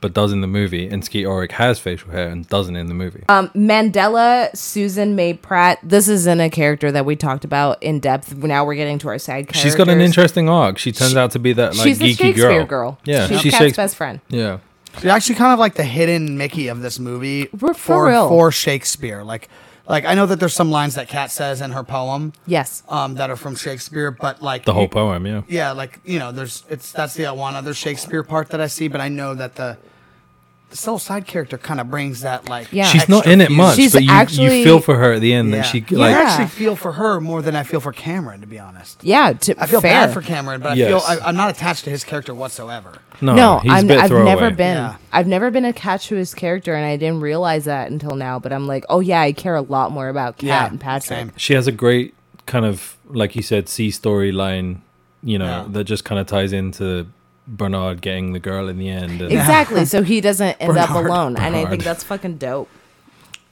Speaker 2: but does in the movie, and Skeet Ulrich has facial hair and doesn't in the movie.
Speaker 3: Um, Mandela, Susan May Pratt. This isn't a character that we talked about in depth. Now we're getting to our side characters.
Speaker 2: She's got an interesting arc. She turns out to be that like
Speaker 3: she's the
Speaker 2: geeky
Speaker 3: Shakespeare girl.
Speaker 2: Yeah,
Speaker 3: she's, Cat's
Speaker 2: Shakespeare-
Speaker 3: best friend.
Speaker 2: Yeah,
Speaker 1: She's actually kind of like the hidden Mickey of this movie
Speaker 3: For- for real.
Speaker 1: for Shakespeare. Like, like I know that there's some lines that Kat says in her poem
Speaker 3: Yes,
Speaker 1: um, that are from Shakespeare, but like
Speaker 2: the whole
Speaker 1: you-
Speaker 2: poem. Yeah,
Speaker 1: yeah, like you know, there's it's that's the one other Shakespeare part that I see, but I know that the the Cell's side character kind of brings that like
Speaker 3: Yeah.
Speaker 2: She's not
Speaker 1: extra
Speaker 2: in it
Speaker 1: fuse.
Speaker 2: much,
Speaker 3: She's
Speaker 2: but you,
Speaker 3: actually-
Speaker 2: you feel for her at the end that she
Speaker 1: you
Speaker 2: like
Speaker 1: actually
Speaker 3: Yeah.
Speaker 1: feel for her more than I feel for Cameron, to be honest.
Speaker 3: Yeah, to,
Speaker 1: I feel
Speaker 3: fair.
Speaker 1: bad for Cameron, but
Speaker 2: Yes.
Speaker 1: I feel I, I'm not attached to his character whatsoever.
Speaker 2: no,
Speaker 3: no,
Speaker 2: Oh, he's
Speaker 3: I'm,
Speaker 2: a bit
Speaker 3: I've
Speaker 2: throwaway.
Speaker 3: never been.
Speaker 1: Yeah.
Speaker 3: I've never been attached to his character, and I didn't realize that until now. But I'm like, oh yeah, I care a lot more about Kat
Speaker 1: Yeah,
Speaker 3: and Patrick.
Speaker 1: same.
Speaker 2: She has a great kind of like you said C storyline, you know,
Speaker 1: Yeah.
Speaker 2: that just kind of ties into Bernard getting the girl in the end. And
Speaker 3: Exactly. So he doesn't end up
Speaker 1: Bernard.
Speaker 3: alone, and I
Speaker 2: Bernard.
Speaker 3: think that's fucking dope.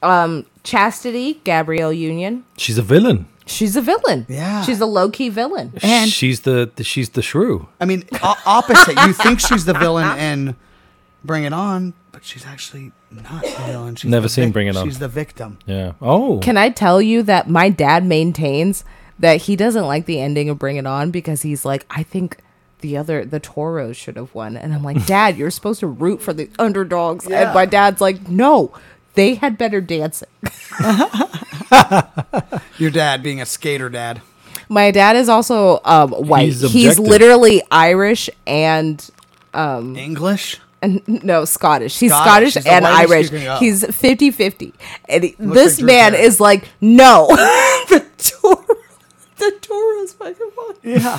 Speaker 3: Um, Chastity Gabrielle Union.
Speaker 2: She's a villain.
Speaker 3: She's a villain.
Speaker 1: Yeah.
Speaker 3: she's a low key villain.
Speaker 1: And-
Speaker 2: she's the, the she's the shrew.
Speaker 1: I mean, o- opposite. you think she's the villain in Bring It On, but she's actually not the villain. She's
Speaker 2: Never
Speaker 1: the
Speaker 2: seen Bring It On.
Speaker 1: She's the victim.
Speaker 2: Yeah. Oh.
Speaker 3: Can I tell you that my dad maintains that he doesn't like the ending of Bring It On because he's like, I think the other the Toros should have won, and I'm like, Dad, you're supposed to root for the underdogs,
Speaker 1: Yeah.
Speaker 3: and my dad's like, No, they had better dancing.
Speaker 1: Your dad being a skater dad.
Speaker 3: My dad is also um, white.
Speaker 2: He's
Speaker 3: He's,
Speaker 2: objective.
Speaker 3: literally Irish and Mm.
Speaker 1: English?
Speaker 3: and no Scottish. He's
Speaker 1: Scottish.
Speaker 3: Scottish,
Speaker 1: He's the
Speaker 3: and
Speaker 1: whitest
Speaker 3: Irish.
Speaker 1: you can go.
Speaker 3: He's 50-50. and he- this
Speaker 1: like Drew
Speaker 3: man
Speaker 1: Carey.
Speaker 3: is like, no, the Toro, the Toro's fucking won.
Speaker 1: Yeah.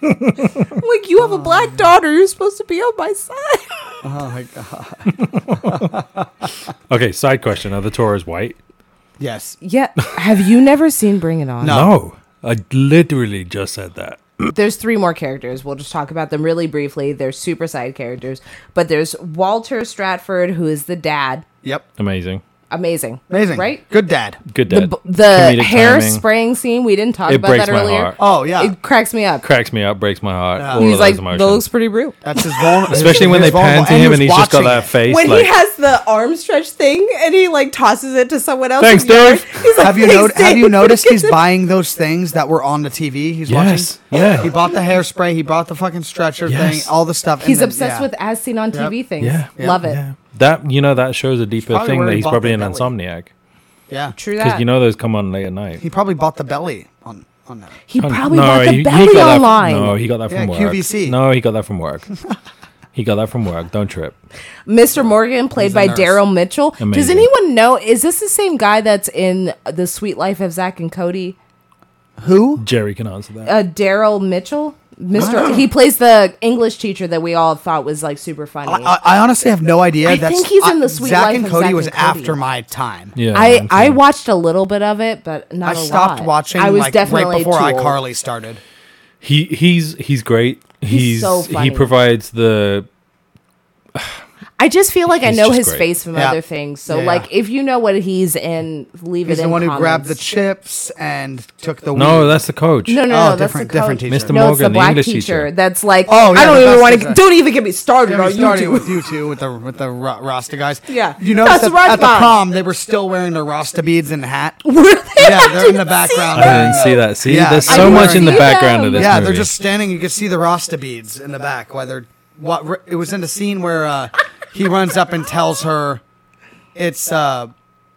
Speaker 3: I'm like, you have a black daughter. You're supposed to be on my side.
Speaker 1: Oh my god.
Speaker 2: Okay, side question. Are the Toros white?
Speaker 1: Yes.
Speaker 3: Yeah. Have you never seen Bring It On?
Speaker 1: No.
Speaker 2: No. I literally just said that.
Speaker 3: There's three more characters. We'll just talk about them really briefly. They're super side characters, but there's Walter Stratford, who is the dad.
Speaker 1: Yep.
Speaker 2: Amazing.
Speaker 3: Amazing.
Speaker 1: Amazing.
Speaker 3: Right.
Speaker 1: Good dad.
Speaker 2: Good
Speaker 3: The,
Speaker 2: dad.
Speaker 3: b- the
Speaker 2: Comedic
Speaker 3: hair
Speaker 2: timing.
Speaker 3: spraying scene. We didn't talk
Speaker 2: It
Speaker 3: about
Speaker 2: breaks
Speaker 3: that
Speaker 2: my
Speaker 3: earlier.
Speaker 2: heart.
Speaker 1: Oh yeah.
Speaker 3: It cracks me up.
Speaker 2: cracks me up, breaks my heart.
Speaker 1: Yeah.
Speaker 2: All
Speaker 3: He's
Speaker 2: of
Speaker 3: like,
Speaker 2: those
Speaker 3: that
Speaker 2: emotions.
Speaker 3: looks pretty real.
Speaker 1: That's his vulnerable.
Speaker 2: Especially when they pan to him and he's just got that face.
Speaker 3: when
Speaker 2: like,
Speaker 3: he has the arm stretch thing and he like tosses it to someone else.
Speaker 2: Thanks,
Speaker 3: in the yard,
Speaker 2: Dave.
Speaker 3: He's like,
Speaker 1: Have you,
Speaker 3: "Thanks,
Speaker 1: no- have you
Speaker 3: Dave."
Speaker 1: noticed he's buying those things that were on the TV? He's
Speaker 2: Yes.
Speaker 1: watching.
Speaker 2: Yeah.
Speaker 1: He bought the hairspray. He bought the fucking stretcher
Speaker 2: Yes.
Speaker 1: thing. All the stuff. and
Speaker 3: He's
Speaker 1: then-
Speaker 3: obsessed
Speaker 1: yeah.
Speaker 3: with as seen on TV things.
Speaker 2: Yeah.
Speaker 1: Yeah.
Speaker 3: Love it.
Speaker 2: yeah. That you know that shows a deeper
Speaker 1: probably
Speaker 2: thing
Speaker 1: where
Speaker 2: that
Speaker 1: he
Speaker 2: he's
Speaker 1: bought
Speaker 2: probably an
Speaker 1: that belly.
Speaker 2: insomniac
Speaker 1: Yeah.
Speaker 3: True
Speaker 2: because
Speaker 3: that.
Speaker 2: you know those come on late at night.
Speaker 1: He probably bought the belly on on that.
Speaker 3: he
Speaker 2: Um,
Speaker 3: probably
Speaker 2: no,
Speaker 3: bought the
Speaker 2: he- he
Speaker 3: belly
Speaker 2: got that from-
Speaker 3: online.
Speaker 2: no, he got that from
Speaker 1: Yeah,
Speaker 2: work.
Speaker 1: QVC.
Speaker 2: No, he got that from work. he got that from work. Don't trip.
Speaker 3: Mr. Morgan, played
Speaker 1: He's a
Speaker 3: by
Speaker 1: nurse.
Speaker 3: Daryl Mitchell. Does
Speaker 2: Amazing.
Speaker 3: anyone know? Is this the same guy that's in The Sweet Life of Zach and Cody?
Speaker 1: Who?
Speaker 2: Jerry can answer that.
Speaker 3: Uh, Daryl Mitchell? Mr. He plays the English teacher that we all thought was like super funny.
Speaker 1: I, I honestly have no idea.
Speaker 3: I
Speaker 1: That's,
Speaker 3: think he's in
Speaker 1: I-
Speaker 3: the Sweet
Speaker 1: Zack
Speaker 3: Life
Speaker 1: and
Speaker 3: of
Speaker 1: Cody
Speaker 3: Zack
Speaker 1: was
Speaker 3: and Cody.
Speaker 1: after my time.
Speaker 2: yeah,
Speaker 3: I,
Speaker 2: I'm
Speaker 3: I
Speaker 2: sure.
Speaker 3: watched a little bit of it, but not
Speaker 1: I
Speaker 3: a lot.
Speaker 1: stopped watching.
Speaker 3: I was
Speaker 1: like,
Speaker 3: definitely
Speaker 1: right before
Speaker 3: too old.
Speaker 1: iCarly started.
Speaker 2: he he's he's great. He's,
Speaker 3: so
Speaker 2: he
Speaker 3: funny.
Speaker 2: provides the
Speaker 3: I just feel like I
Speaker 2: He's
Speaker 3: know
Speaker 2: just
Speaker 3: his
Speaker 2: great.
Speaker 3: face from
Speaker 1: Yeah.
Speaker 3: other things. So
Speaker 1: Yeah,
Speaker 3: like,
Speaker 1: yeah.
Speaker 3: if you know what he's in, leave
Speaker 1: He's
Speaker 3: it.
Speaker 1: the
Speaker 3: in
Speaker 1: one who grabbed the
Speaker 3: comments.
Speaker 1: chips and took the.
Speaker 2: no.
Speaker 1: weed.
Speaker 2: That's the coach.
Speaker 3: No, no,
Speaker 1: Oh,
Speaker 3: no, that's
Speaker 1: different-
Speaker 3: the color-
Speaker 1: different teacher.
Speaker 2: Mr.
Speaker 3: No,
Speaker 2: Morgan,
Speaker 3: it's the
Speaker 2: the
Speaker 3: black
Speaker 2: English
Speaker 3: teacher.
Speaker 2: teacher.
Speaker 3: That's like,
Speaker 1: Oh, yeah,
Speaker 3: I don't
Speaker 1: the
Speaker 3: even
Speaker 1: best
Speaker 3: want
Speaker 1: is
Speaker 3: to.
Speaker 1: that-
Speaker 3: Don't even get me started
Speaker 1: Yeah,
Speaker 3: on
Speaker 1: we started
Speaker 3: YouTube.
Speaker 1: with you two with the with the Ra- Rasta guys.
Speaker 3: Yeah.
Speaker 1: you notice
Speaker 3: That's
Speaker 1: that at, the
Speaker 3: Rasta.
Speaker 1: prom they were still wearing their Rasta beads and hat.
Speaker 3: Were they?
Speaker 1: Yeah, they're
Speaker 3: I
Speaker 1: in the
Speaker 3: didn't
Speaker 1: background.
Speaker 2: I didn't see that. See,
Speaker 1: Yeah,
Speaker 2: there's
Speaker 1: I
Speaker 2: so
Speaker 1: didn't
Speaker 2: much in the
Speaker 3: see
Speaker 2: background of
Speaker 3: them.
Speaker 2: this.
Speaker 1: yeah, they're
Speaker 2: movie.
Speaker 1: just standing. You can see the Rasta beads in the back. Why they're what? It was in the scene where uh, he runs up and tells her, "It's uh,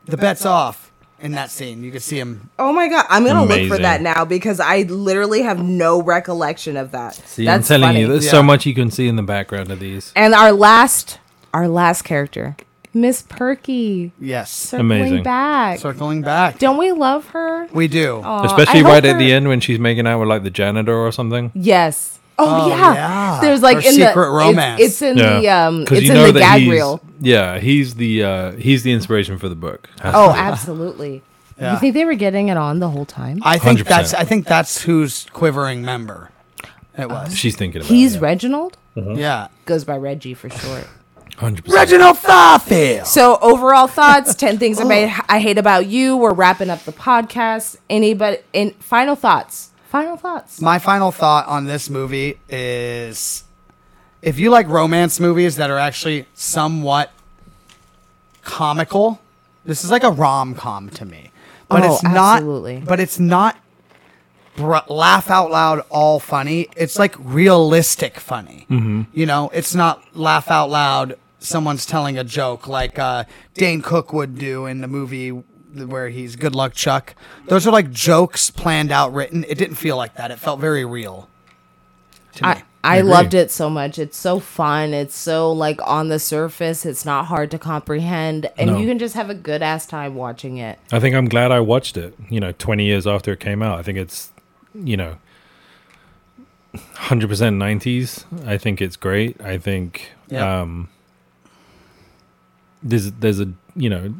Speaker 1: the bet's off." In that scene, you can see him.
Speaker 3: Oh my god, I'm gonna look for
Speaker 2: Amazing.
Speaker 3: that now because I literally have no recollection of that.
Speaker 2: See,
Speaker 3: That's
Speaker 2: I'm telling
Speaker 3: funny.
Speaker 2: you, there's
Speaker 1: Yeah.
Speaker 2: so much you can see in the background of these.
Speaker 3: And our last, our last character, Miss Perky,
Speaker 1: Yes,
Speaker 3: circling
Speaker 2: Amazing.
Speaker 3: back.
Speaker 1: circling back.
Speaker 3: don't we love her?
Speaker 1: we do.
Speaker 3: Aw,
Speaker 2: Especially
Speaker 3: Uh, I hope
Speaker 2: right at
Speaker 3: her-
Speaker 2: the end when she's making out with like the janitor or something.
Speaker 3: Yes. Oh,
Speaker 1: Oh,
Speaker 3: yeah.
Speaker 1: yeah.
Speaker 3: There's like
Speaker 1: Her
Speaker 3: in the
Speaker 1: secret
Speaker 3: it's-
Speaker 1: romance.
Speaker 3: It's, in the um. It's in the
Speaker 2: that
Speaker 3: gag
Speaker 2: he's-
Speaker 3: reel.
Speaker 2: Yeah, he's the uh, he's the inspiration for the book.
Speaker 3: Oh, absolutely.
Speaker 1: Yeah.
Speaker 3: You think they were getting it on the whole time?
Speaker 1: I think
Speaker 2: 100%.
Speaker 1: that's. I think that's who's quivering member. It was.
Speaker 2: she's thinking about.
Speaker 3: He's
Speaker 2: it,
Speaker 3: Reginald.
Speaker 2: Mm-hmm.
Speaker 1: yeah.
Speaker 3: Goes by Reggie for short.
Speaker 2: hundred percent.
Speaker 1: Reginald Farfield.
Speaker 3: So overall thoughts, ten things I, made, I hate about you. We're wrapping up the podcast. Anybody? In final thoughts. Final thoughts.
Speaker 1: My final thought on this movie is if you like romance movies that are actually somewhat comical, this is like a rom com to me. But
Speaker 3: Oh,
Speaker 1: it's not
Speaker 3: absolutely.
Speaker 1: but it's not br- laugh out loud all funny. It's like realistic funny. You know, it's not laugh out loud someone's telling a joke like uh, Dane Cook would do in the movie where he's Good Luck Chuck. Those are like jokes planned out, written. It didn't feel like that. It felt very real to me.
Speaker 3: I, I,
Speaker 2: agree.
Speaker 3: loved it so much. It's so fun. It's so like on the surface. It's not hard to comprehend, and
Speaker 2: No.
Speaker 3: you can just have a good ass time watching it.
Speaker 2: I think I'm glad I watched it, you know, 20 years after it came out. I think it's, you know, 100% 90s. I think it's great. I think
Speaker 1: Yeah.
Speaker 2: um there's there's a, you know,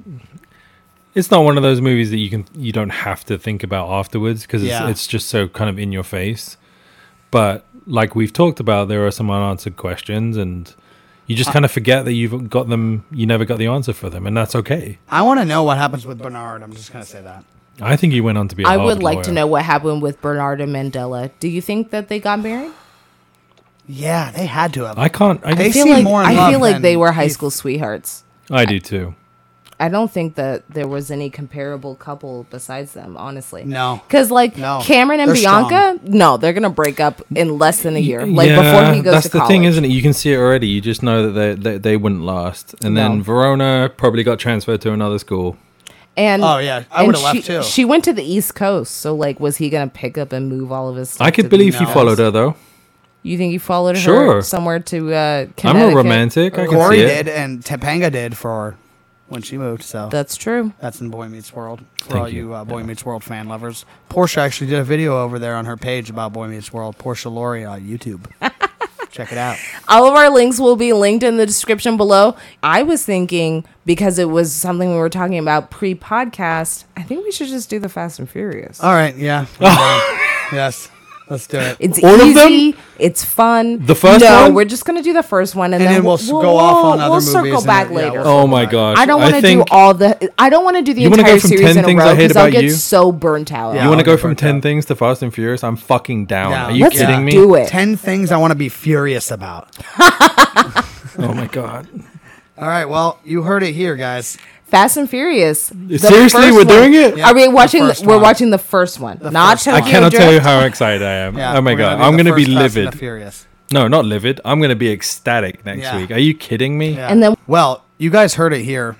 Speaker 2: it's not one of those movies that you can you don't have to think about afterwards because
Speaker 1: Yeah.
Speaker 2: it's, it's just so kind of in your face. But like we've talked about, there are some unanswered questions and you
Speaker 1: Uh,
Speaker 2: just kind of forget that you've got them you never got the answer for them and that's okay.
Speaker 1: I want to know what happens with Bernard. I'm just gonna say that.
Speaker 2: I think he went on to be a
Speaker 3: I
Speaker 1: oh,
Speaker 2: Harvard
Speaker 3: would like to
Speaker 2: lawyer.
Speaker 3: know what happened with Bernard and Mandela. Do you think that they got married?
Speaker 1: Yeah, they had to have.
Speaker 2: I can't. I,
Speaker 1: They
Speaker 3: I feel
Speaker 1: seem
Speaker 3: like
Speaker 1: more in
Speaker 3: I
Speaker 1: love
Speaker 3: feel like
Speaker 1: than
Speaker 3: they were high
Speaker 1: Heath.
Speaker 3: school sweethearts.
Speaker 2: I do too.
Speaker 3: I don't think that there was any comparable couple besides them, honestly.
Speaker 1: No.
Speaker 3: Because, like,
Speaker 1: No.
Speaker 3: Cameron and
Speaker 1: They're
Speaker 3: Bianca, no, they're going to break up in less than a year. Like, before he goes
Speaker 2: that's
Speaker 3: to
Speaker 2: the
Speaker 3: college.
Speaker 2: thing, isn't it? You can see it already. You just know that they they, they wouldn't last. And then
Speaker 3: No.
Speaker 2: Verona probably got transferred to another school.
Speaker 3: And,
Speaker 1: Oh, yeah. I
Speaker 3: and
Speaker 1: would've left,
Speaker 3: she-
Speaker 1: too.
Speaker 3: She went to the East Coast. So, like, was he going to pick up and move all of his stuff?
Speaker 2: I could
Speaker 3: to the
Speaker 2: believe he
Speaker 3: East
Speaker 1: No.
Speaker 2: followed
Speaker 3: Coast?
Speaker 2: her though.
Speaker 3: You think he followed her
Speaker 2: Sure.
Speaker 3: somewhere to uh, Connecticut?
Speaker 2: I'm a romantic, I
Speaker 3: Or-
Speaker 2: can
Speaker 1: Corey
Speaker 2: see it.
Speaker 1: did, and Topanga did for when she moved. So
Speaker 3: That's true.
Speaker 1: that's in Boy Meets World for
Speaker 2: Thank
Speaker 1: all you,
Speaker 2: you.
Speaker 1: uh, Boy Meets World fan lovers. Portia actually did a video over there on her page about Boy Meets World. Portia Lori on YouTube. Check it out.
Speaker 3: All of our links will be linked in the description below. I was thinking because it was something we were talking about pre podcast, I think we should just do the Fast and Furious.
Speaker 1: All right, yeah. I'm done. yes, let's do it.
Speaker 3: It's
Speaker 2: All of them?
Speaker 3: easy. It's fun.
Speaker 2: The first
Speaker 3: no,
Speaker 2: one?
Speaker 3: we're just gonna do the first one, and,
Speaker 1: And then we'll s- go off on other
Speaker 3: We'll
Speaker 1: movies
Speaker 3: circle
Speaker 1: and
Speaker 3: back
Speaker 1: then- yeah,
Speaker 3: later.
Speaker 1: we'll-
Speaker 2: Oh my gosh!
Speaker 3: I don't want to do
Speaker 2: think-
Speaker 3: all the. I don't want to do the
Speaker 2: You wanna
Speaker 3: entire
Speaker 2: go from
Speaker 3: series
Speaker 2: 10
Speaker 3: in a
Speaker 2: things I
Speaker 3: row
Speaker 2: hate
Speaker 3: because I'll
Speaker 2: about
Speaker 3: get
Speaker 2: you?
Speaker 3: so burnt out.
Speaker 1: Yeah.
Speaker 2: You want to
Speaker 1: I'll
Speaker 2: go
Speaker 1: get
Speaker 2: from
Speaker 1: burnt
Speaker 2: ten
Speaker 1: out.
Speaker 2: things to Fast and Furious? I'm fucking down.
Speaker 1: Down.
Speaker 2: Are you
Speaker 3: Let's
Speaker 2: kidding me?
Speaker 3: do it.
Speaker 1: Ten things I want to be furious about.
Speaker 2: Oh my god!
Speaker 1: All right, well, you heard it here, guys.
Speaker 3: Fast and Furious. the
Speaker 2: Seriously,
Speaker 3: first
Speaker 2: we're doing it?
Speaker 1: Yeah,
Speaker 3: Are we
Speaker 1: the
Speaker 3: watching? The
Speaker 1: first
Speaker 3: we're
Speaker 1: one.
Speaker 3: watching the first one, not
Speaker 1: first one.
Speaker 2: I
Speaker 3: Tokyo
Speaker 2: cannot
Speaker 3: Drift.
Speaker 2: tell you how excited I am.
Speaker 1: Yeah,
Speaker 2: oh my
Speaker 1: we're
Speaker 2: god!
Speaker 1: do
Speaker 2: I'm
Speaker 1: the
Speaker 2: gonna be
Speaker 1: first Fast and the
Speaker 2: livid.
Speaker 1: furious.
Speaker 2: No, not livid. I'm gonna be ecstatic next
Speaker 1: Yeah.
Speaker 2: week. Are you kidding me?
Speaker 1: Yeah.
Speaker 3: And then-
Speaker 1: well, you guys heard it here.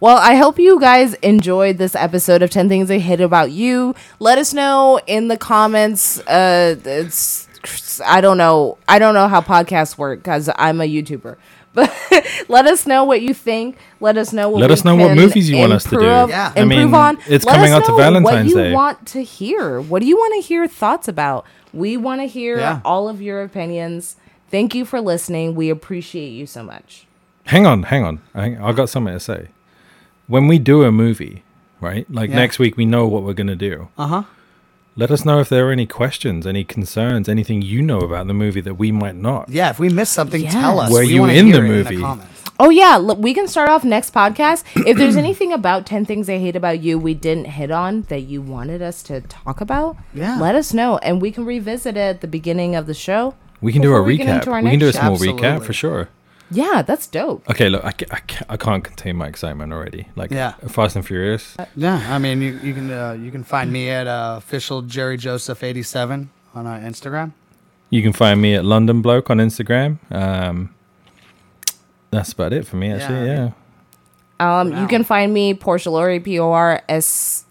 Speaker 3: Well, I hope you guys enjoyed this episode of 10 Things I Hate About You. Let us know in the comments. Uh, it's, I don't know. I don't know how podcasts work because I'm a YouTuber. But let us know what you think. Let us know. What
Speaker 2: Let
Speaker 3: we
Speaker 2: us know what
Speaker 3: can
Speaker 2: movies you want us to do.
Speaker 3: improve-
Speaker 1: Yeah.
Speaker 2: I mean,
Speaker 3: improve on.
Speaker 2: it's
Speaker 3: Let
Speaker 2: coming
Speaker 3: us
Speaker 2: out to
Speaker 3: know
Speaker 2: Valentine's
Speaker 3: What you
Speaker 2: Day.
Speaker 3: want to hear? What do you want to hear thoughts about? We want to hear
Speaker 1: Yeah.
Speaker 3: all of your opinions. Thank you for listening. We appreciate you so much.
Speaker 2: Hang on, hang on. I, I got something to say. When we do a movie, right? Like
Speaker 1: Yeah.
Speaker 2: next week, we know what we're going to do.
Speaker 1: Uh
Speaker 3: Uh-huh.
Speaker 1: huh.
Speaker 2: Let us know if there are any questions, any concerns, anything you know about the movie that we might not.
Speaker 1: Yeah, if we missed something,
Speaker 3: Yeah.
Speaker 1: tell us.
Speaker 2: Were
Speaker 1: We
Speaker 2: you
Speaker 1: wanna
Speaker 2: in the
Speaker 1: hear it
Speaker 2: movie?
Speaker 1: comments.
Speaker 3: Oh yeah, look, we can start off next podcast. If there's anything about 10 things I hate about you we didn't hit on that you wanted us to talk about,
Speaker 1: Yeah.
Speaker 3: let us know and we can revisit it at the beginning of the show.
Speaker 2: We can do a
Speaker 3: before we get
Speaker 2: recap.
Speaker 3: into our
Speaker 2: we can do a
Speaker 3: next
Speaker 2: small
Speaker 1: show.
Speaker 2: recap
Speaker 1: Absolutely.
Speaker 2: for sure.
Speaker 3: Yeah, that's dope.
Speaker 2: Okay, look, I, ca- I, ca- I can't contain my excitement already. Like,
Speaker 1: Yeah.
Speaker 2: Fast and Furious.
Speaker 1: Yeah, I mean, you, you can uh, you can find me at uh, official Jerry Joseph eighty seven on uh, Instagram.
Speaker 2: You can find me at London Bloke on Instagram. Um, that's about it for me, actually.
Speaker 1: Yeah.
Speaker 2: Yeah. Uh,
Speaker 3: Um
Speaker 1: Wow.
Speaker 3: you can find me Portia Lori P O R S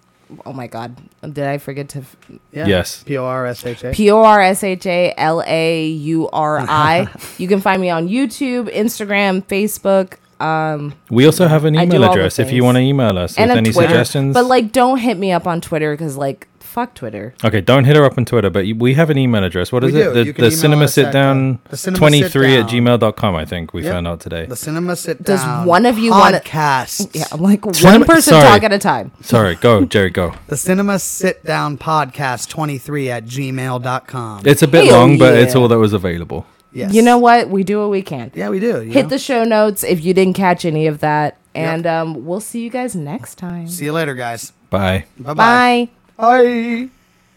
Speaker 3: Oh my god, did I forget to f-
Speaker 1: Yeah.
Speaker 2: Yes.
Speaker 1: P O R S H A.
Speaker 3: P O R S H A L A U R I. You can find me on YouTube, Instagram, Facebook, um
Speaker 2: We also have an
Speaker 3: I do
Speaker 2: email
Speaker 3: all the
Speaker 2: address if you
Speaker 3: things.
Speaker 2: want to email us
Speaker 3: and
Speaker 2: with
Speaker 3: on
Speaker 2: any
Speaker 3: Twitter.
Speaker 2: suggestions.
Speaker 3: But like don't hit me up on Twitter cuz like fuck Twitter.
Speaker 2: Okay, don't hit her up on Twitter, but you- we have an email address. What
Speaker 1: We
Speaker 2: is it?
Speaker 1: do.
Speaker 2: The,
Speaker 1: You can
Speaker 2: the
Speaker 1: email
Speaker 2: cinema
Speaker 1: us
Speaker 2: sit
Speaker 1: at,
Speaker 2: down
Speaker 1: uh, the cinema
Speaker 2: 23 at
Speaker 1: sit down.
Speaker 2: gmail.com, I think we
Speaker 1: Yep.
Speaker 2: found out today.
Speaker 1: The cinema sit
Speaker 3: Does
Speaker 1: down.
Speaker 3: one of you wanna-
Speaker 1: podcast?
Speaker 3: Yeah, I'm like one
Speaker 2: Cinema-
Speaker 3: person
Speaker 2: sorry.
Speaker 3: talk at a time.
Speaker 2: Sorry, go, Jerry, go.
Speaker 1: The cinema sit down podcast twenty three at gmail.com.
Speaker 2: It's a bit
Speaker 3: Hell
Speaker 2: long, but it's
Speaker 3: yeah.
Speaker 2: all that was available.
Speaker 1: yes.
Speaker 3: You know what? We do what we can.
Speaker 1: Yeah, we do. you
Speaker 3: Hit
Speaker 1: know?
Speaker 3: the show notes if you didn't catch any of that. And um, we'll see you guys next time.
Speaker 1: See you later, guys.
Speaker 2: Bye.
Speaker 1: Bye-bye.
Speaker 3: Bye.
Speaker 1: Bye.